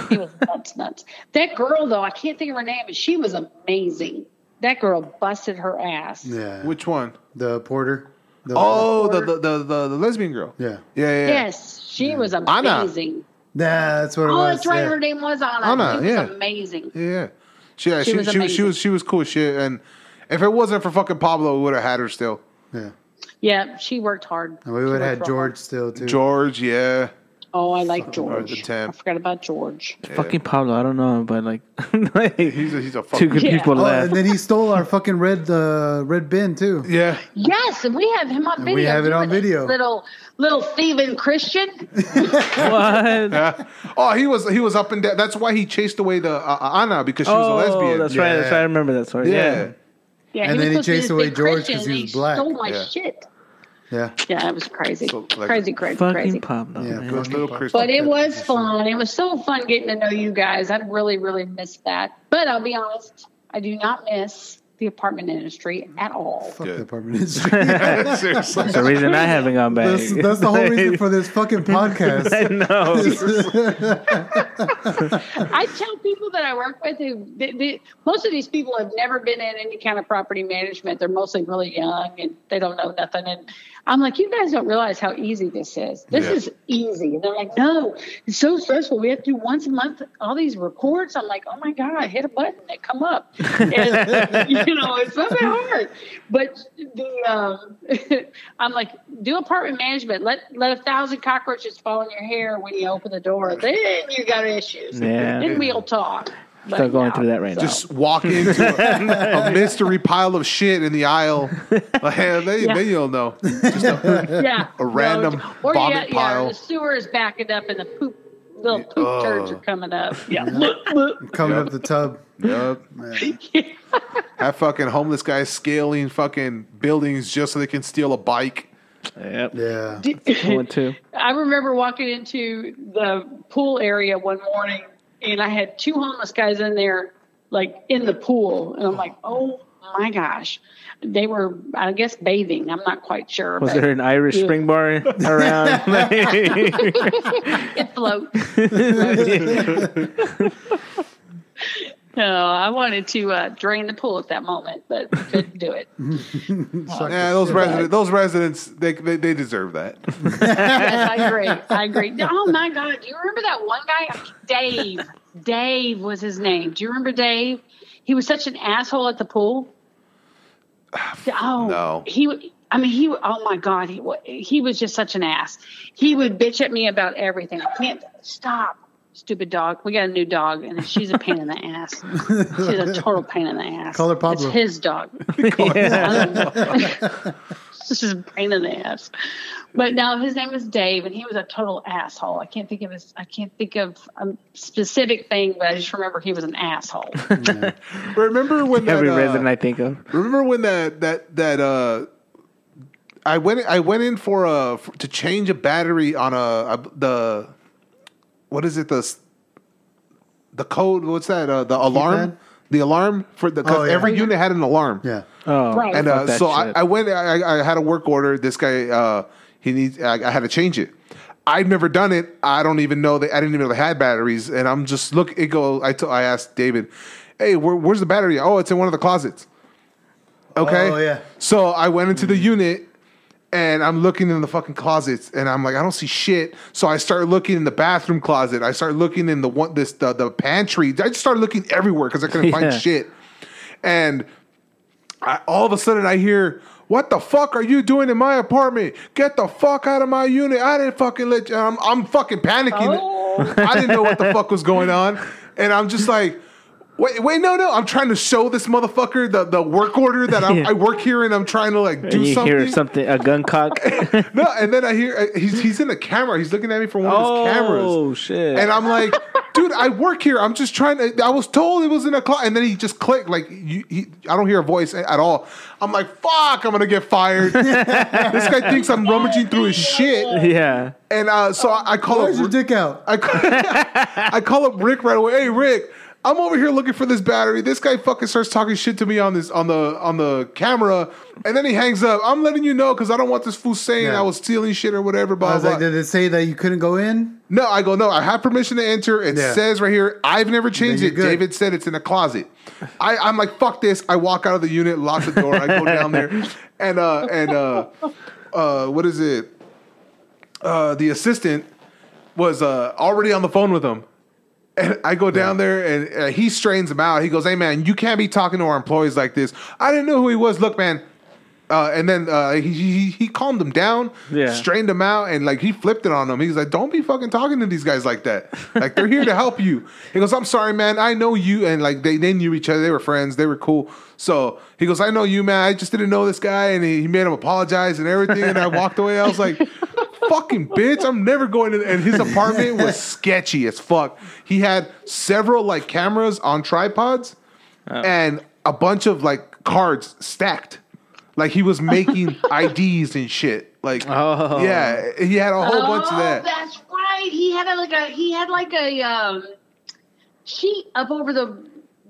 Speaker 8: He was nuts, nuts. That girl though, I can't think of her name, but she was amazing. That girl busted her ass.
Speaker 1: yeah.
Speaker 3: which one?
Speaker 1: the porter? The,
Speaker 3: Oh, the the, the the the lesbian girl.
Speaker 1: yeah.
Speaker 3: yeah, yeah. yeah.
Speaker 8: Yes, she was
Speaker 3: Anna.
Speaker 8: amazing.
Speaker 1: Nah, that's what it
Speaker 8: Oh,
Speaker 1: was.
Speaker 8: that's right.
Speaker 1: yeah.
Speaker 8: Her name was Anna.
Speaker 3: Anna,
Speaker 8: she was
Speaker 3: yeah.
Speaker 8: amazing.
Speaker 3: Yeah, she yeah,
Speaker 8: She
Speaker 3: she she
Speaker 8: was
Speaker 3: was she,
Speaker 8: amazing.
Speaker 3: was she was cool as shit. And if it wasn't for fucking Pablo, we would have had her still.
Speaker 1: Yeah,
Speaker 8: Yeah, she worked hard.
Speaker 1: and we
Speaker 8: She
Speaker 1: would
Speaker 8: worked
Speaker 1: have had
Speaker 8: real
Speaker 1: George still too.
Speaker 3: George, yeah,
Speaker 8: hard. Oh, I like
Speaker 3: Or
Speaker 8: George.
Speaker 3: the
Speaker 8: I
Speaker 3: temp.
Speaker 8: forgot about George.
Speaker 4: Fucking Pablo, I don't know, but like, like,
Speaker 3: He's a, he's a
Speaker 4: two
Speaker 3: fucking.
Speaker 4: good
Speaker 8: Yeah.
Speaker 4: people
Speaker 8: Oh,
Speaker 1: Oh, and
Speaker 4: left.
Speaker 1: then he stole our fucking red uh, red bin too.
Speaker 3: Yeah.
Speaker 8: Yes, and we have him on
Speaker 1: And
Speaker 8: video.
Speaker 1: we have it on
Speaker 8: doing his
Speaker 1: video.
Speaker 8: Little little thieving Christian.
Speaker 4: What?
Speaker 3: Yeah. Oh, he was he was up and down. That's why he chased away the uh, uh, Anna because she was a
Speaker 4: oh,
Speaker 3: lesbian.
Speaker 4: that's right. That's
Speaker 1: Yeah.
Speaker 4: right. I remember that story.
Speaker 3: Yeah.
Speaker 4: Yeah.
Speaker 8: Yeah,
Speaker 1: And
Speaker 8: he
Speaker 1: then he
Speaker 8: was supposed to be
Speaker 1: chased away
Speaker 8: this big
Speaker 1: George
Speaker 8: Christian,
Speaker 1: 'cause
Speaker 8: and
Speaker 1: he was
Speaker 8: Stole
Speaker 1: black.
Speaker 8: my
Speaker 3: Yeah.
Speaker 8: shit.
Speaker 1: Yeah,
Speaker 8: Yeah, it was crazy,
Speaker 3: So, like-
Speaker 8: crazy, crazy,
Speaker 4: Fucking
Speaker 8: crazy.
Speaker 4: Pablo.
Speaker 1: yeah.
Speaker 4: man.
Speaker 1: George
Speaker 3: Little
Speaker 1: Buck.
Speaker 3: Christian.
Speaker 8: But it
Speaker 1: Yeah,
Speaker 8: was
Speaker 1: for sure.
Speaker 8: fun. It was so fun getting to know you guys. I really, really missed that. But I'll be honest, I do not miss the apartment industry at all.
Speaker 1: Fuck
Speaker 3: Good.
Speaker 1: the apartment industry.
Speaker 3: Seriously.
Speaker 4: That's the reason I haven't gone back.
Speaker 1: that's, that's the whole reason for this fucking
Speaker 4: I
Speaker 1: podcast.
Speaker 4: know.
Speaker 8: I tell people that I work with who they, they, most of these people have never been in any kind of property management. They're mostly really young and they don't know nothing. And I'm like, you guys don't realize how easy this is. This
Speaker 3: Yeah.
Speaker 8: is easy. And they're like, no, it's so stressful. We have to do once a month all these reports. I'm like, oh my god, hit a button, they come up. And, you know, it's not that hard. But the um, I'm like, do apartment management. Let let a thousand cockroaches fall in your hair when you open the door. Then you got issues.
Speaker 4: Yeah.
Speaker 8: Then we'll talk. But
Speaker 4: Still going
Speaker 8: no.
Speaker 4: through that right now.
Speaker 3: Just walk into a, a mystery pile of shit in the aisle. Like, hey, then,
Speaker 8: Yeah.
Speaker 3: then you'll know.
Speaker 8: yeah,
Speaker 3: A random
Speaker 8: or you
Speaker 3: vomit
Speaker 8: got- yeah,
Speaker 3: pile.
Speaker 8: the sewer is backing up, and the poop little poop
Speaker 3: Oh.
Speaker 8: turds are coming up. Yeah,
Speaker 1: Coming
Speaker 3: Yep.
Speaker 1: up the tub.
Speaker 3: Yup. Have fucking homeless guys scaling fucking buildings just so they can steal a bike.
Speaker 4: Yep.
Speaker 1: Yeah.
Speaker 4: One, two.
Speaker 8: I remember walking into the pool area one morning, and I had two homeless guys in there, like in the pool, and I'm like, oh my gosh, they were, I guess, bathing. I'm not quite sure.
Speaker 4: Was
Speaker 8: but
Speaker 4: there an Irish
Speaker 8: Yeah.
Speaker 4: spring bar around?
Speaker 8: it float. No, I wanted to uh, drain the pool at that moment, but couldn't do it.
Speaker 1: Suck the
Speaker 3: Yeah, those
Speaker 1: shit.
Speaker 3: residents, those residents, they, they they deserve that.
Speaker 8: Yes, I agree. I agree. Oh my God, do you remember that one guy, Dave? Dave was his name. Do you remember Dave? He was such an asshole at the pool. Oh
Speaker 3: No.
Speaker 8: he. I mean, he. Oh my God, he wa- he was just such an ass. He would bitch at me about everything. I can't stop, stupid dog. We got a new dog, and she's a pain in the ass. She's a total pain in the ass.
Speaker 1: Call her Pablo.
Speaker 8: It's his dog. This is a pain in the ass. But no, his name was Dave, and he was a total asshole. I can't think of his. I can't think of a specific thing, but I just remember he was an asshole.
Speaker 3: Remember when that,
Speaker 4: Every
Speaker 3: uh,
Speaker 4: resident I think of.
Speaker 3: Remember when that that that uh I went I went in for a f- to change a battery on a, a the what is it the s- the code what's that uh, the alarm
Speaker 1: Keypad?
Speaker 3: the alarm for the cause
Speaker 1: Oh, yeah.
Speaker 3: every unit had an alarm
Speaker 1: Yeah.
Speaker 4: Oh,
Speaker 8: Right.
Speaker 3: and
Speaker 4: fuck
Speaker 3: uh,
Speaker 4: that
Speaker 3: so I,
Speaker 4: shit.
Speaker 3: I went I, I- I had a work order this guy uh he needs I, I had to change it I've never done it I don't even know that I didn't even know they had batteries and I'm just look it go I to- I asked David hey where, where's the battery oh it's in one of the closets okay
Speaker 1: Oh, yeah.
Speaker 3: so I went into the unit and I'm looking in the fucking closets and I'm like, I don't see shit. So I start looking in the bathroom closet. I start looking in the one this the, the pantry. I just started looking everywhere because I couldn't
Speaker 4: Yeah.
Speaker 3: find shit. And I, all of a sudden I hear, what the fuck are you doing in my apartment? Get the fuck out of my unit. I didn't fucking let you. I'm, I'm fucking panicking.
Speaker 8: Oh.
Speaker 3: I didn't know what the fuck was going on. And I'm just like, wait, wait, no, no. I'm trying to show this motherfucker the, the work order that I'm,
Speaker 4: Yeah.
Speaker 3: I work here and I'm trying to like do
Speaker 4: and you
Speaker 3: something.
Speaker 4: hear something, a gun cock.
Speaker 3: No, and then I hear uh, he's he's in the camera. He's looking at me from one of his cameras,
Speaker 4: Oh shit!
Speaker 3: and I'm like, dude, I work here. I'm just trying to. I was told it was in a clock, and then he just clicked. Like, you, he, I don't hear a voice a- at all. I'm like, fuck, I'm gonna get fired. this guy thinks I'm rummaging through his shit,
Speaker 4: yeah,
Speaker 3: and uh, so I, I call
Speaker 1: Where's your
Speaker 3: up.
Speaker 1: dick out?
Speaker 3: I call, I call up Rick right away. Hey, Rick. I'm over here looking for this battery. This guy fucking starts talking shit to me on this on the on the camera, and then he hangs up. I'm letting you know because I don't want this fool saying
Speaker 1: Yeah.
Speaker 3: I was stealing shit or whatever. Blah,
Speaker 1: I was
Speaker 3: blah.
Speaker 1: like, did it say that you couldn't go in?
Speaker 3: No, I go, no, I have permission to enter. It
Speaker 1: Yeah.
Speaker 3: says right here, I've never changed
Speaker 1: you're
Speaker 3: it.
Speaker 1: good.
Speaker 3: David said it's in a closet. I, I'm like, fuck this. I walk out of the unit, lock the door, I go down there. And uh and uh uh what is it? Uh the assistant was uh already on the phone with him. And I go down there and uh, he strains him out. He goes, Hey man, you can't be talking to our employees like this. I didn't know who he was. Look, man, Uh, and then uh, he, he he calmed him down,
Speaker 4: Yeah.
Speaker 3: strained him out, and like he flipped it on him. He's like, "Don't be fucking talking to these guys like that. Like they're here to help you." He goes, "I'm sorry, man. I know you." And like they, they knew each other. They were friends. They were cool. So he goes, "I know you, man. I just didn't know this guy." And he, he made him apologize and everything. And I walked away. I was like, "Fucking bitch! I'm never going to." And his apartment was sketchy as fuck. He had several like cameras on tripods and a bunch of like cards stacked. Like he was making IDs and shit. Like
Speaker 4: Oh.
Speaker 3: yeah, he had a whole bunch of that.
Speaker 8: Oh, That's right. He had a, like a he had like a um, sheet up over the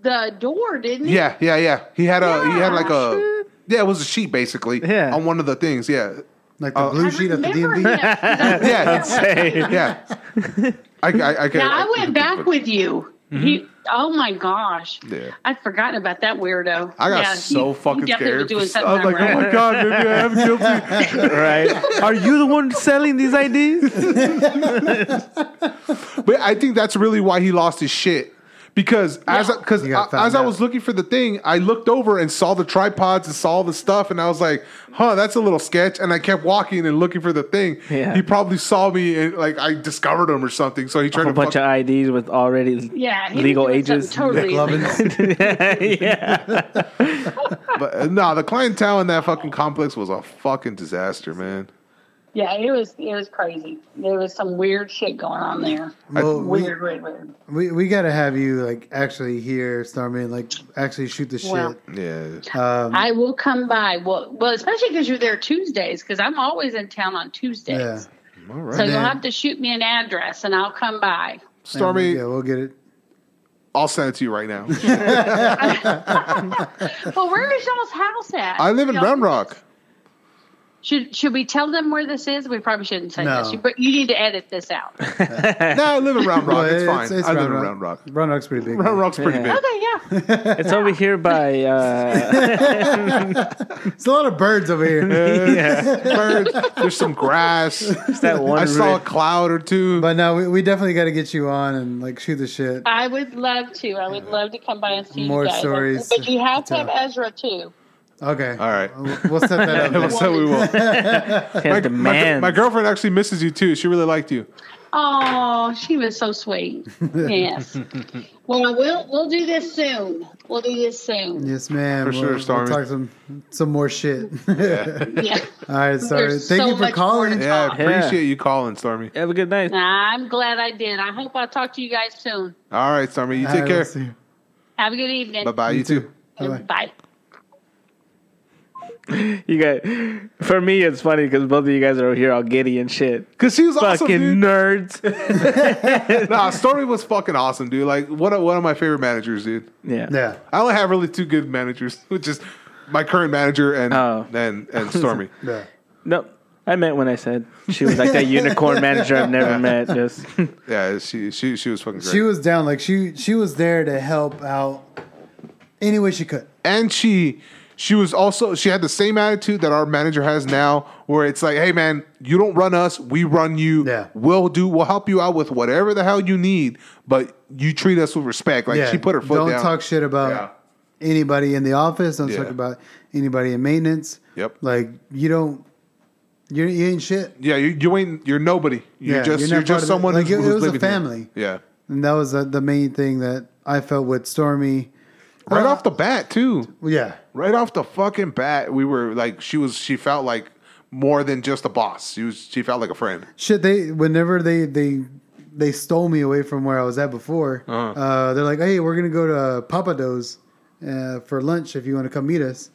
Speaker 8: the door, didn't he?
Speaker 3: Yeah, yeah, yeah. He had a he had like
Speaker 8: Yeah.
Speaker 3: a yeah, it was a sheet basically.
Speaker 4: Yeah.
Speaker 3: on one of the things. Yeah,
Speaker 1: Like the
Speaker 3: Oh.
Speaker 1: blue
Speaker 8: I
Speaker 1: sheet at the
Speaker 8: remember
Speaker 1: DMV.
Speaker 8: him. 'Cause I was
Speaker 3: Yeah,
Speaker 8: like,
Speaker 3: that's- yeah. I I, I, can-
Speaker 8: Now
Speaker 3: I,
Speaker 8: I went back with you. He, oh my gosh,
Speaker 3: Yeah.
Speaker 8: I'd forgotten about that weirdo.
Speaker 3: I got
Speaker 8: Yeah, he-
Speaker 3: so
Speaker 8: he
Speaker 3: fucking
Speaker 8: definitely
Speaker 3: scared.
Speaker 8: Was doing
Speaker 3: I was
Speaker 8: something
Speaker 3: like, oh
Speaker 8: wrong.
Speaker 3: my god, maybe I am guilty.
Speaker 4: right? Are you the one selling these IDs?
Speaker 3: But I think that's really why he lost his shit. Because as I, cause
Speaker 1: He got
Speaker 3: I- as
Speaker 1: found
Speaker 3: I
Speaker 1: out.
Speaker 3: was looking for the thing, I looked over and saw the tripods and saw all the stuff, and I was like, "Huh, that's a little sketch." And I kept walking and looking for the thing.
Speaker 4: Yeah.
Speaker 3: He probably saw me and like I discovered him or something. So he tried
Speaker 4: A
Speaker 3: to
Speaker 4: bunch
Speaker 3: fuck-
Speaker 4: of IDs with already
Speaker 8: yeah, he was
Speaker 4: legal
Speaker 8: doing something
Speaker 4: ages.
Speaker 8: Totally. illegal.
Speaker 1: Lovins.
Speaker 4: yeah.
Speaker 3: but uh, nah, the clientele in that fucking complex was a fucking disaster, man.
Speaker 8: Yeah, it was it was crazy. There was some weird shit going on there.
Speaker 1: Well, we,
Speaker 8: Weird, weird, weird.
Speaker 1: we we gotta have you like actually here, Starman. Like actually shoot the shit.
Speaker 8: Well.
Speaker 3: Yeah.
Speaker 1: Um,
Speaker 8: I will come by. Well, well, especially because you're there Tuesdays. Because I'm always in town on Tuesdays.
Speaker 1: yeah,
Speaker 3: All right.
Speaker 8: So you'll
Speaker 1: Yeah.
Speaker 8: have to shoot me an address, and I'll come by.
Speaker 3: Stormy,
Speaker 1: Yeah, we'll get it.
Speaker 3: I'll send it to you right now.
Speaker 8: Well, where is y'all's house at?
Speaker 3: I live in
Speaker 8: Y'all-
Speaker 3: Round Rock.
Speaker 8: Should should we tell them where this is? We probably shouldn't say
Speaker 1: No.
Speaker 8: this, You- but you need to edit this out.
Speaker 3: no, I live in Round
Speaker 1: Well,
Speaker 3: Rock. It's fine. I
Speaker 1: Round
Speaker 3: live in
Speaker 1: Rock.
Speaker 3: Round Rock.
Speaker 1: Round Rock's pretty big.
Speaker 3: Round Rock's pretty
Speaker 4: Yeah.
Speaker 3: big.
Speaker 8: Okay, yeah.
Speaker 4: It's over here by uh
Speaker 1: It's a lot of birds over here.
Speaker 4: yeah.
Speaker 3: Birds. There's some grass.
Speaker 4: It's that one
Speaker 3: I saw a
Speaker 4: ri-
Speaker 3: cloud or two.
Speaker 1: but no, we, we definitely got to get you on and like shoot the shit.
Speaker 8: I would love to. I would love to come by and see
Speaker 1: More
Speaker 8: you guys.
Speaker 1: stories
Speaker 8: But you have to
Speaker 1: to
Speaker 8: have Ezra too.
Speaker 1: Okay.
Speaker 3: All right.
Speaker 1: We'll we'll set that up.
Speaker 3: We'll
Speaker 1: next.
Speaker 3: say we will.
Speaker 4: has
Speaker 3: My, my,
Speaker 4: demands.
Speaker 3: my girlfriend actually misses you too. She really liked you.
Speaker 8: Oh, she was so sweet. yes. Well, we'll we'll do this soon. We'll do this soon.
Speaker 1: Yes, ma'am.
Speaker 3: For sure,
Speaker 1: we'll,
Speaker 3: Stormy.
Speaker 1: We'll talk some some more shit.
Speaker 8: Yeah.
Speaker 1: All right, sorry.
Speaker 8: There's
Speaker 1: Thank
Speaker 8: so
Speaker 1: you for
Speaker 8: much more
Speaker 1: calling.
Speaker 8: to
Speaker 3: Yeah, I
Speaker 8: talk.
Speaker 3: appreciate you calling, Stormy.
Speaker 4: Have a good night.
Speaker 8: I'm glad I did. I hope I'll talk to you guys soon.
Speaker 3: All right, Stormy. You
Speaker 1: All
Speaker 3: take
Speaker 1: right,
Speaker 3: care.
Speaker 1: we'll see you.
Speaker 8: Have a good evening.
Speaker 3: Bye bye. You, too.
Speaker 1: Bye-bye.
Speaker 8: Bye.
Speaker 4: You guys, for me, it's funny because both of you guys are over here all giddy and shit.
Speaker 3: Cause she was awesome,
Speaker 4: Fucking
Speaker 3: dude.
Speaker 4: nerds.
Speaker 3: Nah, Stormy was fucking awesome, dude. Like one of one of my favorite managers, dude.
Speaker 4: Yeah.
Speaker 1: Yeah.
Speaker 3: I only have really two good managers, which is my current manager and
Speaker 4: Oh.
Speaker 3: and and Stormy.
Speaker 1: Yeah.
Speaker 4: No, I meant when I said she was like that unicorn manager I've never met. Just
Speaker 3: yeah, she she she was fucking great.
Speaker 1: She was down. Like she she was there to help out any way she could.
Speaker 3: and she she was also she had the same attitude that our manager has now where it's like hey man you don't run us we run you
Speaker 1: Yeah.
Speaker 3: we'll do we'll help you out with whatever the hell you need but you treat us with respect like
Speaker 1: yeah.
Speaker 3: she put her foot
Speaker 1: Don't
Speaker 3: down
Speaker 1: talk shit about
Speaker 3: Yeah.
Speaker 1: anybody in the office. Don't
Speaker 3: Yeah.
Speaker 1: talk about anybody in maintenance.
Speaker 3: Yep.
Speaker 1: Like you don't. You you ain't shit.
Speaker 3: yeah you, you ain't you're nobody you're
Speaker 1: Yeah,
Speaker 3: just
Speaker 1: you're
Speaker 3: you're,
Speaker 1: not part
Speaker 3: just
Speaker 1: of it.
Speaker 3: someone
Speaker 1: Like,
Speaker 3: who's,
Speaker 1: it- it
Speaker 3: who's
Speaker 1: was a
Speaker 3: living here.
Speaker 1: family.
Speaker 3: yeah
Speaker 1: And that was the, the main thing that I felt with Stormy.
Speaker 3: right
Speaker 1: Uh,
Speaker 3: off the bat too
Speaker 1: Yeah.
Speaker 3: right off the fucking bat we were like she was she felt like more than just a boss she was she felt like a friend
Speaker 1: shit they whenever they they they stole me away from where I was at before uh they're like hey we're gonna go to Papa Do's uh, for lunch if you want to come meet us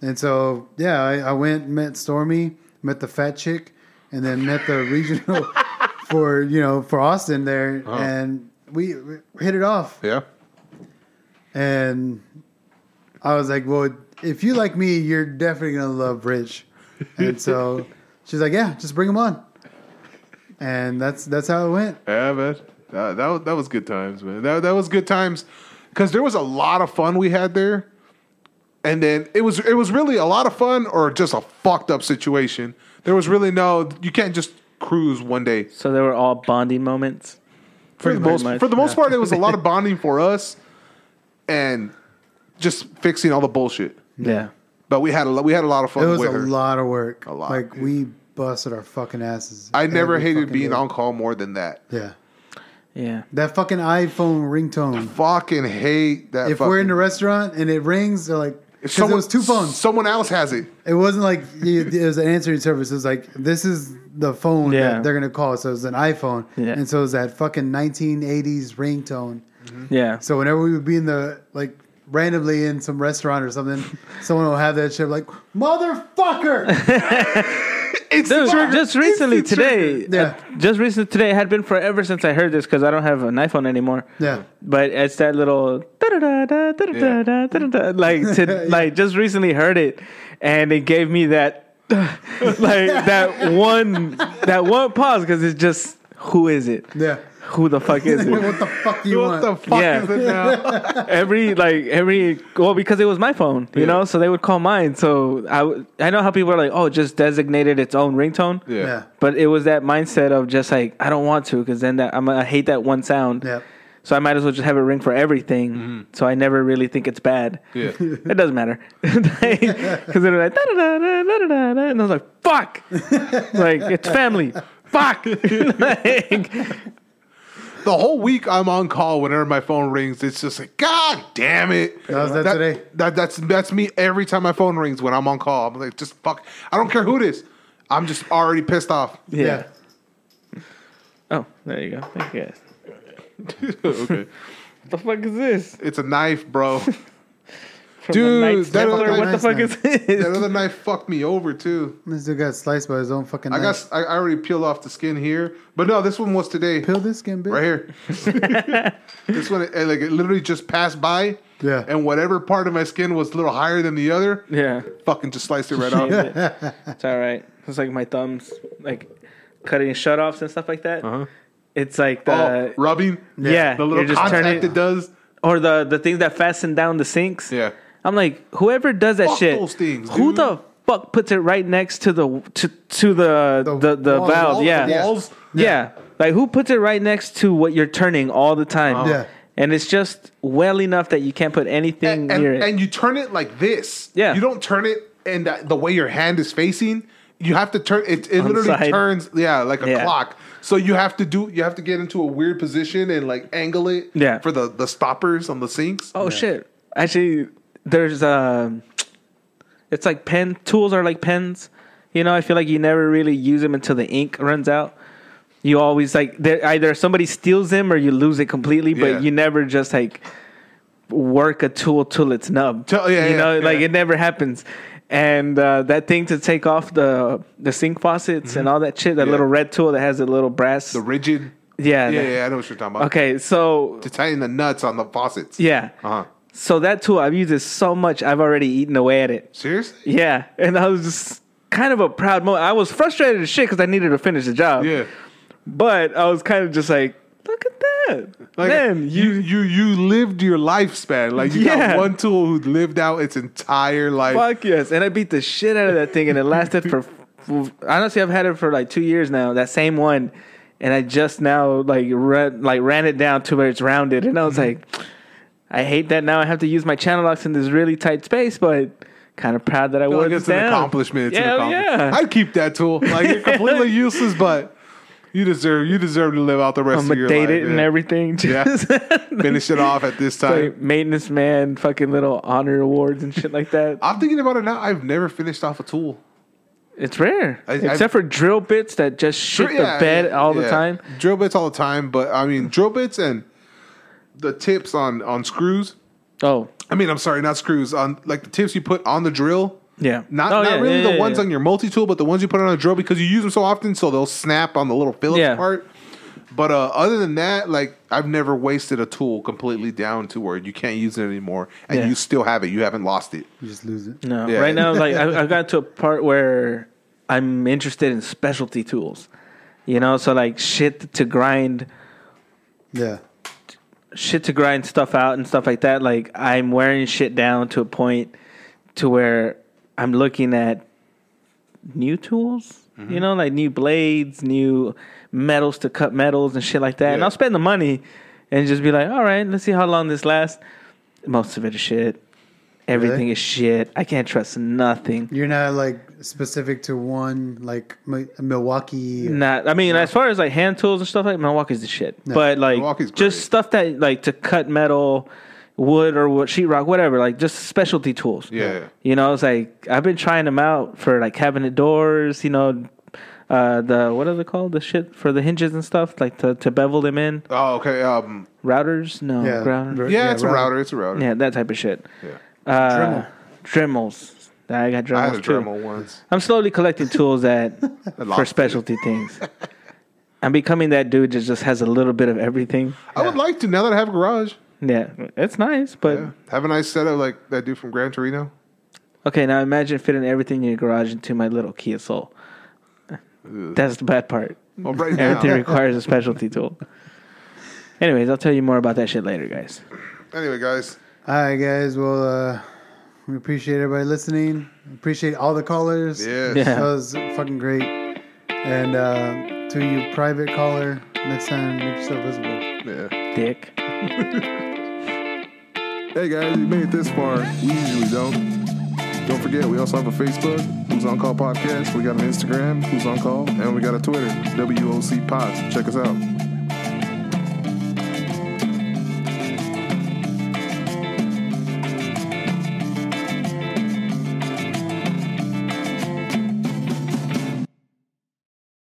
Speaker 1: and so yeah I, I went met Stormy met the fat chick and then met the regional for you know for Austin there and we, we hit it off
Speaker 3: yeah
Speaker 1: and I was like well if you like me you're definitely gonna love Rich and so she's like yeah just bring him on and that's that's how it went
Speaker 3: Yeah, man. That, that, was- that was good times, man. That, that was good times because there was a lot of fun we had there. And then it was it was really a lot of fun or just a fucked up situation. There was really no you can't just cruise one day.
Speaker 4: so they were all bonding moments.
Speaker 3: For the
Speaker 4: Pretty
Speaker 3: most
Speaker 4: much,
Speaker 3: for the most part, it was a lot of bonding for us and just fixing all the bullshit.
Speaker 4: Yeah.
Speaker 3: But we had a lo- we had a lot of fun.
Speaker 1: It was
Speaker 3: with
Speaker 1: a
Speaker 3: her.
Speaker 1: lot of work.
Speaker 3: A lot,
Speaker 1: Like
Speaker 3: dude.
Speaker 1: we busted our fucking asses.
Speaker 3: I never
Speaker 1: every
Speaker 3: hated
Speaker 1: fucking
Speaker 3: being
Speaker 1: day.
Speaker 3: on call more than that.
Speaker 1: Yeah,
Speaker 4: Yeah.
Speaker 1: that fucking iPhone ringtone.
Speaker 3: Fucking hate that.
Speaker 1: If we're in
Speaker 3: fucking-
Speaker 1: the restaurant and it rings, they're like,
Speaker 3: If
Speaker 1: because it was two phones.
Speaker 3: Someone else has it.
Speaker 1: It wasn't like you- it was an answering service. It was like this is the phone
Speaker 4: Yeah.
Speaker 1: that they're gonna call. So it was an iPhone,
Speaker 4: Yeah.
Speaker 1: and so it was that fucking 1980s ringtone.
Speaker 4: Yeah.
Speaker 1: So whenever we would be in the like randomly in some restaurant or something, someone will have that shit like motherfucker.
Speaker 3: It's
Speaker 4: Dude, just recently
Speaker 3: It's the
Speaker 4: today,
Speaker 1: Yeah.
Speaker 4: uh, just recently today, it had been forever since I heard this because I don't have an iPhone anymore.
Speaker 1: yeah,
Speaker 4: But it's that little da-da-da-da, da-da-da-da, da-da-da, like to, like just recently heard it, and it gave me that like that one that one pause because it's just who is it?
Speaker 1: yeah.
Speaker 4: Who the fuck is it?
Speaker 1: what the fuck do you
Speaker 3: What
Speaker 1: want?
Speaker 3: the fuck
Speaker 4: Yeah.
Speaker 3: is it now?
Speaker 4: every like every well because it was my phone you
Speaker 3: Yeah.
Speaker 4: know so they would call mine so i w- I know how people are like oh just designated its own ringtone
Speaker 3: Yeah.
Speaker 1: yeah,
Speaker 4: but it was that mindset of just like i don't want to because then that I'm, i hate that one sound
Speaker 1: yeah.
Speaker 4: so i might as well just have it ring for everything so i never really think it's bad
Speaker 3: Yeah.
Speaker 4: it doesn't matter because they're like da da da da da da da and i was like fuck like it's family fuck like,
Speaker 3: The whole week I'm on call. Whenever my phone rings, it's just like, God damn it.
Speaker 1: That was that today.
Speaker 3: That, that's that's me every time my phone rings when I'm on call. I'm like, just fuck. I don't care who it is. I'm just already pissed off.
Speaker 4: yeah.
Speaker 1: Yeah.
Speaker 4: oh there you go thank you guys
Speaker 3: okay.
Speaker 4: the fuck is this
Speaker 3: It's a knife, bro.
Speaker 4: from
Speaker 3: Dude,
Speaker 4: the Night
Speaker 3: that
Speaker 4: Sniper.
Speaker 3: other
Speaker 4: what the
Speaker 1: nice
Speaker 4: fuck
Speaker 1: night.
Speaker 4: is this?
Speaker 3: that other knife fucked me over too.
Speaker 1: This dude got sliced by his own fucking.
Speaker 3: I
Speaker 1: knife.
Speaker 3: guess I, I already peeled off the skin here, but no, this one was today.
Speaker 1: peel this skin, bitch.
Speaker 3: right here. this one, it, like, it literally just passed by.
Speaker 1: Yeah.
Speaker 3: And whatever part of my skin was a little higher than the other,
Speaker 4: yeah,
Speaker 3: fucking just sliced it right out.
Speaker 4: it's all right. It's like my thumbs, like cutting shut offs and stuff like that. It's like
Speaker 3: Uh-huh. Oh,
Speaker 4: the
Speaker 3: rubbing.
Speaker 4: yeah,
Speaker 3: The
Speaker 4: you're
Speaker 3: little
Speaker 4: just
Speaker 3: contact
Speaker 4: turning
Speaker 3: it does.
Speaker 4: or the the things that fasten down the sinks.
Speaker 3: Yeah.
Speaker 4: I'm like, whoever does that
Speaker 3: Fuck
Speaker 4: shit,
Speaker 3: those things,
Speaker 4: who
Speaker 3: dude.
Speaker 4: the fuck puts it right next to the to to the
Speaker 1: The
Speaker 4: the, the,
Speaker 1: wall-
Speaker 4: valve?
Speaker 1: wall-
Speaker 4: yeah.
Speaker 1: the
Speaker 4: yeah,
Speaker 1: walls?
Speaker 4: Like who puts it right next to what you're turning all the time?
Speaker 3: Uh-huh.
Speaker 1: Yeah.
Speaker 4: And it's just well enough that you can't put anything
Speaker 3: And, and,
Speaker 4: near it.
Speaker 3: and you turn it like this.
Speaker 4: Yeah.
Speaker 3: You don't turn it and the, the way your hand is facing. You have to turn it. It
Speaker 4: On
Speaker 3: literally
Speaker 4: side.
Speaker 3: turns, yeah, like a
Speaker 4: Yeah.
Speaker 3: clock. So you have to do. You have to get into a weird position and like angle it.
Speaker 4: Yeah.
Speaker 3: For the the stoppers on the sinks.
Speaker 4: Oh shit! Actually, there's um, it's like pen tools are like pens. You know, I feel like you never really use them until the ink runs out. You always like they're- either somebody steals them or you lose it completely, but
Speaker 3: Yeah.
Speaker 4: you never just like work a tool till it's numb.
Speaker 3: Till- yeah,
Speaker 4: you
Speaker 3: yeah,
Speaker 4: know, like
Speaker 3: yeah.
Speaker 4: it never happens. And uh, that thing to take off the the sink faucets and all that shit, that
Speaker 3: Mm-hmm. Yeah.
Speaker 4: little red tool that has a little brass.
Speaker 3: The rigid.
Speaker 4: yeah,
Speaker 3: Yeah,
Speaker 4: that-
Speaker 3: yeah, I know what you're talking about.
Speaker 4: Okay, so
Speaker 3: To tighten the nuts on the faucets.
Speaker 4: yeah.
Speaker 3: Uh huh.
Speaker 4: So that tool, I've used it so much, I've already eaten away at it.
Speaker 3: Seriously?
Speaker 4: Yeah, and I was just kind of a proud moment. I was frustrated as shit because I needed to finish the job.
Speaker 3: Yeah.
Speaker 4: but I was kind of just like, look at that,
Speaker 3: Like
Speaker 4: man. You,
Speaker 3: you, you you lived your lifespan. Like you
Speaker 4: Yeah.
Speaker 3: got one tool who lived out its entire life.
Speaker 4: fuck yes, and I beat the shit out of that thing, and it lasted for. Honestly, I've had it for like two years now. That same one, and I just now like ran, like ran it down to where it's rounded, and I was like, I hate that now. I have to use my channel locks in this really tight space, but kind of proud that I,
Speaker 3: I feel
Speaker 4: wore
Speaker 3: like
Speaker 4: this
Speaker 3: it's an
Speaker 4: down.
Speaker 3: accomplishment. It's an
Speaker 4: Hell
Speaker 3: accomplishment.
Speaker 4: yeah.
Speaker 3: I'd keep that tool. Like it's completely useless, but you deserve you deserve to live out the rest
Speaker 4: I'm
Speaker 3: of your
Speaker 4: gonna date
Speaker 3: life.
Speaker 4: it and
Speaker 3: yeah.
Speaker 4: everything.
Speaker 3: Yeah.
Speaker 4: Just
Speaker 3: Finish it off at this time.
Speaker 4: like maintenance man, fucking little honor awards and shit like that.
Speaker 3: I'm thinking about it now. I've never finished off a tool.
Speaker 4: It's rare,
Speaker 3: I-
Speaker 4: except
Speaker 3: I've-
Speaker 4: for drill bits that just shit
Speaker 3: Yeah,
Speaker 4: the bed all the
Speaker 3: yeah.
Speaker 4: time.
Speaker 3: Drill bits all the time, but I mean drill bits and the tips on on screws.
Speaker 4: Oh
Speaker 3: I mean, I'm sorry, not screws on like the tips you put on the drill.
Speaker 4: yeah,
Speaker 3: Not,
Speaker 4: Oh,
Speaker 3: not
Speaker 4: yeah,
Speaker 3: really
Speaker 4: yeah,
Speaker 3: the
Speaker 4: yeah,
Speaker 3: ones
Speaker 4: yeah.
Speaker 3: on your multi tool, but the ones you put on a drill because you use them so often, so they'll snap on the little Phillips
Speaker 4: Yeah.
Speaker 3: part. But uh, other than that, like I've never wasted a tool completely down to where you can't use it anymore, and
Speaker 4: Yeah.
Speaker 3: you still have it. You haven't lost it.
Speaker 1: You just lose it.
Speaker 4: No,
Speaker 3: Yeah.
Speaker 4: right now, like I, I've gotten to a part where I'm interested in specialty tools. You know, so like shit to grind,
Speaker 1: Yeah.
Speaker 4: shit to grind stuff out and stuff like that. Like I'm wearing shit down to a point to where I'm looking at new tools, you know, like new blades, new metals to cut metals and shit like that. And
Speaker 3: Yeah.
Speaker 4: I'll spend the money and just be like, all right, let's see how long this lasts. Most of it is shit. Everything is shit. I can't trust nothing.
Speaker 1: You're not like specific to one, like Mi- Milwaukee.
Speaker 4: Not. I mean, as far as like hand tools and stuff like Milwaukee's the shit. But like
Speaker 3: Milwaukee's great.
Speaker 4: just stuff that like to cut metal, wood or what sheetrock, whatever. Like just specialty tools.
Speaker 3: Yeah.
Speaker 4: You know, it's like I've been trying them out for like cabinet doors. You know, uh, the what are they called? The shit for the hinges and stuff, like to to bevel them in
Speaker 3: Oh, okay. Um,
Speaker 4: routers. No,
Speaker 1: Yeah.
Speaker 4: ground.
Speaker 1: Ru-
Speaker 3: yeah, it's a
Speaker 1: router.
Speaker 3: router. It's a router.
Speaker 4: Yeah, that type of shit.
Speaker 3: Yeah.
Speaker 4: Uh, Dremels. I got Dremels
Speaker 3: I had a
Speaker 4: too.
Speaker 3: Dremel once.
Speaker 4: I'm slowly collecting tools that
Speaker 3: lost
Speaker 4: for
Speaker 3: it.
Speaker 4: specialty things. I'm becoming that dude that just has a little bit of everything.
Speaker 3: I would like to now that I have a garage.
Speaker 4: Yeah, it's nice, but
Speaker 3: Yeah. Have a nice setup like that dude from Gran Torino.
Speaker 4: okay. Now imagine fitting everything in your garage into my little Kia Soul. That's the bad part.
Speaker 3: Well, right now.
Speaker 4: Everything requires a specialty tool. Anyways, I'll tell you more about that shit later, guys.
Speaker 3: Anyway, guys.
Speaker 1: All right, guys. Well, uh, we appreciate everybody listening. Appreciate all the callers.
Speaker 3: Yes.
Speaker 4: Yeah.
Speaker 1: That was fucking great. And uh, to you, private caller, next time make yourself visible.
Speaker 3: yeah.
Speaker 4: Dick.
Speaker 3: Hey guys, you made it this far. We usually don't. Don't forget, we also have a Facebook, Who's On Call Podcast. We got an Instagram, Who's On Call, and we got a Twitter, WOC Pods. Check us out.